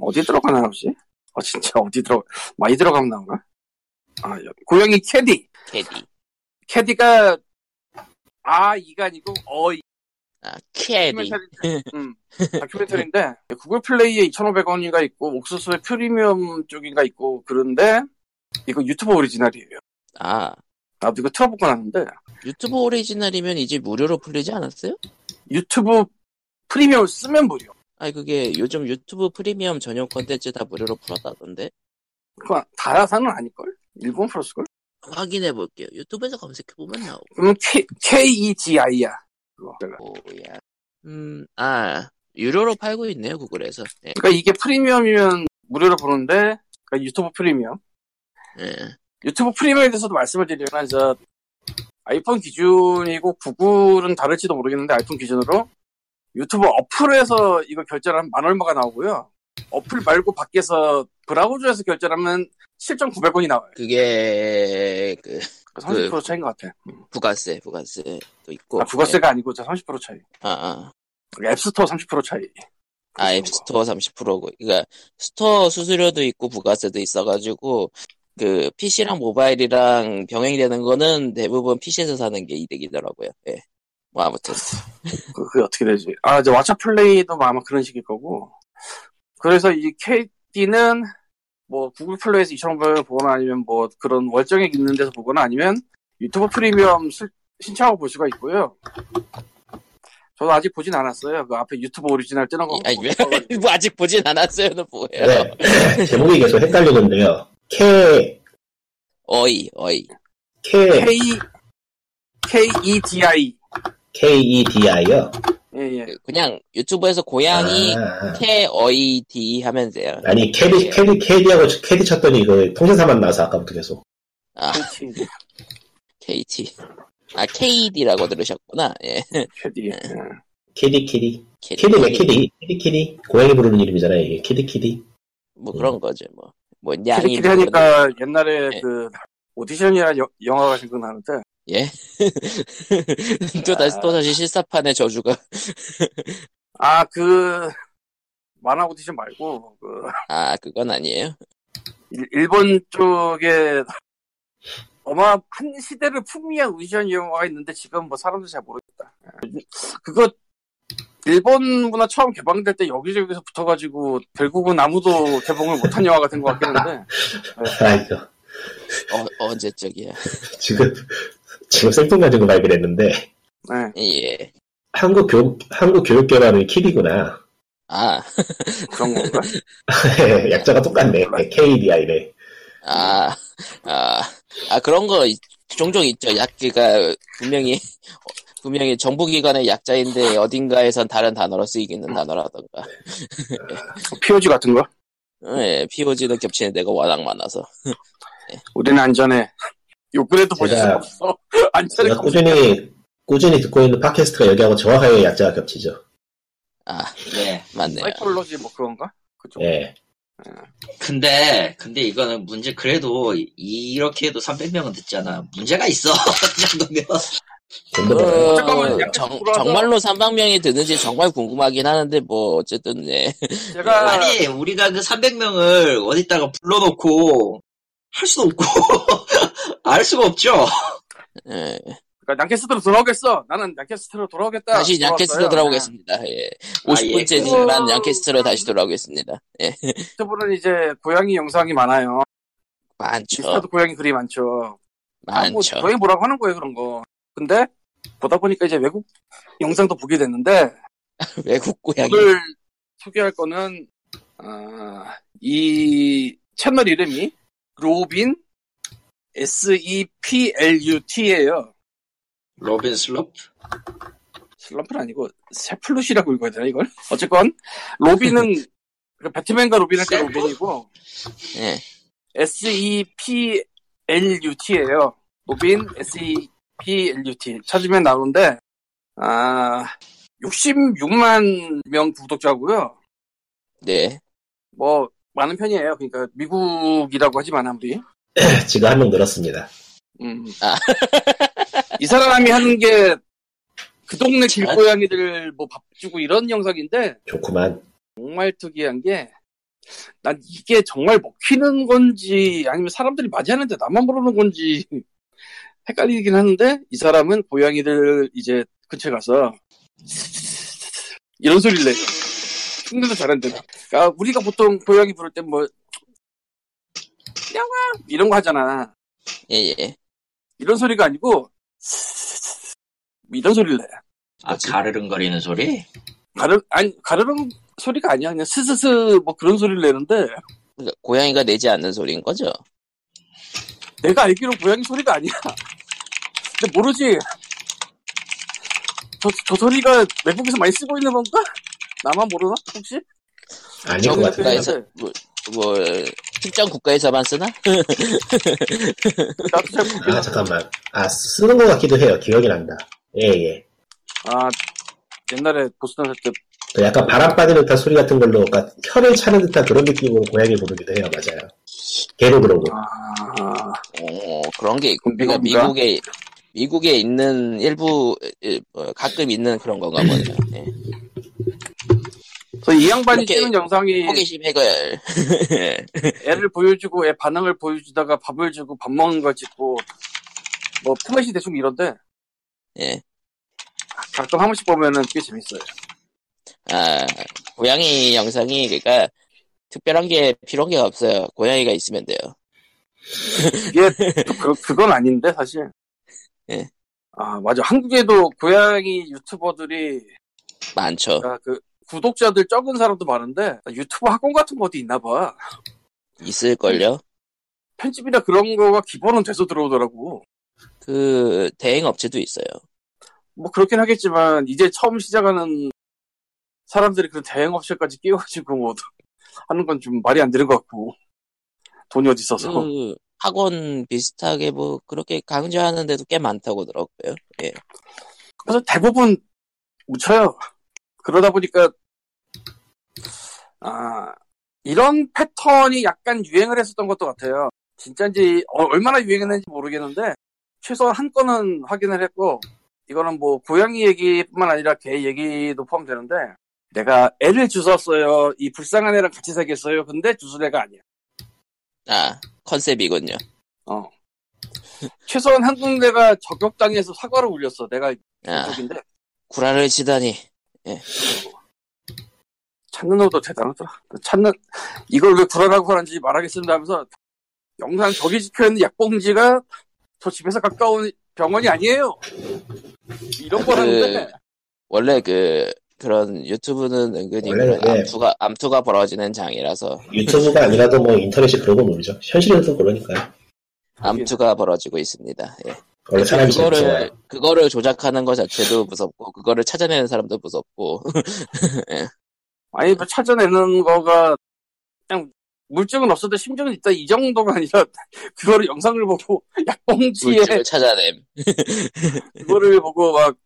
Speaker 2: 어디 들어가나 혹시? 어 진짜 어디 들어 많이 들어가면 나온가? 아 여- 고양이 캐디
Speaker 1: 캐디.
Speaker 2: 캐디가 아 이가 아니고 어
Speaker 1: 아, 캐디. (laughs)
Speaker 2: 다큐멘터리인데, 음, 다큐멘터리인데 구글 플레이에 2,500원인가 있고 옥수수의 프리미엄 쪽인가 있고 그런데 이거 유튜브 오리지널이에요.
Speaker 1: 아,
Speaker 2: 나도 이거 틀어보고 나는데
Speaker 1: 유튜브 오리지널이면 이제 무료로 풀리지 않았어요?
Speaker 2: 유튜브 프리미엄 쓰면 무료.
Speaker 1: 아니, 그게 요즘 유튜브 프리미엄 전용 콘텐츠 다 무료로 풀었다던데.
Speaker 2: 그거 다라사는 아닐걸? 일본 플러스걸?
Speaker 1: 확인해 볼게요. 유튜브에서 검색해보면 나오고.
Speaker 2: 그럼 K, K-E-G-I야. 음, 그러니까
Speaker 1: 오야. 음, 아, 유료로 팔고 있네요, 구글에서. 예,
Speaker 2: 이게 프리미엄이면 무료로 보는데 그러니까 유튜브 프리미엄.
Speaker 1: 예.
Speaker 2: 유튜브 프리미엄에 대해서도 말씀을 드리면 저 아이폰 기준이고 구글은 다를지도 모르겠는데 아이폰 기준으로 유튜브 어플에서 이거 결제하면 만 얼마가 나오고요. 어플 말고 밖에서 브라우저에서 결제하면 7,900원이 나와요.
Speaker 1: 그게, 그,
Speaker 2: 그러니까 30% 차이인 것 같아.
Speaker 1: 부가세, 부가세도 있고.
Speaker 2: 아, 부가세가 아니고 저 30% 차이.
Speaker 1: 예. 아, 아.
Speaker 2: 그러니까 앱스토어 30% 차이.
Speaker 1: 아, 앱스토어 30%고. 그러니까, 스토어 수수료도 있고, 부가세도 있어가지고, 그, PC랑 모바일이랑 병행되는 거는 대부분 PC에서 사는 게 이득이더라고요. 예. 뭐, 아무튼.
Speaker 2: 그- 그게 어떻게 되지? 아, 이제 왓챠 플레이도 뭐 아마 그런 식일 거고. 그래서 이 KD는 뭐 구글 플레이에서 2,500원 보거나 아니면 뭐 그런 월정액 있는 데서 보거나 아니면 유튜브 프리미엄 실- 신청하고 볼 수가 있고요. 저도 아직 보진 않았어요. 그 앞에 유튜브 오리지널 뜨는 거.
Speaker 1: 아,
Speaker 2: 보고
Speaker 1: 왜- (laughs) 뭐, 아직 보진 않았어요는 뭐예요?
Speaker 3: 네. (laughs) 제목이 계속 헷갈리는데요. K,
Speaker 1: 어이, 어이.
Speaker 3: K,
Speaker 2: K KEDI
Speaker 3: E K-E-D-I요. 아,
Speaker 2: 예예.
Speaker 1: 그- 그냥 유튜브에서 고양이,
Speaker 2: 네.
Speaker 1: 캐, 어이, 디 하면 돼요.
Speaker 3: 아니 캐디 캐디 캐디하고 캐디 쳤더니 이거 통신사만 나와서 아까부터 계속
Speaker 1: 아,
Speaker 2: KT
Speaker 1: KT. 아, KD라고 들으셨구나. 예.
Speaker 2: KD. 예.
Speaker 3: 캐디 캐디 캐디네 캐디 캐디 캐디 고양이 부르는 이름이잖아요 이게 캐디 캐디
Speaker 1: 뭐 그런 거죠, 뭐. 뭐, 양이.
Speaker 2: KD 하니까 옛날에
Speaker 1: 예.
Speaker 2: 그 오디션이라는 여- 영화가 생각나는데
Speaker 1: 뭐, 또 다시, 또 다시 실사판의 저주가.
Speaker 2: 아, 그, 만화 오디션 말고, 그,
Speaker 1: 아, 그건 아니에요.
Speaker 2: 일- 일본 쪽에, 어마, 한 시대를 풍미한 오디션 영화가 있는데, 지금 뭐 사람들 잘 모르겠다. 그거, 일본 문화 처음 개방될 때 여기저기서 붙어가지고, 결국은 아무도 개봉을 못한 영화 같은 것 같긴 한데,
Speaker 3: 아 이거
Speaker 1: 어, 언제적이야.
Speaker 3: 지금 지금 셀통 가지고 발견했는데
Speaker 2: 네.
Speaker 1: 예.
Speaker 3: 한국 교 한국 교육교라는 킬이구나. (laughs)
Speaker 1: 아,
Speaker 2: 그런 건가?
Speaker 3: 약자가 똑같네. KDI네.
Speaker 1: 아, 아, 아, 그런 거 있- 종종 있죠. 약기가 분명히, 분명히 정부기관의 약자인데 어딘가에선 다른 단어로 쓰이기는 단어라던가.
Speaker 2: POG 같은 거?
Speaker 1: 예, POG는 겹치는 데가 워낙 많아서.
Speaker 2: 우리는 안전해. 요번에도 보실 수
Speaker 3: 제가-
Speaker 2: 없어. 안전해.
Speaker 3: 제가 꾸준히 꾸준히 듣고 있는 팟캐스트가 여기하고 정확하게 약자가 겹치죠.
Speaker 1: 아,
Speaker 4: 네.
Speaker 1: 맞네요.
Speaker 2: 사이콜로지 뭐 그런가? 그쪽.
Speaker 3: 예.
Speaker 4: 근데 근데 이거는 문제 그래도 이- 이렇게 해도 300명은 듣잖아. 문제가 있어. (laughs) 이 정도면.
Speaker 3: 좀더 많아요. (laughs)
Speaker 1: 어,
Speaker 2: 잠깐만요. 약간
Speaker 1: 정,
Speaker 2: 돌아서-
Speaker 1: 정말로 300명이 드는지 정말 궁금하긴 하는데, 뭐, 어쨌든, 예.
Speaker 2: 제가
Speaker 4: 아니 우리가 그 300명을 어디다가 불러놓고 할 수도 없고 (laughs) 알 수가 없죠.
Speaker 1: 예.
Speaker 2: 그러니까 양캐스트로 돌아오겠어. 나는 양캐스트로 돌아오겠다.
Speaker 1: 다시 양캐스트로
Speaker 2: 그러니까 돌아왔어요. 네.
Speaker 1: 돌아오겠습니다. 예.
Speaker 4: 아,
Speaker 1: 50분째
Speaker 4: 예.
Speaker 1: 진행한 양캐스트로 다시 돌아오겠습니다. 예.
Speaker 2: 네. 유튜브는 이제 고양이 영상이 많아요.
Speaker 1: 많죠.
Speaker 2: 인스타도 고양이 글이 많죠. 아, 뭐
Speaker 1: 많죠.
Speaker 2: 거의 뭐라고 하는 거예요 그런 거. 근데 보다 보니까 이제 외국 영상도 보게 됐는데
Speaker 1: 외국 고양이.
Speaker 2: 오늘 소개할 거는 어, 이 채널 이름이 로빈 S E P L U T예요.
Speaker 4: 로빈 슬롭.
Speaker 2: 슬럼프는 아니고 세플루시라고 읽어야 되나 이걸? 어쨌건
Speaker 1: (laughs)
Speaker 2: 로빈은 그 배트맨과 로빈을 때
Speaker 4: 세플?
Speaker 2: 로빈이고
Speaker 1: 예.
Speaker 2: S E P L U T예요. 로빈 S E P L U T 찾으면 나오는데 아 66만 명 구독자고요.
Speaker 1: 네.
Speaker 2: 뭐 많은 편이에요. 그러니까 미국이라고 하지만 아무리
Speaker 3: 지금 한 명 늘었습니다.
Speaker 2: 음.
Speaker 1: 아.
Speaker 2: 이 사람이 하는 게 그 동네 길고양이들 뭐 밥 주고 이런 영상인데
Speaker 3: 좋구만.
Speaker 2: 정말 특이한 게 난 이게 정말 먹히는 건지 아니면 사람들이 맞이하는데 나만 모르는 건지 (laughs) 헷갈리긴 하는데 이 사람은 고양이들 이제 근처에 가서 이런 소리를 내. 흉내도 잘한대. 그러니까 우리가 보통 고양이 부를 때뭐 이런 거 하잖아.
Speaker 1: 예, 예.
Speaker 2: 이런 소리가 아니고 이런 소리를 내.
Speaker 4: 아 가르릉거리는 소리.
Speaker 2: 가르 아니 가르릉 소리가 아니야. 그냥 스스스 뭐 그런 소리를 내는데
Speaker 1: 그러니까 고양이가 내지 않는 소리인 거죠.
Speaker 2: 내가 알기로 고양이 소리가 아니야. 근데 모르지. 저, 저 소리가 외국에서 많이 쓰고 있는 건가? 나만 모르나? 혹시?
Speaker 3: 아닌 것
Speaker 2: 그러니까
Speaker 3: 같은데.
Speaker 1: 국가에서 뭐, 뭐 특정 국가에서만 쓰나?
Speaker 2: 네, 나도 잘 모르겠어.
Speaker 3: 아 잠깐만. 아 쓰는 것 같기도 해요. 기억이 난다. 예 예.
Speaker 2: 아, 옛날에 보스턴 살 때,
Speaker 3: 그 약간 바람 빠지는 듯한 소리 같은 걸로, 그러니까 혀를 차는 듯한 그런 느낌으로 고양이 부르기도 해요. 맞아요. 개도 그러고.
Speaker 2: 아,
Speaker 1: 어, 그런 게 있고.
Speaker 2: 미국인가?
Speaker 1: 그러니까 미국에, 미국에 있는 일부, 예, 뭐, 가끔 있는 그런 건가
Speaker 2: 음.
Speaker 1: 보네요. 예.
Speaker 2: 그래서 이 양반이
Speaker 1: 이렇게
Speaker 2: 찍은 영상이
Speaker 1: 호기심 해결.
Speaker 2: 애를 보여주고 애 반응을 보여주다가 밥을 주고 밥 먹는 걸 찍고, 뭐, 포맷이 대충 이런데,
Speaker 1: 예.
Speaker 2: 가끔 한 번씩 보면은 꽤 재밌어요.
Speaker 1: 아, 고양이 영상이, 그러니까, 특별한 게 필요한 게 없어요. 고양이가 있으면 돼요.
Speaker 2: 이게 또 그, 그건 아닌데 사실.
Speaker 1: 예.
Speaker 2: 아 맞아 한국에도 고양이 유튜버들이
Speaker 1: 많죠.
Speaker 2: 아, 그 구독자들 적은 사람도 많은데 유튜브 학원 같은 거 어디 있나 봐.
Speaker 1: 있을걸요?
Speaker 2: 편집이나 그런 거가 기본은 돼서 들어오더라고.
Speaker 1: 그, 대행 업체도 있어요.
Speaker 2: 뭐 그렇긴 하겠지만 이제 처음 시작하는 사람들이 그런 대행 업체까지 끼워가지고 뭐 (laughs) 하는 건 좀 말이 안 되는 것 같고 돈이 어디 있어서
Speaker 1: 그, 학원 비슷하게 뭐, 그렇게 강조하는 데도 꽤 많다고 들었고요. 예.
Speaker 2: 그래서 대부분 묻혀요. 그러다 보니까 아 이런 패턴이 약간 유행을 했었던 것도 같아요. 진짜인지 어, 얼마나 유행했는지 모르겠는데 최소한 한 건은 확인을 했고 이거는 뭐 고양이 얘기뿐만 아니라 개 얘기도 포함되는데 내가 애를 주웠어요. 이 불쌍한 애랑 같이 살겠어요. 근데 주술애가 아니야.
Speaker 1: 아, 컨셉이군요.
Speaker 2: 최소한 한 군데가 저격당해서 사과를 울렸어. 내가
Speaker 1: 아,
Speaker 2: 쪽인데
Speaker 1: 구라를 치다니.
Speaker 2: 그 찾는 것도 대단하더라. 찾는 이걸 왜 구라라고 하는지 말하겠습니다 하면서 영상 저기 찍혀있는 약봉지가 저 집에서 가까운
Speaker 1: 음.
Speaker 2: 병원이 아니에요. 이런
Speaker 1: 네.
Speaker 2: 거라는데
Speaker 1: 원래 그 그런 유튜브는 은근히
Speaker 3: 원래는
Speaker 1: 그런
Speaker 3: 네.
Speaker 1: 암투가 암투가 벌어지는 장이라서
Speaker 3: 유튜브가 아니라도 뭐 인터넷이 그러고 놀죠. 현실에서도 그러니까요.
Speaker 1: 암투가 벌어지고 있습니다. 예.
Speaker 3: 원래 사람이 제일
Speaker 1: 그거를
Speaker 3: 좋아요.
Speaker 1: 그거를 조작하는 것 자체도 무섭고 그거를 찾아내는 사람도 무섭고
Speaker 2: 아니 뭐 찾아내는 거가 그냥 물증은 없어도 심증은 있다 이 정도가 아니라 (laughs) 그거를 영상을 보고 (laughs) 약봉지에
Speaker 3: 예.
Speaker 1: 물질을 찾아냄.
Speaker 2: 그거를 보고 막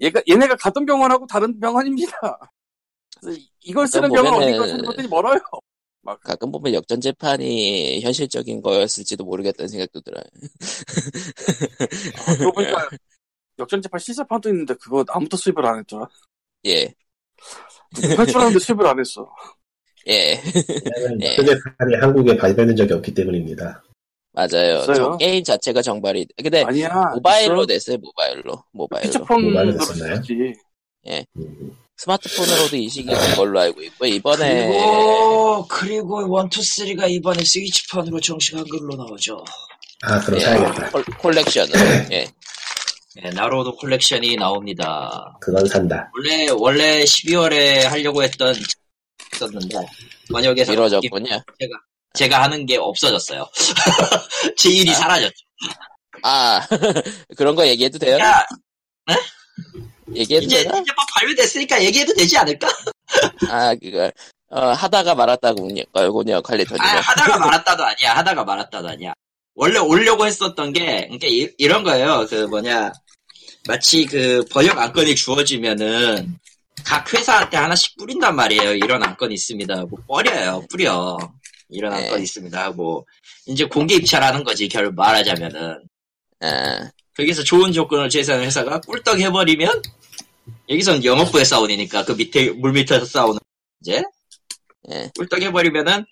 Speaker 2: 얘가 얘네가 가던 병원하고 다른 병원입니다. 그래서 이- 이걸 쓰는
Speaker 1: 일단
Speaker 2: 병원 어디
Speaker 1: 보면은-
Speaker 2: 걸 쓰는 것들이 멀어요.
Speaker 1: 가끔 보면 역전 재판이 현실적인 거였을지도 모르겠다는 생각도 들어요.
Speaker 2: 아, 그러고 보니까
Speaker 1: 예.
Speaker 2: 역전재판 시사판도 있는데 그거 아무도 수입을 안 했더라.
Speaker 1: 예,
Speaker 2: 누가 줄
Speaker 1: (laughs)
Speaker 2: 알았는데 수입을 안 했어.
Speaker 1: 예, (laughs)
Speaker 3: 왜냐면
Speaker 1: 예.
Speaker 3: 휴대폰이 한국에 발견된 적이 없기 때문입니다.
Speaker 1: 맞아요.
Speaker 2: 없어요?
Speaker 1: 저 게임 자체가 정발이. 근데
Speaker 2: 아니야.
Speaker 1: 네. 모바일로
Speaker 2: 있어.
Speaker 1: 냈어요, 모바일로, 모바일로.
Speaker 2: 피처폰으로
Speaker 3: 모바일로 됐었나요?
Speaker 2: 썼지.
Speaker 3: 음.
Speaker 1: 스마트폰으로도 이식이 된 걸로 알고 있고 이번에
Speaker 4: 그리고 그리고 원투 쓰리가 이번에 스위치판으로 정식 한글로 나오죠.
Speaker 3: 아, 그럼
Speaker 1: 예,
Speaker 3: 사야겠다.
Speaker 1: 콜- 콜렉션으로. 예.
Speaker 4: 네, 나로도 콜렉션이 나옵니다.
Speaker 3: 그건 산다.
Speaker 4: 원래 원래 12월에 하려고 했던 있었는데 만약에
Speaker 1: 이루어졌군요.
Speaker 4: 제가 하는 게 없어졌어요. (laughs) 제 일이 사라졌죠.
Speaker 1: 아 (laughs) 그런 거 얘기해도 돼요?
Speaker 4: 야,
Speaker 1: 얘기해도
Speaker 4: 이제
Speaker 1: 되나?
Speaker 4: 이제 막 발매됐으니까 얘기해도 되지 않을까?
Speaker 1: 아 그걸 어, 하다가 말았다군요, 알고요
Speaker 4: 아,
Speaker 1: 칼리토님.
Speaker 4: 하다가 말았다도 아니야. 하다가 말았다도 아니야. 원래 오려고 했었던 게, 그러니까 이, 런 거예요. 그 뭐냐. 마치 그 번역 안건이 주어지면은 각 회사한테 하나씩 뿌린단 말이에요. 이런 안건 있습니다 하고 뿌려요. 뿌려. 이런
Speaker 1: 네.
Speaker 4: 안건 있습니다 하고. 이제 공개 입찰하는 거지. 결 말하자면은.
Speaker 1: 아,
Speaker 4: 거기서 좋은 조건을 제시하는 회사가 꿀떡 해버리면 여기선 영업부의 싸움이니까 그 밑에 물 밑에서 싸우는 이제
Speaker 1: 예.
Speaker 4: 꿀떡 해버리면은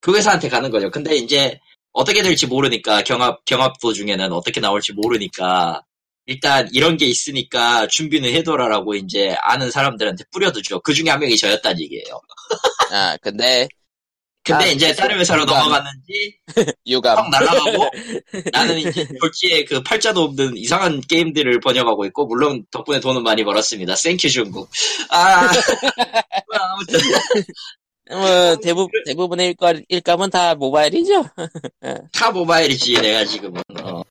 Speaker 4: 그 회사한테 가는 거죠. 근데 이제 어떻게 될지 모르니까 경합 경합 도중에는 어떻게 나올지 모르니까 일단 이런 게 있으니까 준비는 해둬라라고 이제 아는 사람들한테 뿌려두죠. 그 중에 한 명이 저였다는 얘기예요.
Speaker 1: 아 근데
Speaker 4: 근데
Speaker 1: 아,
Speaker 4: 이제 다른 회사로
Speaker 1: 그건-
Speaker 4: 넘어갔는지
Speaker 1: 유감.
Speaker 4: 확 날아가고 나는 이제 졸지에 그 팔자도 없는 이상한 게임들을 번역하고 있고 물론 덕분에 돈은 많이 벌었습니다. 생큐 중국. 아 (laughs) 뭐 아무튼
Speaker 1: 뭐 대부 대부분의 일감 일감은 다 모바일이죠.
Speaker 4: 타 모바일이지 내가 지금은. 어.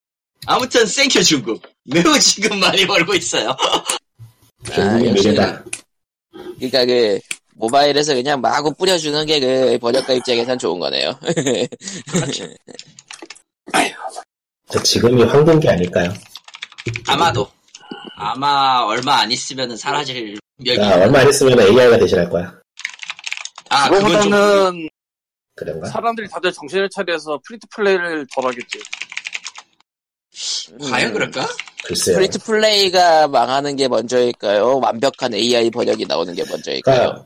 Speaker 4: 아무튼 생큐 중국 매우 지금 많이 벌고 있어요.
Speaker 1: 아,
Speaker 3: 중국이
Speaker 1: 역시.
Speaker 3: 미래다.
Speaker 1: 그러니까 그 모바일에서 그냥 마구 뿌려주는 게 그 번역가 입장에선 좋은 거네요. (laughs)
Speaker 3: 저 지금이 황금기 아닐까요?
Speaker 4: 아마도 아마 얼마 안 있으면 사라질 분명히.
Speaker 3: 아, 얼마 안 있으면 AI가 대신할 거야.
Speaker 4: 아 그건 좀
Speaker 2: 그거보다는
Speaker 3: 그런가?
Speaker 2: 사람들이 다들 정신을 차려서 프리트 플레이를 덜 하겠지.
Speaker 4: 과연 그럴까?
Speaker 3: 글쎄요.
Speaker 1: 프리트 플레이가 망하는 게 먼저일까요? 완벽한 AI 번역이 나오는 게 먼저일까요?
Speaker 3: 그러니까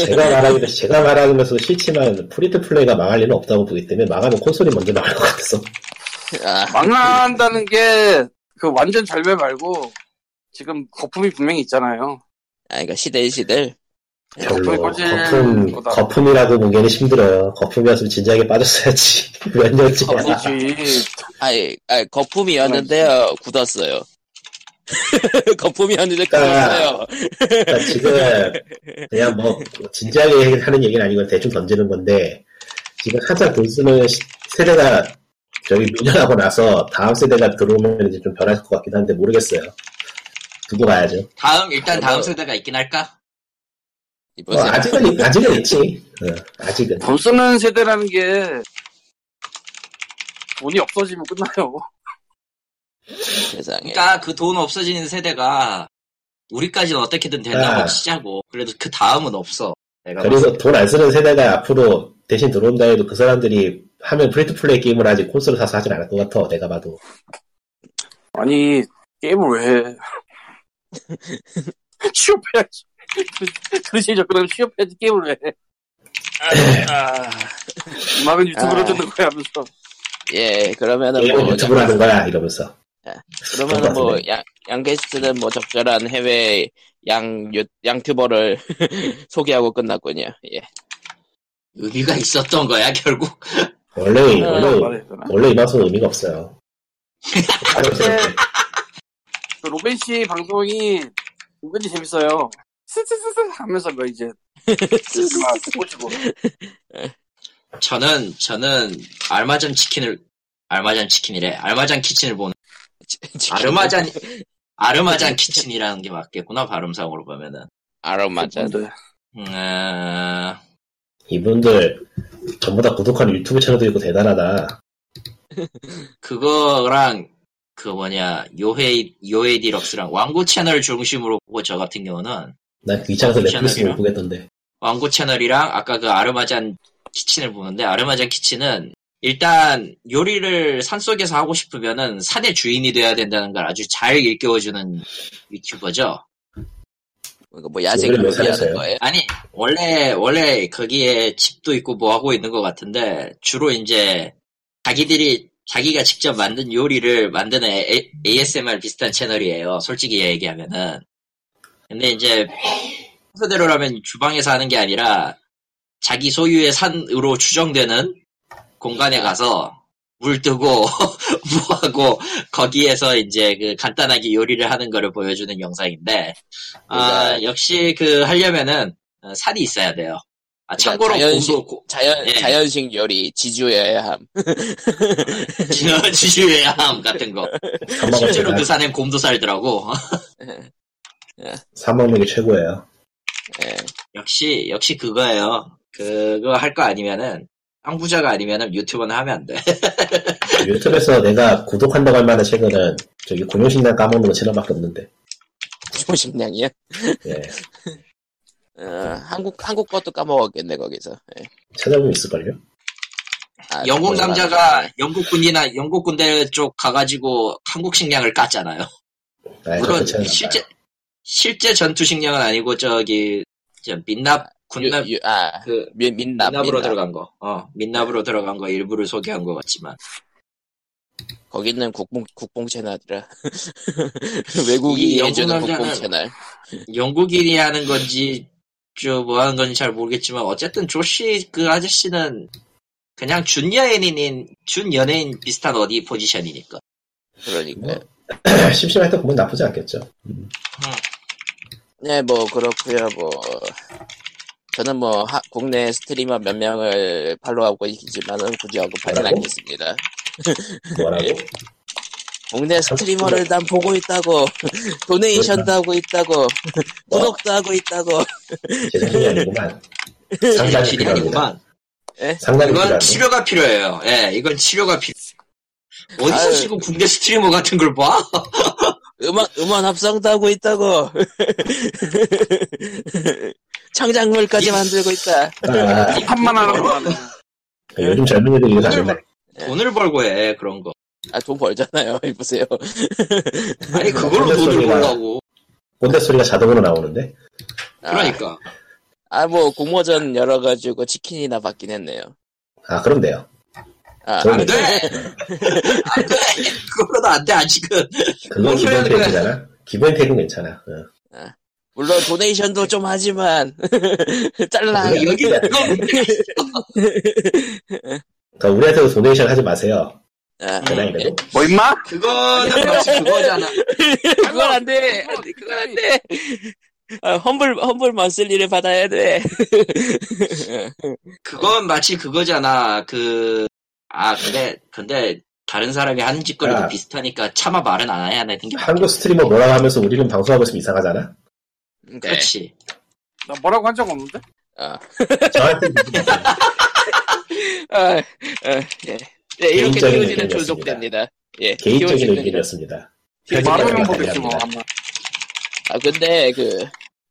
Speaker 3: 제가 말하기도 제가 말하면서 싫지만 프리트 플레이가 망할 일은 없다고 보기 때문에 망하면 콘솔이 먼저 나갈 것 같아서
Speaker 1: 아,
Speaker 2: 망한다는 게 그 완전 절멸 말고 지금 거품이 분명히 있잖아요.
Speaker 1: 아, 그러니까 시들시들. 예.
Speaker 3: 별로
Speaker 2: 거품이
Speaker 3: 거품
Speaker 2: 거다.
Speaker 3: 거품이라고 보기에는 힘들어요. 거품이었으면 진작에 빠졌어야지 (laughs) 몇 년째야.
Speaker 2: (laughs) 아니지.
Speaker 1: 아이, 아 거품이었는데요. 굳었어요. (laughs)
Speaker 3: 아,
Speaker 1: 거품이었는데 굳었어요.
Speaker 3: 그러니까 지금 그냥 뭐 진지하게 하는 얘기는 아니고 대충 던지는 건데 지금 한참 돈 쓰는 시- 세대가 저기 밀려나고 나서 다음 세대가 들어오면 이제 좀 변할 것 같긴 한데 모르겠어요. 두고 봐야죠.
Speaker 4: 다음 일단 다음
Speaker 1: 뭐-
Speaker 4: 세대가 있긴 할까?
Speaker 3: 어,
Speaker 1: 이보세요.
Speaker 3: 아직은 있- 아직은 있지. 어, 아직은.
Speaker 2: 그렇죠. 돈 쓰는 세대라는 게 돈이 없어지면 끝나요.
Speaker 1: 세상에.
Speaker 4: 그러니까 그 돈 없어지는 세대가 우리까지는 어떻게든 된다고
Speaker 3: 아.
Speaker 4: 치자고. 그래도 그 다음은 없어. 내가 봤을
Speaker 3: 그래서 돈 안 쓰는 세대가 앞으로 대신 들어온다 해도 그 사람들이 하면 프리트 플레이 게임을 하지 콘솔을 사서 하진 않을 것 같아. 내가 봐도.
Speaker 2: 아니 게임을 왜 해? (laughs) 취업해야지. 그러시죠. 그럼 취업해야지 게임을 왜 해? 음악은 유튜브로
Speaker 1: 아.
Speaker 2: 듣는 거야 하면서
Speaker 1: 예, 그러면은
Speaker 3: 게임은
Speaker 1: 뭐,
Speaker 3: 유튜브로 하는 어, 거야 이러면서.
Speaker 1: 그러면은 뭐,
Speaker 3: 똑같네.
Speaker 1: 양, 양게스트는 뭐 적절한 해외 양, 유, 양튜버를 (laughs) 소개하고 끝났군요. 예.
Speaker 4: 의미가 있었던 거야 결국
Speaker 3: 원래,
Speaker 4: 어.
Speaker 1: 어.
Speaker 3: 원래,
Speaker 2: 말해야 되나?
Speaker 3: 원래 이 방송은 의미가 없어요.
Speaker 4: 네.
Speaker 2: 그 로벤 씨 방송이 은근히 재밌어요. 스스스스 하면서 뭐 이제 막 꼬집고.
Speaker 4: 저는 저는 알마전 치킨을 알마전 치킨이래 알마전 키친을 보는 (laughs) 아르마잔 아르마잔 키친이라는 게 맞겠구나 발음상으로 보면은
Speaker 1: 아로마잔.
Speaker 2: 네.
Speaker 4: 음, 아,
Speaker 3: 이분들 전부 다 구독하는 유튜브 채널도 있고 대단하다.
Speaker 4: 그거랑 그 뭐냐 요헤이 요헤이 디럭스랑 왕구 채널 중심으로 보고 저 같은 경우는
Speaker 3: 난 귀찮아서
Speaker 4: 어,
Speaker 3: 넷플릭스
Speaker 4: 귀찮아요?
Speaker 3: 못 보겠던데.
Speaker 4: 왕구 채널이랑 아까 그 아르마잔 키친을 보는데 아르마잔 키친은 일단 요리를 산속에서 하고 싶으면은 산의 주인이 돼야 된다는 걸 아주 잘 일깨워주는 유튜버죠.
Speaker 1: 그러니까 뭐 야생을
Speaker 3: 요리를 왜
Speaker 1: 요리하는
Speaker 3: 사세요?
Speaker 1: 거예요?
Speaker 4: 아니 원래 원래 거기에 집도 있고 뭐 하고 있는 것 같은데 주로 이제 자기들이 자기가 직접 만든 요리를 만드는 A, ASMR 비슷한 채널이에요. 솔직히 얘기하면은 근데 이제 평소대로라면 주방에서 하는 게 아니라 자기 소유의 산으로 추정되는 공간에 가서 물 뜨고 (laughs) 뭐 하고 거기에서 이제 그 간단하게 요리를 하는 거를 보여주는 영상인데 아,
Speaker 1: 그러니까
Speaker 4: 역시 그 하려면은 어, 산이 있어야 돼요. 아, 참고로
Speaker 1: 그러니까 자연 시-
Speaker 4: 공도 고- (laughs)
Speaker 1: 자연
Speaker 4: 예.
Speaker 1: 자연식 요리 지주여야 함. (laughs)
Speaker 4: 지주의 암 같은 거.
Speaker 3: 사먹는
Speaker 4: 실제로 그
Speaker 3: 게,
Speaker 4: 산엔 곰도 살더라고. (laughs)
Speaker 3: 사먹는 게 최고예요.
Speaker 1: 예.
Speaker 4: 역시 역시 그거예요. 그거 할 거 아니면은 항부자가 아니면은 유튜버는 하면 안 돼.
Speaker 3: 유튜브에서 내가 구독한다고 할 만한 채널은 저기 공룡신당 까먹는 거 채널밖에 없는데.
Speaker 1: 조심량이야.
Speaker 3: 예.
Speaker 1: 어, 한국 한국 것도 까먹었겠네 거기서. 예.
Speaker 3: 찾아보면 있을걸요?
Speaker 1: 아,
Speaker 4: 영국
Speaker 1: 그거랑-
Speaker 4: 남자가 영국 군이나 영국 군대 쪽 가가지고 한국 식량을 깠잖아요.
Speaker 3: 아,
Speaker 4: 물론
Speaker 3: 그 채널.
Speaker 4: 실제 실제 전투 식량은 아니고 저기 저 민납 군납
Speaker 1: 유, 유, 아,
Speaker 4: 그
Speaker 1: 민, 민납
Speaker 4: 민납으로
Speaker 1: 민납.
Speaker 4: 들어간 거. 어, 민납으로 들어간 거 일부를 소개한 것 같지만.
Speaker 1: 거기 있는 국뽕 국뽕 채널이라 (laughs)
Speaker 4: 이
Speaker 1: 외국인이
Speaker 4: 영국
Speaker 1: 해주는 국뽕
Speaker 4: 남자는-
Speaker 1: 채널.
Speaker 4: 영국인이 하는 건지, 저, 뭐 하는 건지 잘 모르겠지만, 어쨌든 조씨 그 아저씨는 그냥 준 연예인인, 준 연예인 비슷한 어디 포지션이니까.
Speaker 1: 그러니까.
Speaker 3: 뭐? (clears throat) 심심할 때 보면 나쁘지 않겠죠.
Speaker 1: 네, 뭐 그렇고요. 뭐 저는 뭐 하- 국내 스트리머 몇 명을 팔로우하고 있지만은 굳이 언급하진
Speaker 3: 뭐라고?
Speaker 1: 않겠습니다.
Speaker 3: 뭐라고?
Speaker 4: 뭐?
Speaker 1: 국내 스트리머를 난 보고 있다고, (laughs) 도네이션도
Speaker 4: 그러니까.
Speaker 1: 하고 있다고, (laughs)
Speaker 3: 뭐?
Speaker 1: 구독도 하고 있다고.
Speaker 3: 제정신이 아니구만. 상당히
Speaker 4: 정신이
Speaker 3: 필요합니다.
Speaker 4: 아니구만.
Speaker 3: 상당히
Speaker 4: 이건
Speaker 3: 필요합니다.
Speaker 4: 치료가 필요해요. 예, 이건 치료가 필요. 어디서
Speaker 1: 아유.
Speaker 4: 지금 군대 스트리머 같은 걸 봐?
Speaker 1: 음원 음원 합성도 하고 있다고. (laughs) 창작물까지 만들고 있다.
Speaker 3: 아,
Speaker 2: 한판 하는 거.
Speaker 3: 요즘 젊은이들이 이거
Speaker 4: 뭐-
Speaker 3: 잘해.
Speaker 4: (laughs) 돈을 벌고 해, 그런 거.
Speaker 1: 아 돈 벌잖아요. (laughs) 이보세요.
Speaker 4: 아니, 그걸로
Speaker 3: 근데
Speaker 4: 돈을
Speaker 3: 소리가-
Speaker 4: 벌라고.
Speaker 3: 꼰대 소리가 자동으로 나오는데.
Speaker 4: 그러니까.
Speaker 1: 아 뭐 공모전 열어가지고 치킨이나 받긴 했네요.
Speaker 3: 아, 그럼 돼요.
Speaker 1: 아
Speaker 3: 그럼
Speaker 4: 안 돼!
Speaker 3: 돼요.
Speaker 4: 안 돼! 그걸로도 안 돼, 아직은.
Speaker 3: 그건 기본
Speaker 4: 그러면 그래.
Speaker 3: 혜택이잖아. 기본 혜택은 괜찮아. 어.
Speaker 1: 물론 도네이션도 좀 하지만 (laughs) 잘라.
Speaker 3: 그게
Speaker 4: 여기,
Speaker 3: 아니야.
Speaker 4: 이건
Speaker 3: 그러니까 우리한테도 도네이션 하지 마세요.
Speaker 1: 아,
Speaker 3: 그냥 그래도.
Speaker 2: 뭐 임마?
Speaker 4: 그거는 마치 그거잖아.
Speaker 1: 그건 안 돼. 안 돼, 그건 안 돼. 아, 험블 험블 먼슬리를 받아야 돼.
Speaker 4: 그건 마치 그거잖아. 그, 아, 근데, 근데, 다른 사람이 하는 짓거리도
Speaker 3: 야.
Speaker 4: 비슷하니까 차마 말은 안 해야 되는 게
Speaker 3: 한국 스트리머 뭐라고 하면서 우리는 방송하고 있으면 이상하잖아.
Speaker 4: 네.
Speaker 1: 그러니까
Speaker 4: 그렇지.
Speaker 2: 나 뭐라고 한 적 없는데?
Speaker 3: 저한테
Speaker 1: 아, 아, 예. 네, 이렇게
Speaker 3: 개인적인
Speaker 1: 키워지는
Speaker 3: 의견이었습니다.
Speaker 1: 조족됩니다. 예,
Speaker 3: 개인적인
Speaker 1: 키워지는
Speaker 3: 의견이었습니다.
Speaker 2: 말하면
Speaker 3: 혜택이라고
Speaker 2: 보겠지 뭐.
Speaker 3: 생각합니다.
Speaker 2: 아마.
Speaker 1: 아 근데 그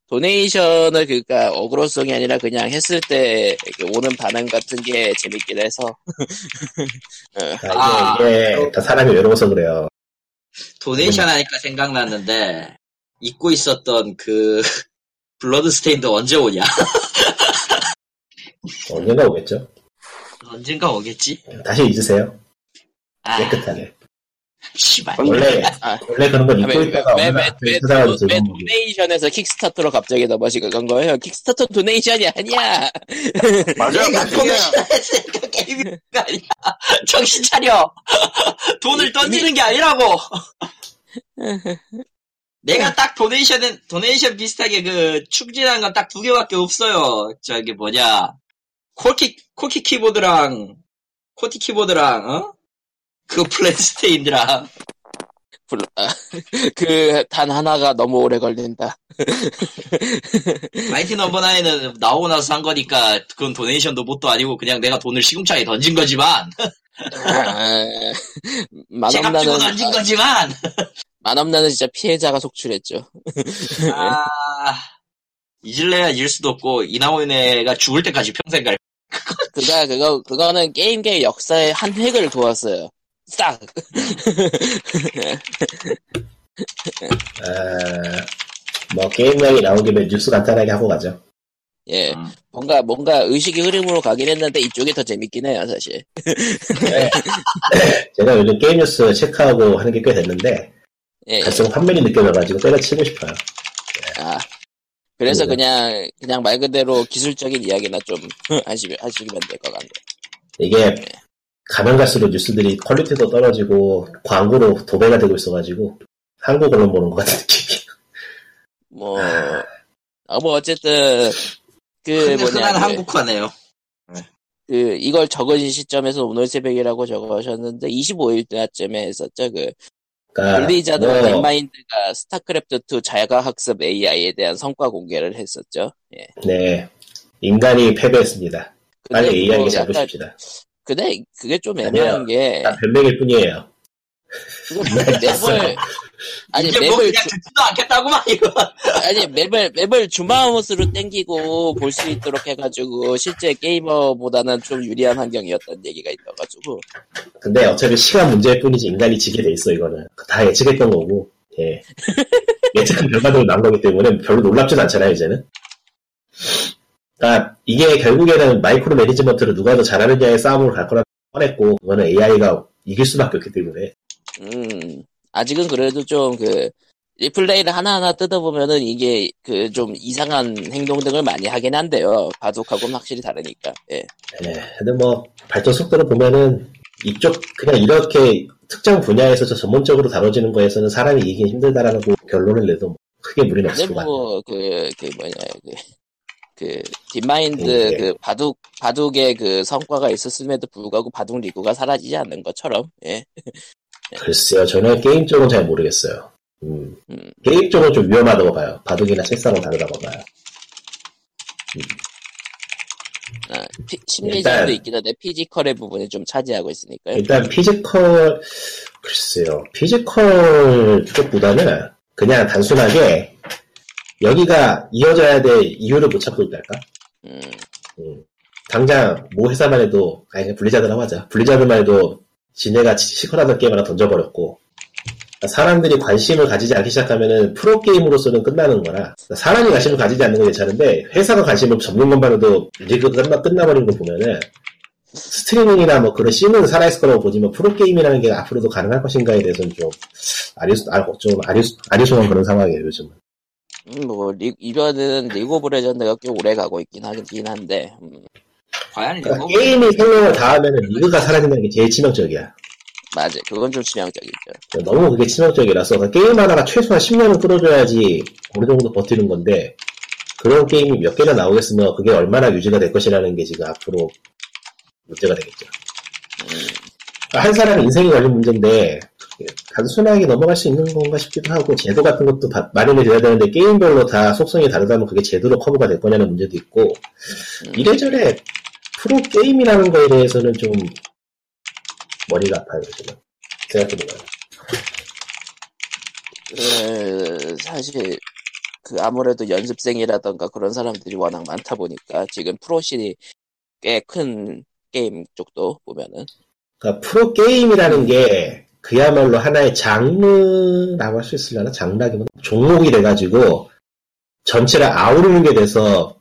Speaker 1: 도네이션을 그니까 어그로성이 아니라 그냥 했을 때그 오는 반응 같은 게 재밌긴 해서
Speaker 3: 아, 이게, 이게 다 사람이 외로워서 그래요.
Speaker 4: 도네이션 하니까 생각났는데, 잊고 있었던 그, (laughs) 블러드스테인도 언제 오냐? (laughs)
Speaker 3: 언젠가 오겠죠.
Speaker 4: 언젠가 오겠지?
Speaker 3: 다시 잊으세요.
Speaker 2: 네,
Speaker 4: 아,
Speaker 2: 그
Speaker 3: 깨끗하게.
Speaker 4: 씨발.
Speaker 2: 음,
Speaker 3: 원래
Speaker 1: 아.
Speaker 3: 원래 음, 그런 걸 입고 있다가
Speaker 1: 왜,
Speaker 3: 어느
Speaker 1: 왜,
Speaker 3: 날
Speaker 1: 왜,
Speaker 3: 그 사람이
Speaker 1: 왜
Speaker 3: 들은 거지.
Speaker 1: 도네이션에서 킥스타터로 갑자기 넘어지고 간 거예요? 킥스타터 도네이션이 아니야! (laughs)
Speaker 2: 맞아.
Speaker 4: 내가 돈을 싫어했으니까 게임이 거 아니야. (laughs) 정신 차려. 돈을 던지는 게 아니라고. (laughs) 내가 딱 도네이션은 도네이션 비슷하게 그 충진한 건 딱 두 개밖에 없어요. 저기 뭐냐 코키 코키 키보드랑 코티 키보드랑 어? 그 (laughs) 플랜스테인이랑
Speaker 1: 불- 아, 그단 하나가 너무 오래 걸린다.
Speaker 4: 마이티 넘버 나인은 나오고 나서 산 거니까 그건 도네이션도 못도 아니고 그냥 내가 돈을 시궁창에 던진 거지만
Speaker 1: 아,
Speaker 4: 제값
Speaker 1: (laughs)
Speaker 4: 주고
Speaker 1: 만업나는 (laughs)
Speaker 4: 던진 거지만
Speaker 1: 만업나는 진짜 피해자가 속출했죠. 네.
Speaker 4: 아, 잊을래야 잊을 수도 없고 이나오네가 죽을 때까지 평생 갈
Speaker 1: 그가 그거 그거는 게임계 역사의 한 획을 그었어요. 싹.
Speaker 3: 아, 뭐 게임 이야기 나온 김에 뉴스 간단하게 하고 가죠.
Speaker 1: 예,
Speaker 4: 음.
Speaker 1: 뭔가 뭔가 의식의 흐름으로 가긴 했는데 이쪽이 더 재밌긴 해요 사실.
Speaker 3: 제가 요즘 게임 뉴스 체크하고 하는 게 꽤 됐는데
Speaker 1: 예, 예.
Speaker 3: 갈수록 판매이 느껴져가지고 때려치고 싶어요.
Speaker 1: 아, 그래서
Speaker 3: 네.
Speaker 1: 그냥 그냥 말 그대로 기술적인 이야기나 좀 (laughs) 하시 하시면 될 것 같네요.
Speaker 3: 이게 가면 갈수록 뉴스들이 퀄리티도 떨어지고 광고로 도배가 되고 있어가지고 한국어로 보는 것 같은 느낌이.
Speaker 1: 뭐, 아, 뭐 어쨌든 그
Speaker 4: 흔-
Speaker 1: 뭐냐
Speaker 4: 흔한
Speaker 1: 그,
Speaker 4: 한국화네요.
Speaker 1: 그 이걸 적은 시점에서 오늘 새벽이라고 적으셨는데 25일 때쯤에 했었죠 그
Speaker 3: 그러니까
Speaker 1: 블리자드
Speaker 3: 뭐
Speaker 1: 넷마인드가 스타크래프트 2 자가학습 AI에 대한 성과 공개를 했었죠. 예.
Speaker 3: 네 인간이 패배했습니다. 빨리
Speaker 1: 근데
Speaker 3: AI
Speaker 1: 뭐
Speaker 3: 를 잡으십시다.
Speaker 1: 근데 그게 좀
Speaker 3: 아니요.
Speaker 1: 애매한 게
Speaker 3: 다 변명일 뿐이에요.
Speaker 1: 그거 맵을 아니
Speaker 4: 이제 뭐
Speaker 1: 맵을
Speaker 4: 그냥 듣지도 않겠다고만
Speaker 1: (laughs)
Speaker 4: 이거.
Speaker 1: 아니 맵을 맵을 주마우스로 땡기고 볼 수 있도록 해가지고 실제 게이머보다는 좀 유리한 환경이었던 얘기가 있어가지고
Speaker 3: 근데 어차피 시간 문제일 뿐이지 인간이 지게 돼 있어 이거는 다 예측했던 거고
Speaker 1: (laughs)
Speaker 3: 예 예측한 결과대로 나온 거기 때문에 별로 놀랍지도 않잖아요 이제는 그러니까 이게 결국에는 마이크로 매니지먼트를 누가 더 잘하느냐의 싸움으로 갈 거라 뻔했고 그거는 AI가 이길 수밖에 없기 때문에
Speaker 1: 음 아직은 그래도 좀 그 리플레이를 하나하나 뜯어보면은 이게 그 좀 이상한 행동 등을 많이 하긴 한데요 바둑하고는 확실히 다르니까 예.
Speaker 3: 예 근데 뭐 발전 속도를 보면은 이쪽 그냥 이렇게 특정 분야에서 저 전문적으로 다뤄지는 거에서는 사람이 이기긴 힘들다라고 결론을 내도 뭐 크게 무리는
Speaker 1: 근데
Speaker 3: 없을 것 같아요
Speaker 1: 뭐, 그, 그 뭐냐, 그, 그, 딥마인드,
Speaker 3: 네.
Speaker 1: 그, 바둑, 바둑의 그 성과가 있었음에도 불구하고 바둑 리그가 사라지지 않는 것처럼, 예.
Speaker 3: 글쎄요, 저는 게임 쪽은 잘 모르겠어요. 음,
Speaker 1: 음.
Speaker 3: 게임 쪽은 좀 위험하다고 봐요. 바둑이나 책상은 다르다고 봐요.
Speaker 1: 아, 피- 심리적도
Speaker 3: 일단- 예.
Speaker 1: 있긴 한데 피지컬의 부분이 좀 차지하고 있으니까요.
Speaker 3: 일단 피지컬, 글쎄요, 피지컬 쪽보다는 그냥 단순하게 여기가 이어져야 될 이유를 못 찾고 있달까?
Speaker 1: 음,
Speaker 3: 음. 당장 모 회사만 해도, 아니, 그냥 블리자드라고 하자. 블리자드만 해도 지네가 지- 시커라던 게임 하나 던져버렸고, 그러니까 사람들이 관심을 가지지 않기 시작하면은 프로게임으로서는 끝나는 거라, 그러니까 사람이 관심을 가지지 않는 건 괜찮은데, 회사가 관심을 접는 것만 해도 리그가 끝나, 끝나버린 거 보면은, 스트리밍이나 뭐 그런 씬은 살아있을 거라고 보지만, 뭐 프로게임이라는 게 앞으로도 가능할 것인가에 대해서는 좀, 아리, 아, 좀 아리, 아리송한 그런 상황이에요, 요즘은.
Speaker 1: 음, 뭐, 리, 이거는 리그 오브 레전드가 꽤 오래 가고 있긴 하긴 한데, 음,
Speaker 4: 과연 이거
Speaker 1: 뭐
Speaker 3: 그러니까 게임이 생명을 다하면은 리그가 사라진다는 게 제일 치명적이야.
Speaker 1: 맞아. 그건 좀 치명적이죠.
Speaker 3: 너무 그게 치명적이라서 그러니까 게임 하나가 최소한 10년은 끌어줘야지 어느 정도 버티는 건데 그런 게임이 몇 개나 나오겠으면 그게 얼마나 유지가 될 것이라는 게 지금 앞으로 문제가 되겠죠. 그러니까 한 사람 인생이 걸린 문제인데 단순하게 넘어갈 수 있는 건가 싶기도 하고 제도 같은 것도 바- 마련이 돼야 되는데 게임별로 다 속성이 다르다면 그게 제대로 커버가 될 거냐는 문제도 있고
Speaker 1: 음.
Speaker 3: 이래저래 프로 게임이라는 거에 대해서는 좀 머리가 아파요 지금 생각해보면.
Speaker 1: 그, 사실 그 아무래도 연습생이라던가 그런 사람들이 워낙 많다 보니까 지금 프로씬이 꽤 큰 게임 쪽도 보면은
Speaker 3: 그러니까 프로 게임이라는 게 그야말로 하나의 장르라고 할 수뭐 있으려나 장르라기보다 종목이 돼가지고 전체를 아우르는 게 돼서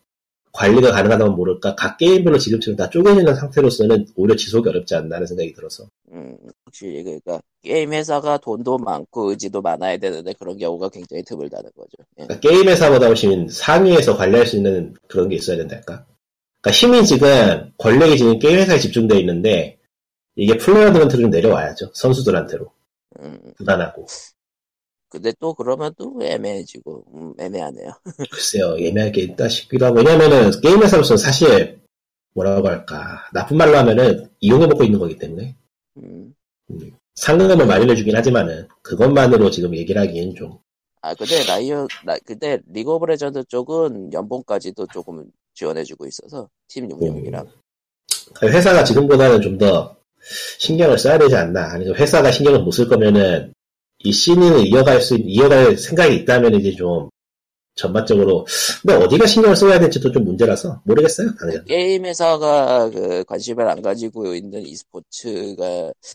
Speaker 3: 관리가 가능하다면 모를까 각 게임별로 지금처럼 다 쪼개지는 상태로서는 오히려 지속이 어렵지 않나 하는 생각이 들어서
Speaker 1: 음, 확실히 그러니까 게임 회사가 돈도 많고 의지도 많아야 되는데 그런 경우가 굉장히 드물다는 거죠. 예.
Speaker 3: 그러니까 게임 회사보다 훨씬 상위에서 관리할 수 있는 그런 게 있어야 된달까 그러니까 힘이 지금 권력이 지금 게임 회사에 집중되어 있는데 이게 플레이어들한테로 좀 내려와야죠 선수들한테로
Speaker 1: 음,
Speaker 3: 무난하고
Speaker 1: 근데 또 그러면 또 애매해지고 음, 애매하네요.
Speaker 3: 글쎄요, 예매하게 있다 싶기도 하고, 왜냐면은, 게임회사로서는 사실, 뭐라고 할까, 나쁜 말로 하면은, 이용해먹고 있는 거기 때문에,
Speaker 1: 음.
Speaker 3: 상금을 마련해주긴 하지만은, 그것만으로 지금 얘기를 하기엔 좀,
Speaker 1: 아 근데 라이어 라, 근데 리그 오브 레전드 쪽은 연봉까지도 조금 지원해주고 있어서 팀 66이랑
Speaker 3: 그러니까 회사가 지금보다는 좀 더, 신경을 써야 되지 않나. 아니, 회사가 신경을 못 쓸 거면은, 이 씬을 이어갈 수, 있- 이어갈 생각이 있다면 이제 좀, 전반적으로, 근데 어디가 신경을 써야 될지도 좀 문제라서, 모르겠어요, 당연히.
Speaker 1: 게임 회사가 그 관심을 안 가지고 있는 e스포츠가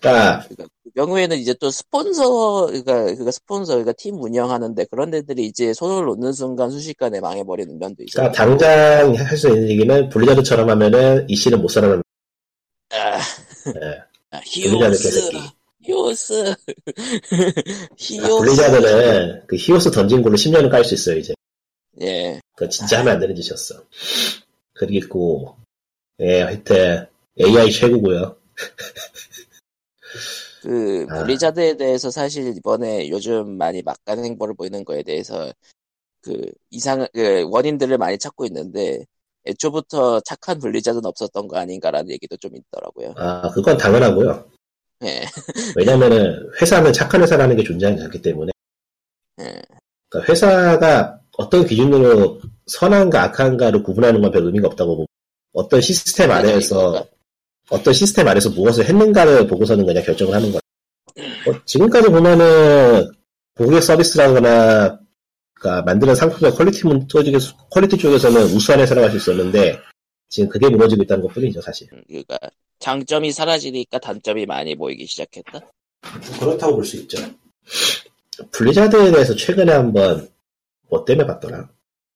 Speaker 3: 그러니까,
Speaker 1: 그러니까 그 경우에는 이제 또 스폰서 그러니까 그니까 스폰서 그러니까 팀 운영하는데 그런 데들이 이제 손을 놓는 순간 순식간에 망해버리는 면도 있어요.
Speaker 3: 그러니까 당장 할 수 있는 얘기는 블리자드처럼 하면은 이 씨는 못 살아남는
Speaker 1: 아,
Speaker 3: 예.
Speaker 1: 아,
Speaker 3: 블리자드
Speaker 1: 히오스
Speaker 3: 개새끼.
Speaker 1: 히오스 (laughs)
Speaker 3: 아,
Speaker 1: 히오스
Speaker 3: 블리자드는 그 히오스 던진 걸로 10년을 깔 수 있어요 이제.
Speaker 1: 예
Speaker 3: 그 진짜 하면 안 되는 짓이었어. 그리고 예 하여튼 AI 최고고요.
Speaker 1: 그
Speaker 3: 아.
Speaker 1: 블리자드에 대해서 사실 이번에 요즘 많이 막간 행보를 보이는 거에 대해서 그 이상 그 원인들을 많이 찾고 있는데 애초부터 착한 블리자드는 없었던 거 아닌가라는 얘기도 좀 있더라고요.
Speaker 3: 아 그건 당연하고요.
Speaker 1: 예.
Speaker 3: 왜냐면은 회사는 착한 회사라는 게 존재하지 않기 때문에.
Speaker 1: 예.
Speaker 3: 그러니까 회사가 어떤 기준으로 선한가 악한가를 구분하는 건 별 의미가 없다고 보고 어떤 시스템
Speaker 1: (laughs) 그러니까.
Speaker 3: 아래에서 어떤 시스템 아래서 무엇을 했는가를 보고서는 그냥 결정을 하는 거야. 뭐 지금까지 보면은 고객 서비스라거나 그러니까 만드는 상품의 퀄리티 문- 쪽에서, 퀄리티 쪽에서는 우수한 회사라고 할 수 있었는데 지금 그게 무너지고 있다는 것뿐이죠 사실.
Speaker 1: 그러니까 장점이 사라지니까 단점이 많이 보이기 시작했다.
Speaker 3: 그렇다고 볼 수 있죠. 블리자드에 대해서 최근에 한번 뭐 때문에 봤더라.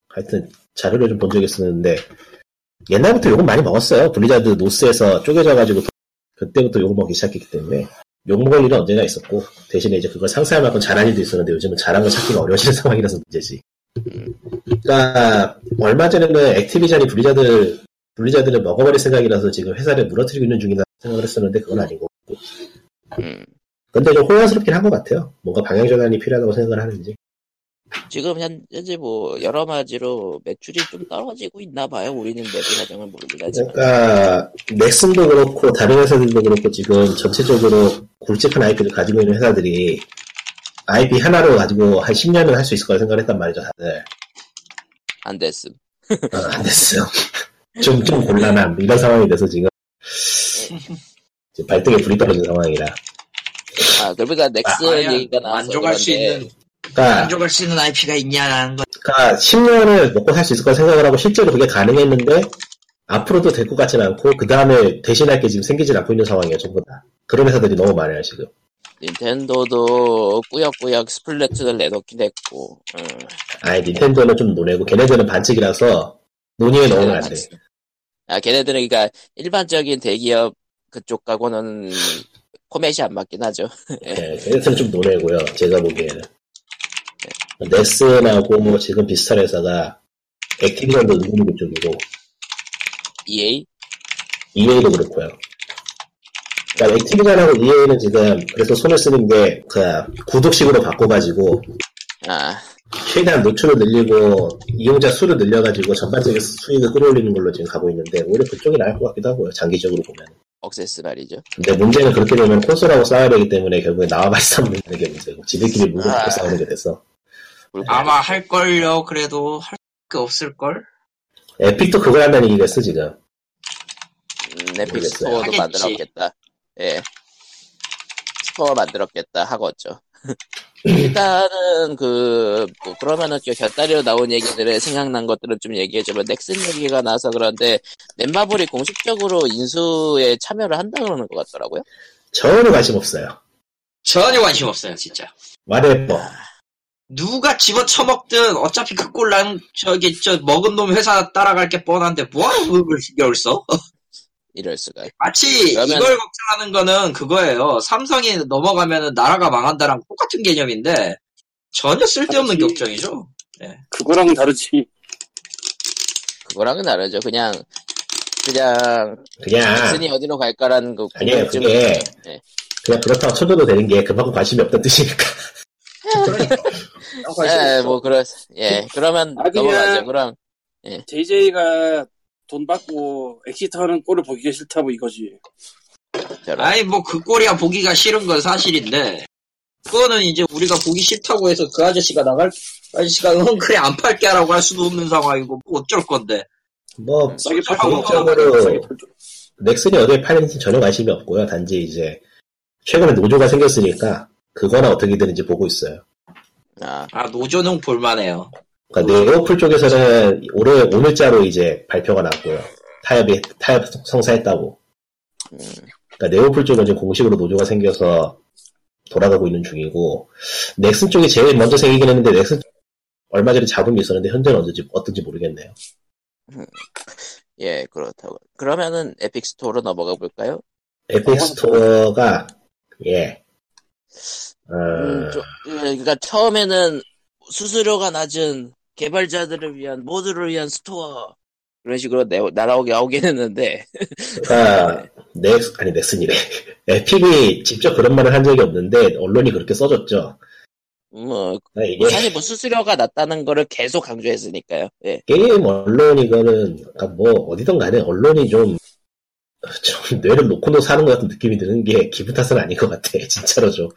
Speaker 3: 하여튼 자료를 좀 본 적이 있었는데 옛날부터 욕을 많이 먹었어요. 블리자드 노스에서 쪼개져가지고 도- 그때부터 욕을 먹기 시작했기 때문에 욕 먹을 일은 언제나 있었고 대신에 이제 그걸 상쇄할 만큼 잘한 일도 있었는데 요즘은 잘한 걸 찾기가 어려워지는 (laughs) 상황이라서 문제지. 그러니까 얼마 전에는 액티비전이 블리자드 블리자드를 먹어버릴 생각이라서 지금 회사를 무너뜨리고 있는 중이다 생각을 했었는데 그건 아니고
Speaker 1: 음.
Speaker 3: 근데 좀 혼란스럽긴 한 것 같아요. 뭔가 방향 전환이 필요하다고 생각을 하는지.
Speaker 1: 지금 현- 현재 뭐 여러 가지로 매출이 좀 떨어지고 있나 봐요. 우리는 내부 사정을 모르긴 하지만.
Speaker 3: 그러니까 넥슨도 그렇고 다른 회사들도 그렇고 지금 전체적으로 굵직한 IP를 가지고 있는 회사들이 IP 하나로 가지고 한 10년은 할 수 있을 거라 생각을 했단 말이죠, 다들.
Speaker 1: 안 됐음.
Speaker 3: 어, 안 됐어. (laughs) 좀, 좀 곤란함. 이런 상황이 돼서 지금 이제 발등에 불이 떨어진 상황이라.
Speaker 1: 아 그러니까 넥슨
Speaker 4: 과연
Speaker 1: 얘기가 나와서
Speaker 4: (laughs) 만족할 수
Speaker 1: 그런데
Speaker 4: 있는
Speaker 3: 그러니까,
Speaker 4: 만족할 수 있는 IP가 있냐라는 거.
Speaker 3: 그러니까 10년을 먹고 살 수 있을 거라 생각을 하고 실제로 그게 가능했는데 앞으로도 될 것 같지는 않고 그 다음에 대신할 게 지금 생기질 않고 있는 상황이에요, 전부 다. 그런 회사들이 너무 많아요, 지금.
Speaker 1: 닌텐도도 꾸역꾸역 스플래툰을 내놓긴 했고 음,
Speaker 3: 아이 닌텐도는 좀 노래고 걔네들은 반칙이라서 논의에
Speaker 1: 네,
Speaker 3: 넣으면 안 돼.
Speaker 1: 아 걔네들은 그러니까 일반적인 대기업 그쪽하고는 포맷이 안 맞긴 하죠. (laughs)
Speaker 3: 예, 걔네들은 좀 노래고요. 제가 보기에는 넥슨하고 뭐 지금 비슷한 회사가 액티비전도 의문이 쪽이고
Speaker 1: EA
Speaker 3: EA도 그렇고요. 그러니까 액티비전하고 EA는 지금 그래서 손을 쓰는 게 그 구독식으로 바꿔가지고
Speaker 1: 아
Speaker 3: 최대한 노출을 늘리고 이용자 수를 늘려가지고 전반적인 수익을 끌어올리는 걸로 지금 가고 있는데 오히려 그쪽이 나을 것 같기도 하고요. 장기적으로 보면.
Speaker 1: 억세스 말이죠.
Speaker 3: 근데 문제는 그렇게 되면 콘솔하고 싸워야 되기 때문에 결국에 나와만 (laughs) 싸우는 게 문제고 지들끼리 물고
Speaker 1: 아.
Speaker 3: 잡고 싸우는 게 돼서
Speaker 4: 아마 할 걸요. 그래도 할 게 없을 걸.
Speaker 3: 에픽도 그걸 한다는 얘기가 있어 지금
Speaker 1: 음, 넷플릭스 스토어도
Speaker 3: 모르겠어요.
Speaker 4: 하겠지.
Speaker 1: 만들었겠다. 예. 스토어 만들었겠다 하고죠. (laughs) 일단은 그, 뭐 그러면은 그 곁다리로 나온 얘기들에 생각난 것들은 좀 얘기해주면 넥슨 얘기가 나서 그런데 넷마블이 공식적으로 인수에 참여를 한다 그러는 것 같더라고요.
Speaker 3: 전혀 관심 없어요 뭐.
Speaker 4: 전혀 관심 없어요, 진짜.
Speaker 3: 말해봐
Speaker 4: 누가 집어 처먹든 어차피 그 꼴랑 저기 저 먹은 놈 회사 따라갈 게 뻔한데 뭐하러 그걸 신경을 써?
Speaker 1: 이럴 수가.
Speaker 4: 마치
Speaker 1: 그러면-
Speaker 4: 이걸 걱정하는 거는 그거예요. 삼성이 넘어가면 나라가 망한다랑 똑같은 개념인데 전혀 쓸데없는
Speaker 2: 그렇지.
Speaker 4: 걱정이죠.
Speaker 2: 그거랑은 다르지.
Speaker 1: 그거랑은 다르죠. 그냥 그냥
Speaker 3: 그냥
Speaker 1: 넥슨이 어디로 갈까라는 그 거.
Speaker 3: 아니에요.
Speaker 1: 궁금증-
Speaker 3: 그게-
Speaker 1: 예.
Speaker 3: 그냥 그렇다고 쳐줘도 되는 게 그만큼 관심이 없다는 뜻이니까. (laughs)
Speaker 1: 예, 뭐 그렇. 예, 그러면
Speaker 2: 아, 그냥-
Speaker 1: 넘어가죠. 그럼
Speaker 2: JJ가 돈 받고 엑시트하는 꼴을 보기가 싫다고 뭐 이거지.
Speaker 1: 저런.
Speaker 4: 아니 뭐 그 꼴이야 보기가 싫은 건 사실인데 그거는 이제 우리가 보기 싫다고 해서 그 아저씨가 나갈 그 아저씨가 헝클에 안 팔게라고 할 수도 없는 상황이고 뭐 어쩔 건데
Speaker 3: 뭐
Speaker 2: 싸게 아, 팔
Speaker 4: 하고
Speaker 3: 하고
Speaker 2: 싸게 팔
Speaker 3: 넥슨이 어디에 팔리는지 전혀 관심이 없고요. 단지 이제 최근에 노조가 생겼으니까 그거나 어떻게 되는지 보고 있어요.
Speaker 1: 아,
Speaker 4: 아 노조는 볼만해요.
Speaker 3: 그러니까 네오플 쪽에서는 올해 오늘자로 이제 발표가 났고요. 타협이 타협 성사했다고. 그러니까 네오플 쪽은 이제 공식으로 노조가 생겨서 돌아가고 있는 중이고 넥슨 쪽이 제일 먼저 생기긴 했는데 넥슨 얼마 전에 잡음이 있었는데 현재는 어떤지 어떤지 모르겠네요.
Speaker 1: 예, 그렇다고. 그러면은 에픽 스토어로 넘어가 볼까요? 어,
Speaker 3: 에픽 스토어가 예. 어,
Speaker 1: 음, 좀- 예, 그러니까 처음에는 수수료가 낮은 개발자들을 위한 모두를 위한 스토어 그런 식으로 내, 날아오게 나오긴 했는데 (laughs)
Speaker 3: 아, 넥, 아니, 넥슨이래. (laughs) 에픽이 직접 그런 말을 한 적이 없는데, 언론이 그렇게 써줬죠.
Speaker 1: 뭐
Speaker 3: 아, 이게
Speaker 1: 사실 뭐 수수료가 낮다는 거를 계속 강조했으니까요. 예.
Speaker 3: 게임 언론 이거는, 그러니까 뭐, 어디든 간에 언론이 좀, 좀 뇌를 놓고도 사는 것 같은 느낌이 드는 게 기분 탓은 아닌 것 같아. (laughs) 진짜로 좀.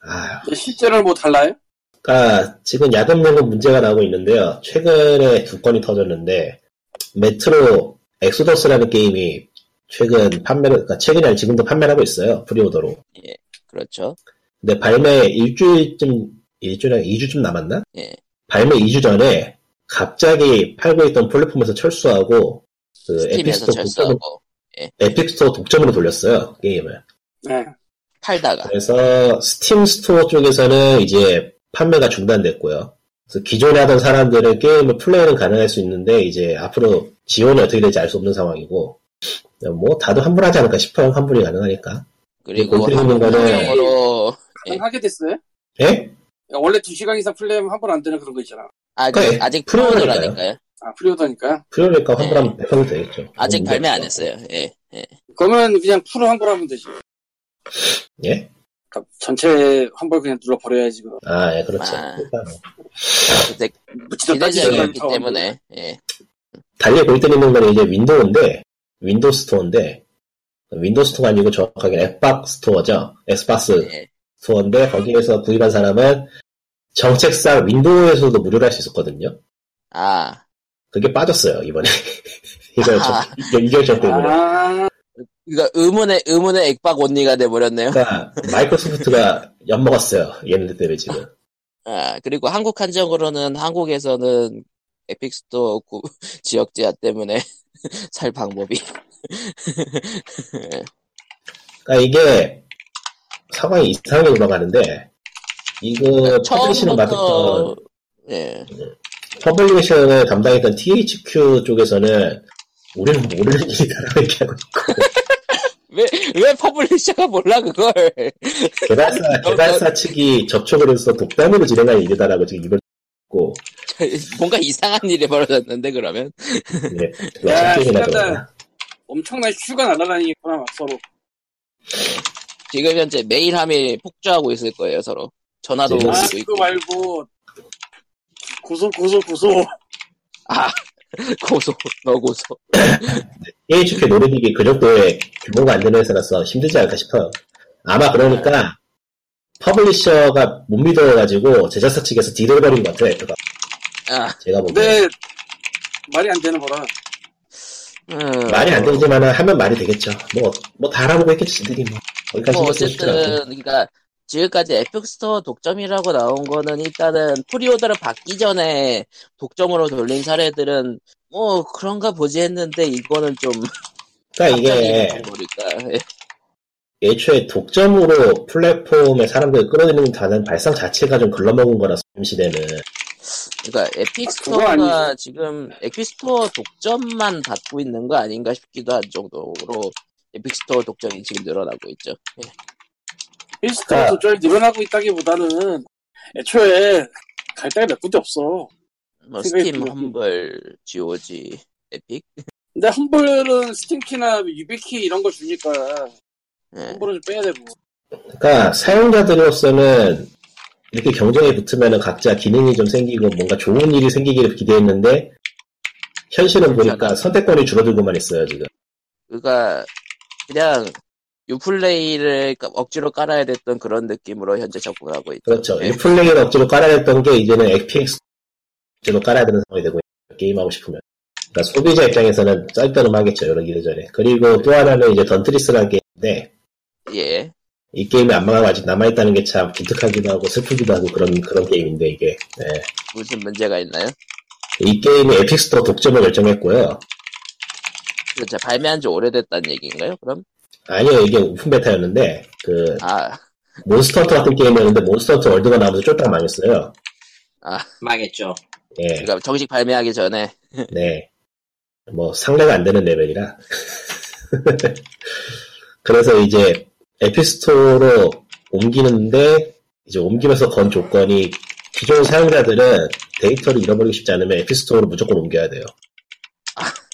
Speaker 3: 아,
Speaker 2: 근데 실제로는 뭐 달라요?
Speaker 3: 그러니까 지금 야금 연금 문제가 나오고 있는데요. 최근에 두 건이 터졌는데 메트로 엑소더스라는 게임이 최근 판매를 그러니까 최근이 아니라 지금도 판매하고 있어요. 프리오더로.
Speaker 1: 그렇죠.
Speaker 3: 근데 발매 일주일쯤, 일주일에 2주쯤 남았나?
Speaker 1: 예.
Speaker 3: 발매 2주 전에 갑자기 팔고 있던 플랫폼에서 철수하고, 그
Speaker 1: 스팀에서
Speaker 3: 에픽스토어 독점으로,
Speaker 1: 철수하고
Speaker 3: 에픽스토어 독점으로 돌렸어요, 게임을.
Speaker 2: 네.
Speaker 3: 네,
Speaker 1: 팔다가
Speaker 3: 그래서 스팀 스토어 쪽에서는 이제 판매가 중단됐고요. 그래서 기존에 하던 사람들은 게임을 플레이는 가능할 수 있는데, 이제 앞으로 지원이 어떻게 될지 알 수 없는 상황이고, 뭐, 다들 환불하지 않을까 싶어요. 환불이 가능하니까.
Speaker 1: 그리고 네.
Speaker 3: 건드리는 거는-
Speaker 1: 한국으로
Speaker 2: 가능하게 됐어요?
Speaker 3: 예?
Speaker 2: 원래 2시간 이상 플레이하면 환불 안 되는 그런 거 있잖아.
Speaker 1: 아직
Speaker 3: 그러니까
Speaker 1: 아직
Speaker 3: 프로그램인가요? 네,
Speaker 1: 프로모드라니까요.
Speaker 2: 아, 프리오더니까.
Speaker 3: 프리오니까 그러니까 환불하면 100% 되겠죠.
Speaker 1: 네.
Speaker 3: 네.
Speaker 1: 아직
Speaker 3: 문제
Speaker 1: 발매
Speaker 3: 없죠.
Speaker 1: 안 했어요. 예. 예.
Speaker 2: 그러면 그냥 프로 환불하면 되지.
Speaker 3: 예?
Speaker 2: 그러니까 전체 환불 그냥 눌러버려야지. 그럼.
Speaker 3: 아, 예, 그렇죠.
Speaker 1: 아.
Speaker 3: 일단은.
Speaker 1: 근데
Speaker 2: 묻지도 따지지도
Speaker 1: 기대작이었기
Speaker 2: 않다고.
Speaker 1: 때문에
Speaker 3: 네.
Speaker 1: 예.
Speaker 3: 달리 골든 있는 건 이제 윈도우인데, 윈도우 스토어인데, 윈도우 스토어가 아니고 정확하게 엑박 스토어죠. 엑스박스
Speaker 1: 예.
Speaker 3: 스토어인데, 거기에서 구입한 사람은 정책상 윈도우에서도 무료로 할 수 있었거든요.
Speaker 1: 아
Speaker 3: 그게 빠졌어요, 이번에. (laughs) 이걸 저,
Speaker 1: 아하.
Speaker 3: 이결전 때문에.
Speaker 2: 아,
Speaker 1: 그러니까 의문의 의문의 액박 언니가 돼 버렸네요.
Speaker 3: 그러니까, 마이크로소프트가 엿먹었어요. 얘네들 때문에 지금.
Speaker 1: 아 그리고 한국 한정으로는 한국에서는 에픽스토어 구- (laughs) 지역 제한 때문에 (laughs) 살 방법이
Speaker 3: 그러니까 이게, 상황이 이상하게 돌아가는데, 이거 그 퍼블리시는 맡았던
Speaker 1: 처음부터 예
Speaker 3: 퍼블리셔를 담당했던 THQ 쪽에서는 우리는 모르는 일이다라고 (laughs) 얘기하고
Speaker 1: 왜 왜 퍼블리셔가 몰라 그걸 (laughs)
Speaker 3: 개발사 개발사 측이 접촉을 해서 독단으로 진행할 일이다라고 지금 이걸 듣고
Speaker 1: 뭔가 이상한 일이 벌어졌는데 그러면
Speaker 3: 네,
Speaker 2: 야,
Speaker 3: 게임이나
Speaker 2: 신난다.
Speaker 3: 그러나
Speaker 2: 엄청난 휴가 날아다니구나, 막 서로.
Speaker 1: 지금 현재 매일 함이 폭주하고 있을 거예요 서로 전화도
Speaker 3: 아,
Speaker 1: 오고
Speaker 2: 아,
Speaker 1: 있고
Speaker 2: 그거 말고. 고소, 고소, 고소.
Speaker 1: 고소 너 고소
Speaker 3: THQ 노르딕이 그 정도의 규모가 안 되는 회사라서 힘들지 않을까 싶어요. 아마 그러니까 퍼블리셔가 못 믿어가지고 제작사 측에서 딜을 벌인 것 같아요. 애플가.
Speaker 1: 아
Speaker 3: 제가 보기엔
Speaker 2: 근데, 말이 안 되는 거라.
Speaker 1: 음.
Speaker 3: 말이 안 되지만 하면 말이 되겠죠. 뭐뭐다 알아보고 했겠지 들이 뭐 거기까지
Speaker 1: 뭐
Speaker 3: 신경 쓰고 싶진 않고.
Speaker 1: 어쨌든 그러니까 지금까지 에픽스토어 독점이라고 나온 거는 일단은 프리오더를 받기 전에 독점으로 돌린 사례들은 뭐 그런가 보지 했는데 이거는 좀
Speaker 3: 그러니까
Speaker 1: 갑자기
Speaker 3: 이게
Speaker 1: 좀 모를까 예.
Speaker 3: 애초에 독점으로 플랫폼에 사람들을 끌어들이는 다는 발상 자체가 좀 글러먹은 거라서 지금 시대는
Speaker 1: 그러니까 에픽
Speaker 2: 그거
Speaker 1: 스토어가 지금 에픽 스토어 독점만 받고 있는 거 아닌가 싶기도 한 정도로 에픽 스토어 독점이 지금 늘어나고 있죠. 예.
Speaker 2: 힐스토어도 좀 늘어나고 있다기보다는 애초에 갈 데가 몇 군데 없어.
Speaker 1: 뭐
Speaker 2: 그게
Speaker 1: 스팀,
Speaker 2: 그-
Speaker 1: 험블, GOG, 에픽.
Speaker 2: 근데 험블은 스팀키나 뭐 유비키 이런 거 주니까
Speaker 1: 예.
Speaker 2: 험블은 좀 빼야 되고.
Speaker 3: 그러니까 사용자들로서는 이렇게 경쟁에 붙으면 각자 기능이 좀 생기고 뭔가 좋은 일이 생기기를 기대했는데 현실은 보니까 선택권이 줄어들고만 있어요 지금.
Speaker 1: 그러니까 그냥 유플레이를 까- 억지로 깔아야 됐던 그런 느낌으로 현재 접근하고 있죠.
Speaker 3: 그렇죠.
Speaker 1: 예.
Speaker 3: 유플레이를 억지로 깔아야 했던 게 이제는 FPX 억지로 깔아야 되는 상황이 되고 있어요. 게임하고 싶으면. 그러니까 소비자 입장에서는 짤따름하겠죠 여러 기대전에. 그리고 또 하나는 이제 던트리스라는 게임인데
Speaker 1: 예.
Speaker 3: 이 게임이 안 망하고 아직 남아있다는 게 참 기특하기도 하고 슬프기도 하고 그런 그런 게임인데 이게 네.
Speaker 1: 무슨 문제가 있나요?
Speaker 3: 이 게임이 에픽스토어 독점을 결정했고요.
Speaker 1: 그렇죠. 발매한 지 오래됐다는 얘기인가요? 그럼?
Speaker 3: 아니요, 이게 오픈 베타였는데, 그,
Speaker 1: 아,
Speaker 3: 몬스터 헌터 같은 게임이었는데, 몬스터 헌터 월드가 나오면서 쫄딱 망했어요.
Speaker 4: 망했죠.
Speaker 3: 예,
Speaker 1: 그러니까 정식 발매하기 전에
Speaker 3: 네. 뭐, 상례가 안 되는 레벨이라. (laughs) 그래서 이제, 에피스토어로 옮기는데, 이제 옮기면서 건 조건이, 기존 사용자들은 데이터를 잃어버리고 싶지 않으면 에피스토어로 무조건 옮겨야 돼요.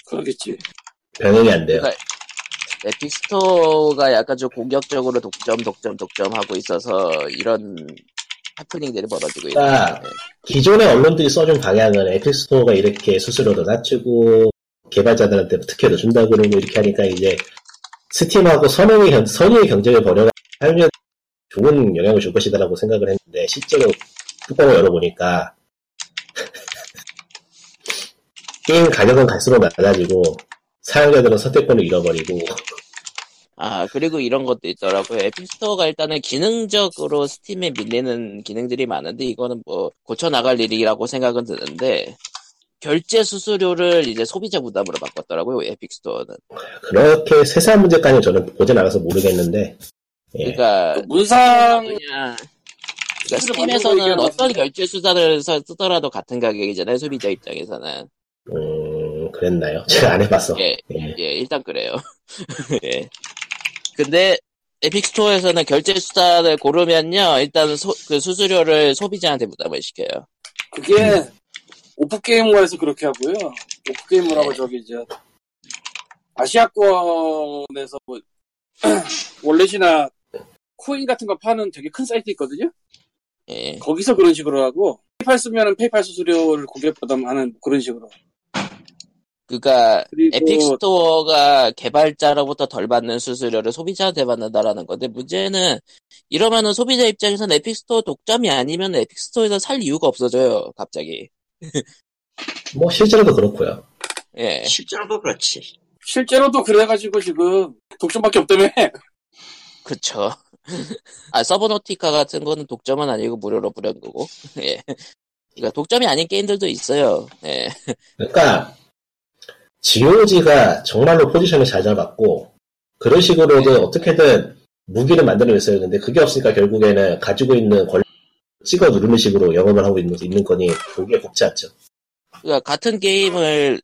Speaker 2: 그러겠지.
Speaker 3: 변형이 안 돼요.
Speaker 1: 그러니까 에픽 스토어가 약간 좀 공격적으로 독점, 독점, 독점하고 있어서 이런 해프닝들이 벌어지고 있는
Speaker 3: 아.
Speaker 1: 거예요.
Speaker 3: 기존의 언론들이 써준 방향은 에픽스토어가 이렇게 수수료도 낮추고 개발자들한테 뭐 특혜도 준다 그러고 이렇게 하니까 이제 스팀하고 선의의, 경- 선의의 경쟁을 벌여가 하면 좋은 영향을 줄 것이다라고 생각을 했는데 실제로 뚜껑을 열어보니까 (laughs) 게임 가격은 갈수록 낮아지고 사용자들은 선택권을 잃어버리고
Speaker 1: 아, 그리고 이런 것도 있더라고요. 에픽 스토어가 일단은 기능적으로 스팀에 밀리는 기능들이 많은데 이거는 뭐 고쳐나갈 일이라고 생각은 드는데 결제 수수료를 이제 소비자 부담으로 바꿨더라고요. 에픽 스토어는.
Speaker 3: 그렇게 세세한 문제까지는 저는 보진 않아서 모르겠는데 예.
Speaker 1: 그러니까
Speaker 2: 문상
Speaker 1: 그냥 그러니까
Speaker 2: 뭐 수수료 받는 거
Speaker 1: 스팀에서는
Speaker 2: 얘기하는
Speaker 1: 어떤
Speaker 2: 건데.
Speaker 1: 결제 수단을 써- 쓰더라도 같은 가격이잖아요. 소비자 입장에서는.
Speaker 3: 음, 그랬나요? (laughs) 제가 안 해봤어
Speaker 1: 예,
Speaker 3: 예.
Speaker 1: 예, 일단 그래요. (laughs) 예. 근데 에픽 스토어에서는 결제 수단을 고르면요, 일단 소- 그 수수료를 소비자한테 부담을 시켜요.
Speaker 2: 그게 오프 게임화에서 그렇게 하고요. 오프 게임화라고
Speaker 1: 네.
Speaker 2: 저기 이제 아시아권에서 뭐 (clears throat) 원래시나 코인 같은 거 파는 되게 큰 사이트 있거든요.
Speaker 1: 예.
Speaker 2: 거기서 그런 식으로 하고 페이팔 쓰면은 페이팔 수수료를 고객 부담하는 그런 식으로.
Speaker 1: 그러니까
Speaker 2: 그리고
Speaker 1: 에픽 스토어가 개발자로부터 덜 받는 수수료를 소비자한테 받는다라는 건데 문제는 이러면은 소비자 입장에서는 에픽 스토어 독점이 아니면 에픽 스토어에서 살 이유가 없어져요, 갑자기.
Speaker 3: 뭐 실제로도 그렇고요
Speaker 1: 예.
Speaker 4: 실제로도 그렇지.
Speaker 2: 실제로도 그래가지고 지금 독점밖에 (laughs) 없다며.
Speaker 1: 그쵸. (laughs) 아, 서버노티카 같은 거는 독점은 아니고 무료로 부른 거고. (laughs) 예. 그러니까 독점이 아닌 게임들도 있어요. 예.
Speaker 3: 그러니까 GOG가 정말로 포지션을 잘 잡았고 그런 식으로도 어떻게든 무기를 만들어냈어요. 근데 그게 없으니까 결국에는 가지고 있는 권리 찍어 누르는 식으로 영업을 하고 있는, 있는 거니 보기에 곱지 않죠.
Speaker 1: 그러니까 같은 게임을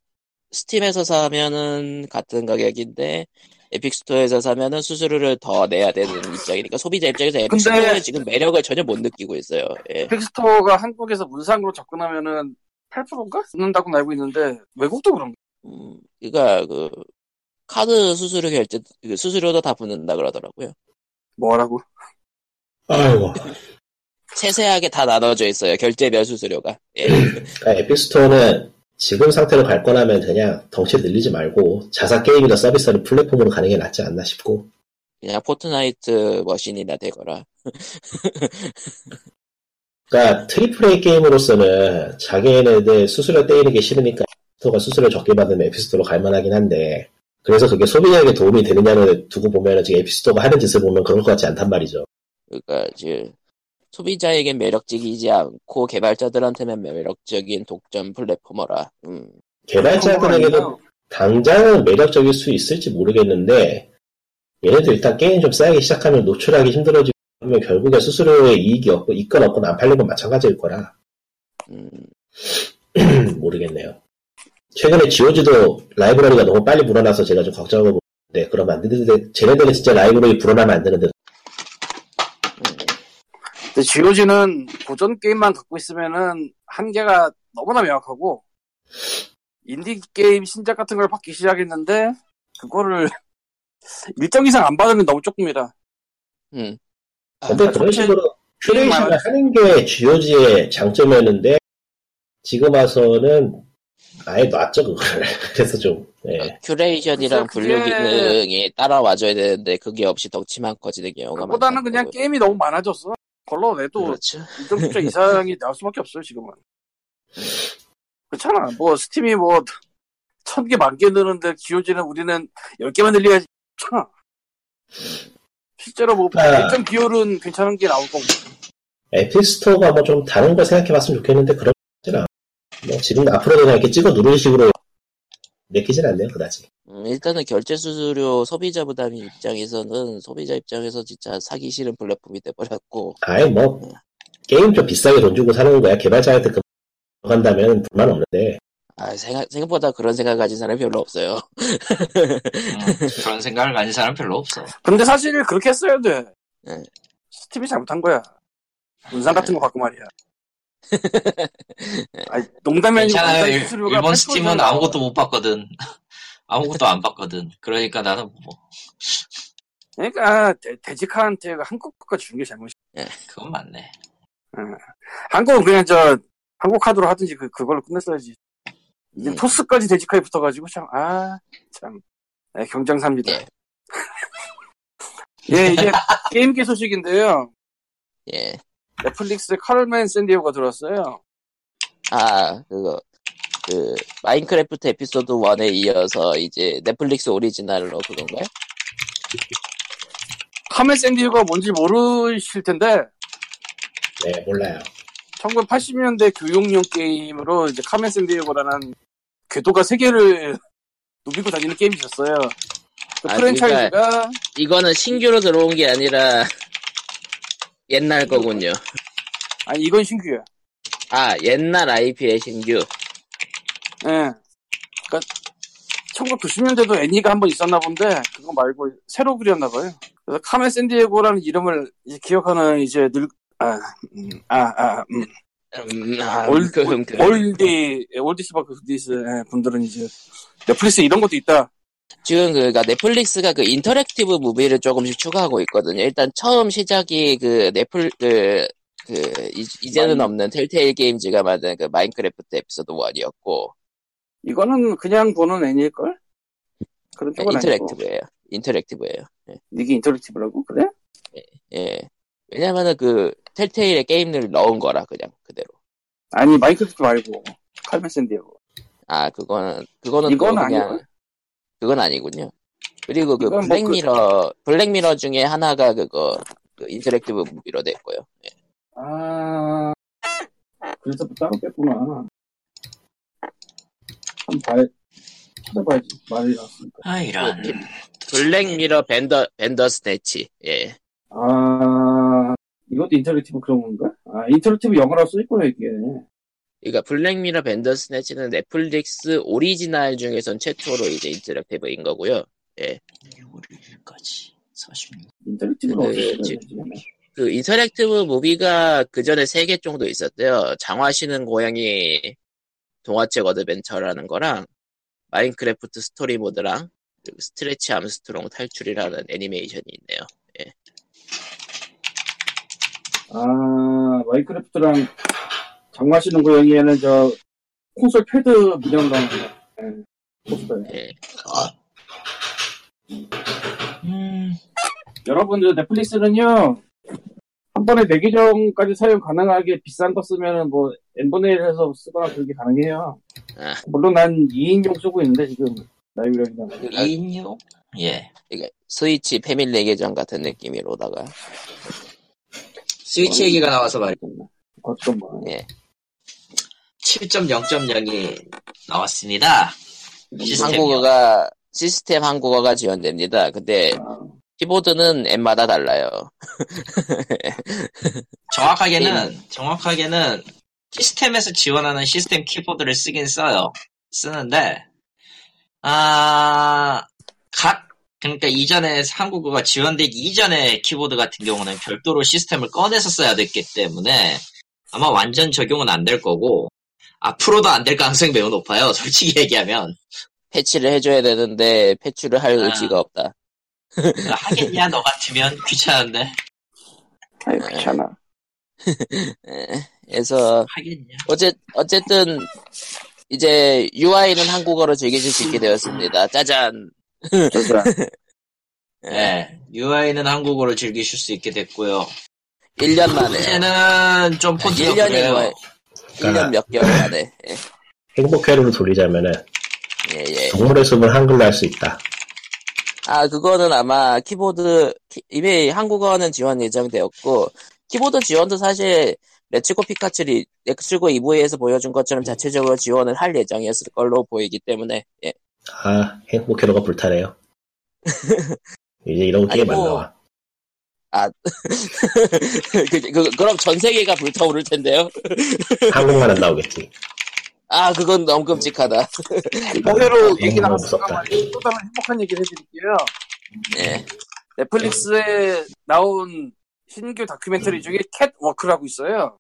Speaker 1: 스팀에서 사면은 같은 가격인데 에픽 스토어에서 사면은 수수료를 더 내야 되는 입장이니까 소비자 입장에서 에픽
Speaker 2: 근데-
Speaker 1: 스토어의 지금 매력을 전혀 못 느끼고 있어요. 예.
Speaker 2: 빅스토어가 한국에서 문상으로 접근하면은 8%인가? 쓰는다고 알고 있는데 외국도 그런가?
Speaker 1: 음, 그러니까 그 카드 수수료 결제 그 수수료도 다 붙는다 그러더라고요.
Speaker 2: 뭐라고?
Speaker 3: 아이고.
Speaker 1: 세세하게 다 나눠져 있어요. 결제별 수수료가. 예.
Speaker 3: 그러니까 에픽스토어는 지금 상태로 갈 거라면 그냥 덩치 늘리지 말고 자사 게임이나 서비스를 플랫폼으로 가는 게 낫지 않나 싶고
Speaker 1: 그냥 포트나이트 머신이나 되거라.
Speaker 3: 그러니까 트리플 A 게임으로서는 자기네들 수수료 떼이는 게 싫으니까 에피스토가 수수료 적게 받으면 에피스토로 갈만하긴 한데 그래서 그게 소비자에게 도움이 되느냐를 두고 보면 지금 에피스토가 하는 짓을 보면 그럴 것 같지 않단 말이죠.
Speaker 1: 그러니까 이제 소비자에겐 매력적이지 않고 개발자들한테만 매력적인 독점 플랫포머라. 음.
Speaker 3: 개발자들에게도 당장은 매력적일 수 있을지 모르겠는데 얘네들 일단 게임 좀 싸게 시작하면 노출하기 힘들어지면 결국에 수수료에 이익이 없고 있건 없건 안 팔리면 마찬가지일 거라
Speaker 1: 음,
Speaker 3: (clears throat) 모르겠네요. 최근에 지오즈도 라이브러리가 너무 빨리 불어나서 제가 좀 걱정하고 있는데 네, 그러면 안 되는데 쟤네들은 진짜 라이브러리 불어나면 안 되는데
Speaker 2: 근데 GOG는 고전 게임만 갖고 있으면은 한계가 너무나 명확하고 인디 게임 신작 같은 걸 받기 시작했는데 그거를 (laughs) 일정 이상 안 받으면 너무 조금이라.
Speaker 1: 음.
Speaker 3: 근데
Speaker 2: 아,
Speaker 3: 그런
Speaker 2: 전체-
Speaker 3: 식으로 큐레이션을 하는 게 GOG의 장점이었는데 지금 와서는 아예 놨죠 그거를 (laughs) 그래서 좀 예.
Speaker 1: 네. 큐레이션이랑
Speaker 2: 글쎄요,
Speaker 1: 분류
Speaker 2: 그게-
Speaker 1: 기능이 따라와줘야 되는데 그게 없이 덕치만 커지는 경우가 많다.
Speaker 2: 그보다는 그냥 게임이 너무 많아졌어. 걸러내도
Speaker 1: 그렇죠.
Speaker 2: 일정 수준 이상이 나올 수밖에 없어요 지금은. 그렇잖아. 뭐 스팀이 뭐 천 개, 만 개 늘는데 GOG는 우리는 열 개만 늘려야지. 괜찮아. 실제로 뭐
Speaker 3: 아.
Speaker 2: 1점 기울은 괜찮은 게 나올 거고.
Speaker 3: 에픽 스토어가 뭐 좀 다른 걸 생각해 봤으면 좋겠는데 그런 것같지는 뭐 지금 앞으로도 그냥 이렇게 찍어 누르는 식으로 내키진 않네요 그다지
Speaker 1: 음, 일단은 결제 수수료 소비자 부담 입장에서는 소비자 입장에서 진짜 사기 싫은 플랫폼이 돼버렸고
Speaker 3: 아예 뭐 게임 좀 비싸게 돈 주고 사는 거야 개발자한테 그 간다면 불만 없는데
Speaker 1: 아, 생각, 생각보다 그런 생각 가진 사람이 별로 없어요. (laughs)
Speaker 4: 음, 그런 생각을 가진 사람
Speaker 2: (laughs)
Speaker 4: 별로 없어.
Speaker 2: 근데 사실 그렇게 했어야 돼.
Speaker 1: 네.
Speaker 2: 스팀이 잘못한 거야. 문상 같은 거 갖고 말이야. 아니, 농담이 아니고
Speaker 4: 괜찮아요.
Speaker 2: 문상
Speaker 4: 일-
Speaker 2: 수수료가
Speaker 4: 일본
Speaker 2: 8%
Speaker 4: 스팀은
Speaker 2: 나와.
Speaker 4: 아무것도 못 봤거든. (laughs) 아무것도 안 봤거든. 그러니까 나는 뭐
Speaker 2: 그러니까 대, 대직한테 한국 거가 주는 게 잘못이.
Speaker 4: 그건 맞네.
Speaker 2: 한국은 그냥 저 한국 카드로 하든지 그 그걸로 끝냈어야지. 이제
Speaker 1: 음.
Speaker 2: 토스까지 대직하게 붙어가지고 참아참 네, 경쟁사입니다.
Speaker 1: 예.
Speaker 2: 예 이게 게임기 소식인데요.
Speaker 1: 예.
Speaker 2: 넷플릭스 카를맨 샌디오가 들어왔어요.
Speaker 1: 아, 그거. 그, 마인크래프트 에피소드 1에 이어서 이제 넷플릭스 오리지널로 그건가요?
Speaker 2: 카멘 샌디오가 뭔지 모르실 텐데
Speaker 3: 네 몰라요
Speaker 2: 1980년대 교육용 게임으로 이제 카멘 샌디에고라는 궤도가 세계를 (laughs) 누비고 다니는 게임이셨어요. 그
Speaker 1: 아,
Speaker 2: 프랜차이즈가
Speaker 1: 이거는 신규로 들어온 게 아니라 (laughs) 옛날 거군요.
Speaker 2: 아니 이건 신규야.
Speaker 1: 아, 옛날 IP의 신규.
Speaker 2: 예. 그러니까 1990년대도 애니가 한 번 있었나 본데 그거 말고 새로 그렸나 봐요. 그래서 카멘 샌디에고라는 이름을 이제 기억하는 이제 늙 아, 음, 아, 아, 음.
Speaker 1: 음, 아,
Speaker 2: 올,
Speaker 1: 그, 그, 그.
Speaker 2: 올디, 올디스바크 디스 예, 분들은 이제 넷플릭스 이런 것도 있다.
Speaker 1: 지금 그, 그러니까 넷플릭스가 그 인터랙티브 무비를 조금씩 추가하고 있거든요. 일단 처음 시작이 그 넷플, 그, 그, 이- 이제는 없는 텔테일 게임즈가 만든 그 마인크래프트 에피소드 1이었고,
Speaker 2: 이거는 그냥 보는 애니일걸? 그런 쪽은 아니고.
Speaker 1: 네, 그러니까 인터랙티브예요 인터랙티브예요.
Speaker 2: 이게 인터랙티브라고 그래?
Speaker 1: 예. 왜냐면은 그 텔테일의 게임을 넣은 거라 그냥 그대로.
Speaker 2: 아니 마이크로프트 말고 칼멘 샌디에고.
Speaker 1: 아 그거는 그거는
Speaker 2: 이건
Speaker 1: 또 그냥
Speaker 2: 아니고요.
Speaker 1: 그건 아니군요. 그리고 그
Speaker 2: 이건 뭐 그-
Speaker 1: 블랙미러 블랙미러 중에 하나가 그거 그 인터랙티브 무비로 됐고요. 예.
Speaker 2: 아 그래서 뭐 따로 뺐구나. 한번 봐야 찾아봐야지 말이 나왔으니까.
Speaker 4: 아 이런.
Speaker 1: 그 블랙미러 밴더 밴더 스네치. 예.
Speaker 2: 아 이것도 인터랙티브 그런 건가? 아 인터랙티브 영어라고 써있구나 이게.
Speaker 1: 그러니까 블랙미러 밴더 스네치는 넷플릭스 오리지널 중에선 최초로 이제 인터랙티브인 거고요.
Speaker 4: 월요일까지 46.
Speaker 2: 인터랙티브는
Speaker 1: 그,
Speaker 2: 어디서
Speaker 1: 지-
Speaker 2: 써야지?
Speaker 1: 그 인터랙티브 무비가 그 전에 세 개 정도 있었대요. 장화시는 고양이 동화책 어드벤처라는 거랑 마인크래프트 스토리 모드랑 그리고 스트레치 암스트롱 탈출이라는 애니메이션이 있네요.
Speaker 2: 아 마이크로프트랑 장마시는 고양이에는 저 콘솔 패드 무장 나오는 거. 예. 포스터에.
Speaker 1: 예.
Speaker 4: 음.
Speaker 2: 여러분들 넷플릭스는요 한 번에 4계정까지 사용 가능하게 비싼 거 쓰면은 뭐 n분의 1해서 쓰거나 그런 게 가능해요
Speaker 1: 아.
Speaker 2: 물론 난 2인용 쓰고 있는데 지금 라이브러리가
Speaker 4: 아, 인용? 예.
Speaker 1: 그러니까 스위치 패밀리 계정 같은 느낌으로다가
Speaker 4: 스위치 얘기가 나와서 말이야.
Speaker 2: 어떤 거
Speaker 1: 예.
Speaker 4: 7.0.0이 나왔습니다. 시스템.
Speaker 1: 한국어가 시스템 한국어가 지원됩니다. 근데 키보드는 앱마다 달라요.
Speaker 4: 네. 정확하게는 정확하게는 시스템에서 지원하는 시스템 키보드를 쓰긴 써요. 쓰는데, 아, 각, 그러니까 이전에 한국어가 지원되기 이전의 키보드 같은 경우는 별도로 시스템을 꺼내서 써야 됐기 때문에 아마 완전 적용은 안 될 거고, 앞으로도 안 될 가능성이 매우 높아요. (laughs) 솔직히 얘기하면.
Speaker 1: 패치를 해줘야 되는데 패치를 할
Speaker 4: 아.
Speaker 1: 의지가 없다.
Speaker 4: 그러니까 하겠냐, 너 같으면. 귀찮은데.
Speaker 5: 아이
Speaker 3: (laughs)
Speaker 5: 귀찮아.
Speaker 1: 예. 그래서
Speaker 4: 하겠냐.
Speaker 1: 어째 어쨌든 이제 UI는 한국어로 즐기실 수 있게 되었습니다. 짜잔.
Speaker 5: 진짜.
Speaker 4: 네. UI는 한국어로 즐기실 수 있게 됐고요.
Speaker 1: 1년
Speaker 4: 음.
Speaker 1: 만에.
Speaker 4: 이제는 좀 폰트가
Speaker 1: 1년이
Speaker 4: 그래요.
Speaker 1: 뭐예요? 1년 몇 개월 만에. 예.
Speaker 3: 행복회로로 돌리자면은
Speaker 1: 예, 예.
Speaker 3: 동물의 숲을 한글로 할 수 있다.
Speaker 1: 아, 그거는 아마 키보드, 키- 이미 한국어는 지원 예정되었고, 키보드 지원도 사실 레츠고 피카츄리 엑스고 이브이에서 보여준 것처럼 자체적으로 지원을 할 예정이었을 걸로 보이기 때문에, (laughs) 예.
Speaker 3: 아, 행복회로가 불타네요. 이제 이런
Speaker 1: 아니,
Speaker 3: 게임 안
Speaker 1: 뭐,
Speaker 3: 나와.
Speaker 1: 그, 그, 그럼 전 세계가 불타오를 텐데요?
Speaker 3: 한국만 안 나오겠지.
Speaker 1: 아, 그건 너무 끔찍하다.
Speaker 5: 올해로
Speaker 3: 이건
Speaker 5: 얘기
Speaker 3: 너무
Speaker 5: 나왔으니까
Speaker 3: 무섭다.
Speaker 5: 또 다른 행복한 얘기를 해드릴게요.
Speaker 1: 예.
Speaker 5: 넷플릭스에 나온 신규 다큐멘터리 중에 캣워크라고 있어요.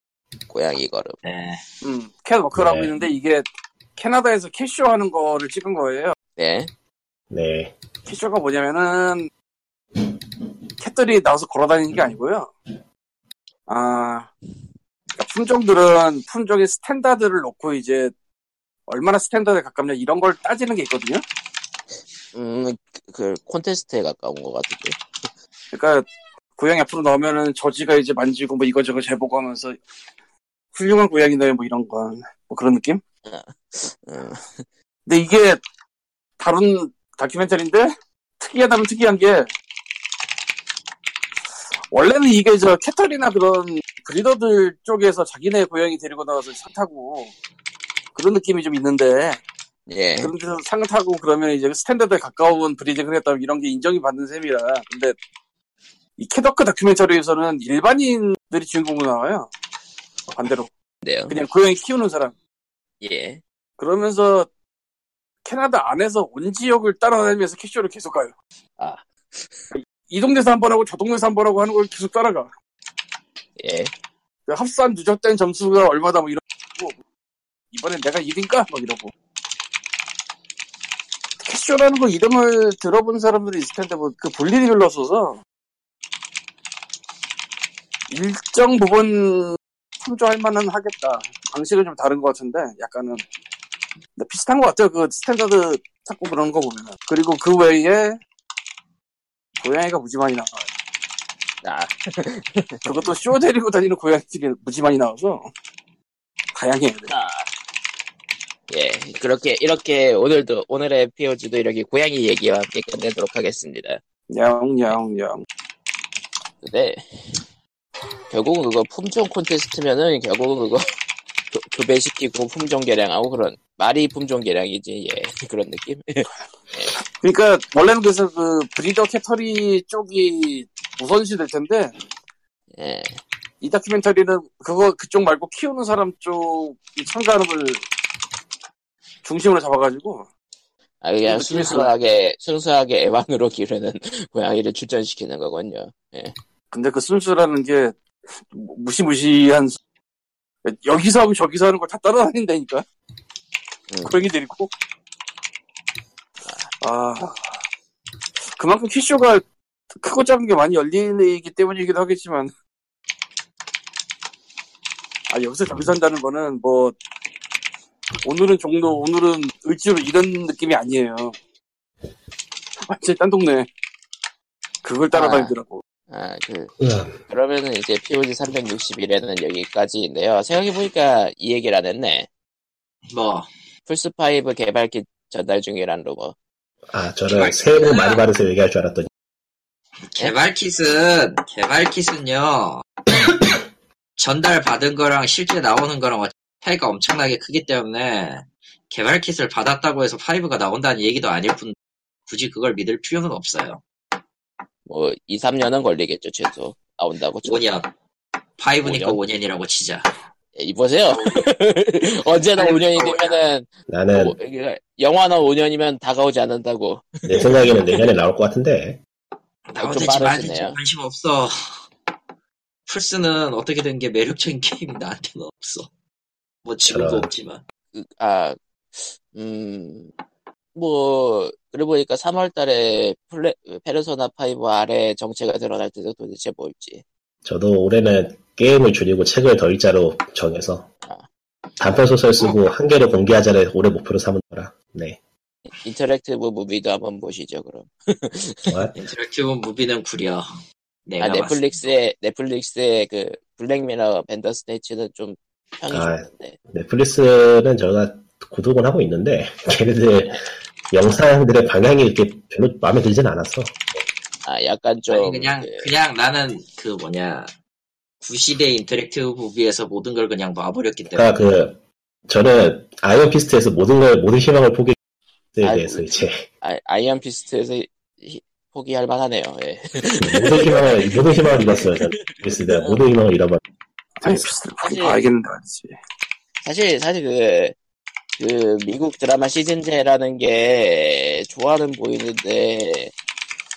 Speaker 1: 고양이 걸음.
Speaker 4: 네.
Speaker 5: 음,
Speaker 2: 어,
Speaker 5: 캣워크라고
Speaker 3: 네.
Speaker 5: 있는데 이게 캐나다에서 캐쇼 하는 거를 찍은 거예요.
Speaker 1: 네.
Speaker 3: 네.
Speaker 5: 캐쇼가 뭐냐면은 캣들이 나와서 걸어다니는 게 아니고요. 아, 그러니까 품종들은 품종의 스탠다드를 놓고 이제 얼마나 스탠다드에 가깝냐 이런 걸 따지는 게 있거든요.
Speaker 1: 음, 그, 그 콘테스트에 가까운 것 같은데.
Speaker 5: 그러니까 고양이 앞으로 나오면은 저지가 이제 만지고 뭐 이거저거 재보고 하면서 훌륭한 고양이네 뭐 이런 건 뭐 그런 느낌?
Speaker 1: 음,
Speaker 5: 근데 이게 다른 다큐멘터리인데 특이하다면 특이한 게 원래는 이게 저 캐터리나 그런 브리더들 쪽에서 자기네 고양이 데리고 나와서 차 타고 그런 느낌이 좀 있는데
Speaker 1: 예.
Speaker 5: 그런 데서 상 타고 그러면 이제 스탠다드에 가까운 브리딩을 했다 이런 게 인정이 받는 셈이라 근데 이 캐더크 다큐멘터리에서는 일반인들이 주인공으로 나와요 반대로
Speaker 1: 네요.
Speaker 5: 그냥 고양이 키우는 사람
Speaker 1: 예.
Speaker 5: 그러면서 캐나다 안에서 온 지역을 따라다니면서 캐쇼를 계속 가요
Speaker 1: 아.
Speaker 5: 이 동네에서 한 번 하고 저 동네에서 한 번 하고 하는 걸 계속 따라가
Speaker 1: 예.
Speaker 5: 그 합산 누적된 점수가 얼마다 뭐 이러고 이번엔 내가 1인가? 막 이러고 캐쇼라는 거 이름을 들어본 사람들이 있을 텐데 뭐 그 볼일이 별로 없어서 일정 부분 참조할 만은 하겠다 방식은 좀 다른 것 같은데 약간은 근데 비슷한 것 같아요 그 스탠다드 찾고 그런 거 보면 은 그리고 그 외에 고양이가 무지 많이 나와요
Speaker 1: 아,
Speaker 5: 그것도 쇼 데리고 다니는 고양이들이 무지 많이 나와서 다양해요.
Speaker 1: 예, 그렇게 이렇게 오늘도 오늘의 POG도 이렇게 고양이 얘기와 함께 끝내도록 하겠습니다.
Speaker 5: 야옹야옹야옹.
Speaker 1: 근데 네. 결국은 그거 품종 콘테스트면은 결국은 그거 교, 교배시키고 품종 개량하고 그런 말이 품종 개량이지 예 (laughs) 그런 느낌.
Speaker 5: 그러니까 원래는 그래서 그 브리더 캐터리 쪽이 우선시 될 텐데
Speaker 1: 예,
Speaker 5: 이 다큐멘터리는 그거 그쪽 말고 키우는 사람 쪽이 참가하는 걸 중심으로 잡아가지고
Speaker 1: 아 그냥
Speaker 5: 그거 재밌어.
Speaker 1: 순수하게 순수하게 애완으로 기르는 (laughs) 고양이를 출전시키는 거군요.
Speaker 5: 근데 그 순수라는 게 무시무시한 수- 여기서 하고 저기서 하는 걸 다 따라다닌다니까
Speaker 1: 음.
Speaker 5: 고양이 데리고 아 그만큼 키쇼가 크고 작은 게 많이 열리기 때문이기도 하겠지만 아 여기서 저기서 한다는 거는 뭐 오늘은 종로 오늘은 을지로 이런 느낌이 아니에요 완전 딴 동네 그걸 따라다니더라고
Speaker 1: 아그
Speaker 3: 으음.
Speaker 1: 그러면은 이제 POG 361에는 여기까지인데요. 생각해 보니까 이 얘기를 안 했네.
Speaker 4: 뭐,
Speaker 1: 플스5 개발킷 전달 중이란 로고.
Speaker 3: 아, 저는 새해 복 많이 받으세요 얘기할 줄 알았더니.
Speaker 4: 개발킷은, 개발킷은요, (coughs) 전달받은 거랑 실제 나오는 거랑 어차피 차이가 엄청나게 크기 때문에, 개발킷을 받았다고 해서 5가 나온다는 얘기도 아닐 뿐, 굳이 그걸 믿을 필요는 없어요.
Speaker 1: 뭐, 2, 3년은 걸리겠죠, 최소. 나온다고. 쳐도.
Speaker 4: 5년. 5니까
Speaker 1: 오 년?
Speaker 4: 5년? 이라고 치자.
Speaker 1: 예, 이보세요. 언제나 5년이 되면은
Speaker 3: 나는
Speaker 1: 뭐, 이게 영화나 5년이면 다가오지 않는다고.
Speaker 3: 내 생각에는 내년에 나올 것 같은데
Speaker 1: (laughs) 좀
Speaker 4: 나오는지 말지
Speaker 1: 빠르시네요.
Speaker 4: 관심 없어. (laughs) 플스는 어떻게 된 게 매력적인 (laughs) 게임이 나한테는 없어. 뭐 지금도
Speaker 3: 저런.
Speaker 4: 없지만.
Speaker 1: 그, 아, 음, 뭐, 그러고 보니까 3월 달에 플레, 페르소나 5 아래 정체가 드러날 때도 도대체 뭘지.
Speaker 3: 저도 올해는 게임을 줄이고 책을 더 읽자로 정해서 단편 소설 쓰고 한 개를 공개하자를 올해 목표로 삼은 거라. 네.
Speaker 1: 인터랙티브 무비도 한번 보시죠, 그럼.
Speaker 3: 와,
Speaker 4: 인터랙티브 무비는 구려. 내가
Speaker 1: 아,
Speaker 4: 봤을 때.
Speaker 1: 넷플릭스의, 넷플릭스의 그, 블랙미러 밴더스네치는 좀 편이
Speaker 3: 아.
Speaker 1: 좋은데.
Speaker 3: 넷플릭스는 제가 구독은 하고 있는데 (laughs) 걔네들 영상들의 방향이 이렇게 별로 마음에 들진 않았어.
Speaker 1: 아, 약간 좀.
Speaker 4: 아니 그냥
Speaker 1: 그,
Speaker 4: 그냥 나는 그 뭐냐 구시대 인터랙티브 무비에서 모든 걸 그냥 놔버렸기 때문에
Speaker 1: 아.
Speaker 3: 그러니까 그 저는 아이언 피스트에서 모든 걸 모든 희망을 포기에 대해서
Speaker 1: 아이고.
Speaker 3: 이제
Speaker 1: 아, 이언 피스트에서 히- 포기할 만하네요, 예.
Speaker 3: 모든 희망을 모든 희망을 잃었어요. 저는 그래서 내가 모든 희망을 잃어버렸.
Speaker 5: 아니, 비슷해.
Speaker 1: 사실-
Speaker 5: 봐야겠는데 말이지.
Speaker 1: 사실, 사실 그, 그, 미국 드라마 시즌제라는 게, 좋아는 보이는데,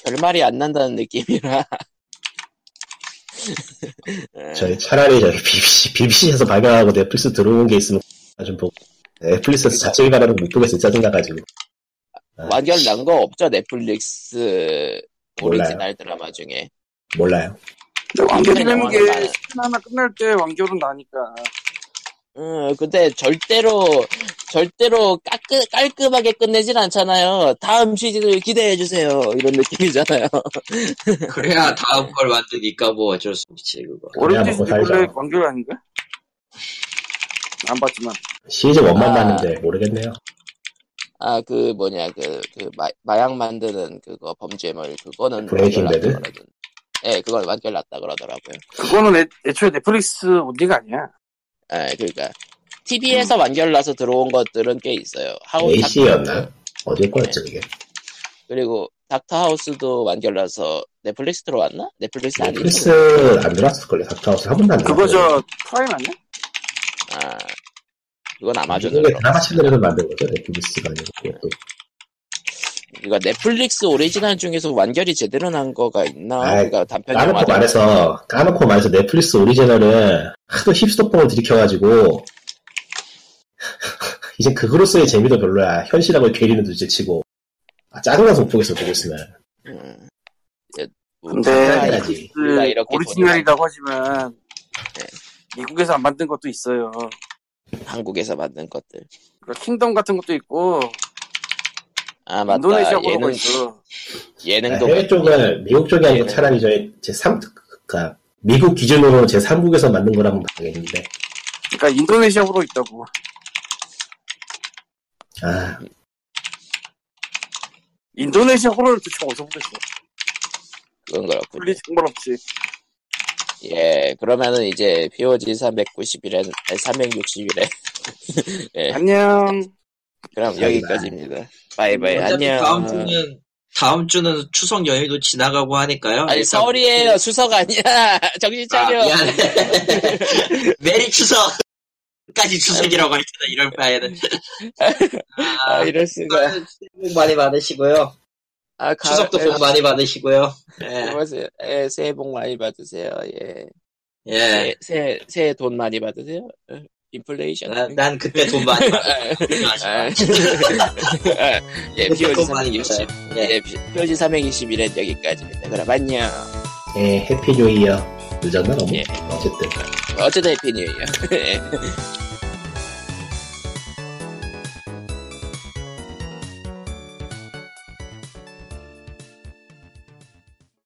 Speaker 1: 결말이 안 난다는 느낌이라. (laughs) 예.
Speaker 3: 저희 차라리 저기 (laughs) BBC BBC에서 발견하고 넷플릭스 들어온 게 있으면 (laughs) 좀 보고 넷플릭스에서 자체 개발하는 거 못 보겠어 짜증나가지고. 아,
Speaker 1: 그러니까. 완결 난 거 없죠, 넷플릭스
Speaker 3: 몰라요.
Speaker 1: 오리지널 드라마 중에.
Speaker 3: 몰라요.
Speaker 5: 근데 완결이라는 게
Speaker 1: 영화는 많아.
Speaker 5: 시즌 하나 끝날 때 완결은 나니까.
Speaker 1: 음, 근데 절대로, 절대로 깔끔, 깔끔하게 끝내진 않잖아요. 다음 시즌을 기대해주세요. 이런 느낌이잖아요.
Speaker 4: 그래야 다음 걸 만드니까 뭐 어쩔 수 없지 그거
Speaker 3: 그냥
Speaker 5: 오렌지
Speaker 3: 먹고
Speaker 5: 이 원래
Speaker 3: 살자.
Speaker 5: 완결 아닌가? 안 봤지만.
Speaker 3: 시즌 1만
Speaker 1: 아.
Speaker 3: 봤는데 모르겠네요.
Speaker 1: 아, 그 뭐냐, 그, 그 마, 마약 만드는 그거 범죄물, 그거는
Speaker 3: 브레이킹
Speaker 1: 완결 났다
Speaker 3: 배드?
Speaker 1: 그러던- 예, 그걸 완결 났다 그러더라고요.
Speaker 5: 그거는 애, 애초에 넷플릭스 온리가 아니야.
Speaker 1: 예,
Speaker 3: 음.
Speaker 1: 그러니까. TV에서 완결 나서 들어온 것들은 꽤 아, 있어요. 하우, 닥터-
Speaker 3: AC였나? 어디 거였죠 이게?
Speaker 1: 그리고 닥터 하우스도 완결 나서 넷플릭스 들어왔나? 넷플릭스 아니죠?
Speaker 3: 넷플릭스 안 들어왔을 걸요. 닥터하우스 한 번도 안 들어.
Speaker 5: 그거 저 프라임 아니야?
Speaker 1: 아, 그건 아마존으로.
Speaker 3: 이게 드라마 채널에서 만든 거죠 넷플릭스가 아니고 그것도.
Speaker 1: 그러니까 넷플릭스 오리지널 중에서 완결이 제대로 난 거가 있나?
Speaker 3: 아이,
Speaker 1: 그러니까 단편
Speaker 3: 까놓고
Speaker 1: 영화들.
Speaker 3: 말해서 까놓고 말해서 넷플릭스 오리지널은 하도 힙스토폰을 들이켜가지고 (laughs) 이제 그거로서의 재미도 별로야 현실하고 괴리는 둘째 치고 아, 짜증나서 못 보겠어 보고 있으면
Speaker 1: 음. 예, 뭐
Speaker 3: 네,
Speaker 5: 근데
Speaker 1: 우리나라-
Speaker 3: 해야지.
Speaker 1: 우리가 이렇게
Speaker 5: 오리지널이라고 하지만
Speaker 1: 네.
Speaker 5: 미국에서 안 만든 것도 있어요.
Speaker 1: 한국에서 만든 것들.
Speaker 5: 그러니까 킹덤 같은 것도 있고
Speaker 1: 아 맞다.
Speaker 5: 인도네시아 그런 거
Speaker 1: 예능
Speaker 5: 있어.
Speaker 1: 예능도
Speaker 3: 네, 아, 해외 쪽은 미국 쪽이 아니고
Speaker 1: 예.
Speaker 3: 차라리 저희 제 3, 그니까 미국 기준으로 제 3국에서 만든 거라면 봐야겠는데
Speaker 5: 그러니까 인도네시아로 있다고.
Speaker 3: 아
Speaker 5: 인도네시아 호러를 도대체 어디서 보겠어?
Speaker 1: 그건 그렇군요.
Speaker 5: 분리 정말 없지.
Speaker 1: 예, 그러면은 이제 POG 391회, 360일에 (laughs) 예,
Speaker 5: 안녕.
Speaker 1: 그럼 여기까지입니다. 바이바이
Speaker 4: 어차피
Speaker 1: 안녕.
Speaker 4: 다음 주는 다음 주는 추석 연휴도 지나가고 하니까요
Speaker 1: 아니
Speaker 4: 일단-
Speaker 1: 서울이에요 수석 아니야 (laughs) 정신
Speaker 4: 그 아,
Speaker 1: 차려.
Speaker 4: 미안해. (laughs) 메리 추석 까지 추석이라고 할 때는 이럴
Speaker 1: (laughs)
Speaker 4: 바에는
Speaker 1: 아, 이럴 수가.
Speaker 4: 복 많이 받으시고요
Speaker 1: 아, 가-
Speaker 4: 추석도 복 많이 받으시고요
Speaker 1: 예,
Speaker 4: 예,
Speaker 1: 고맙습니다. 예, 새해 복 많이 받으세요. 예.
Speaker 4: 예.
Speaker 1: 새, 새, 새해 돈 많이 받으세요. 예. 인플레이션. (laughs)
Speaker 4: 난, 난 네, 그때 돈 많이 받아
Speaker 1: 아,
Speaker 4: (laughs)
Speaker 1: 예, POG 360. 예, POG 321엔 여기까지입니다. 그럼 안녕.
Speaker 3: 예, 해피 뉴 이어 늦었나 너무
Speaker 1: 예.
Speaker 3: 어쨌든
Speaker 1: 어쨌든 해피 뉴 이어. (laughs) 예.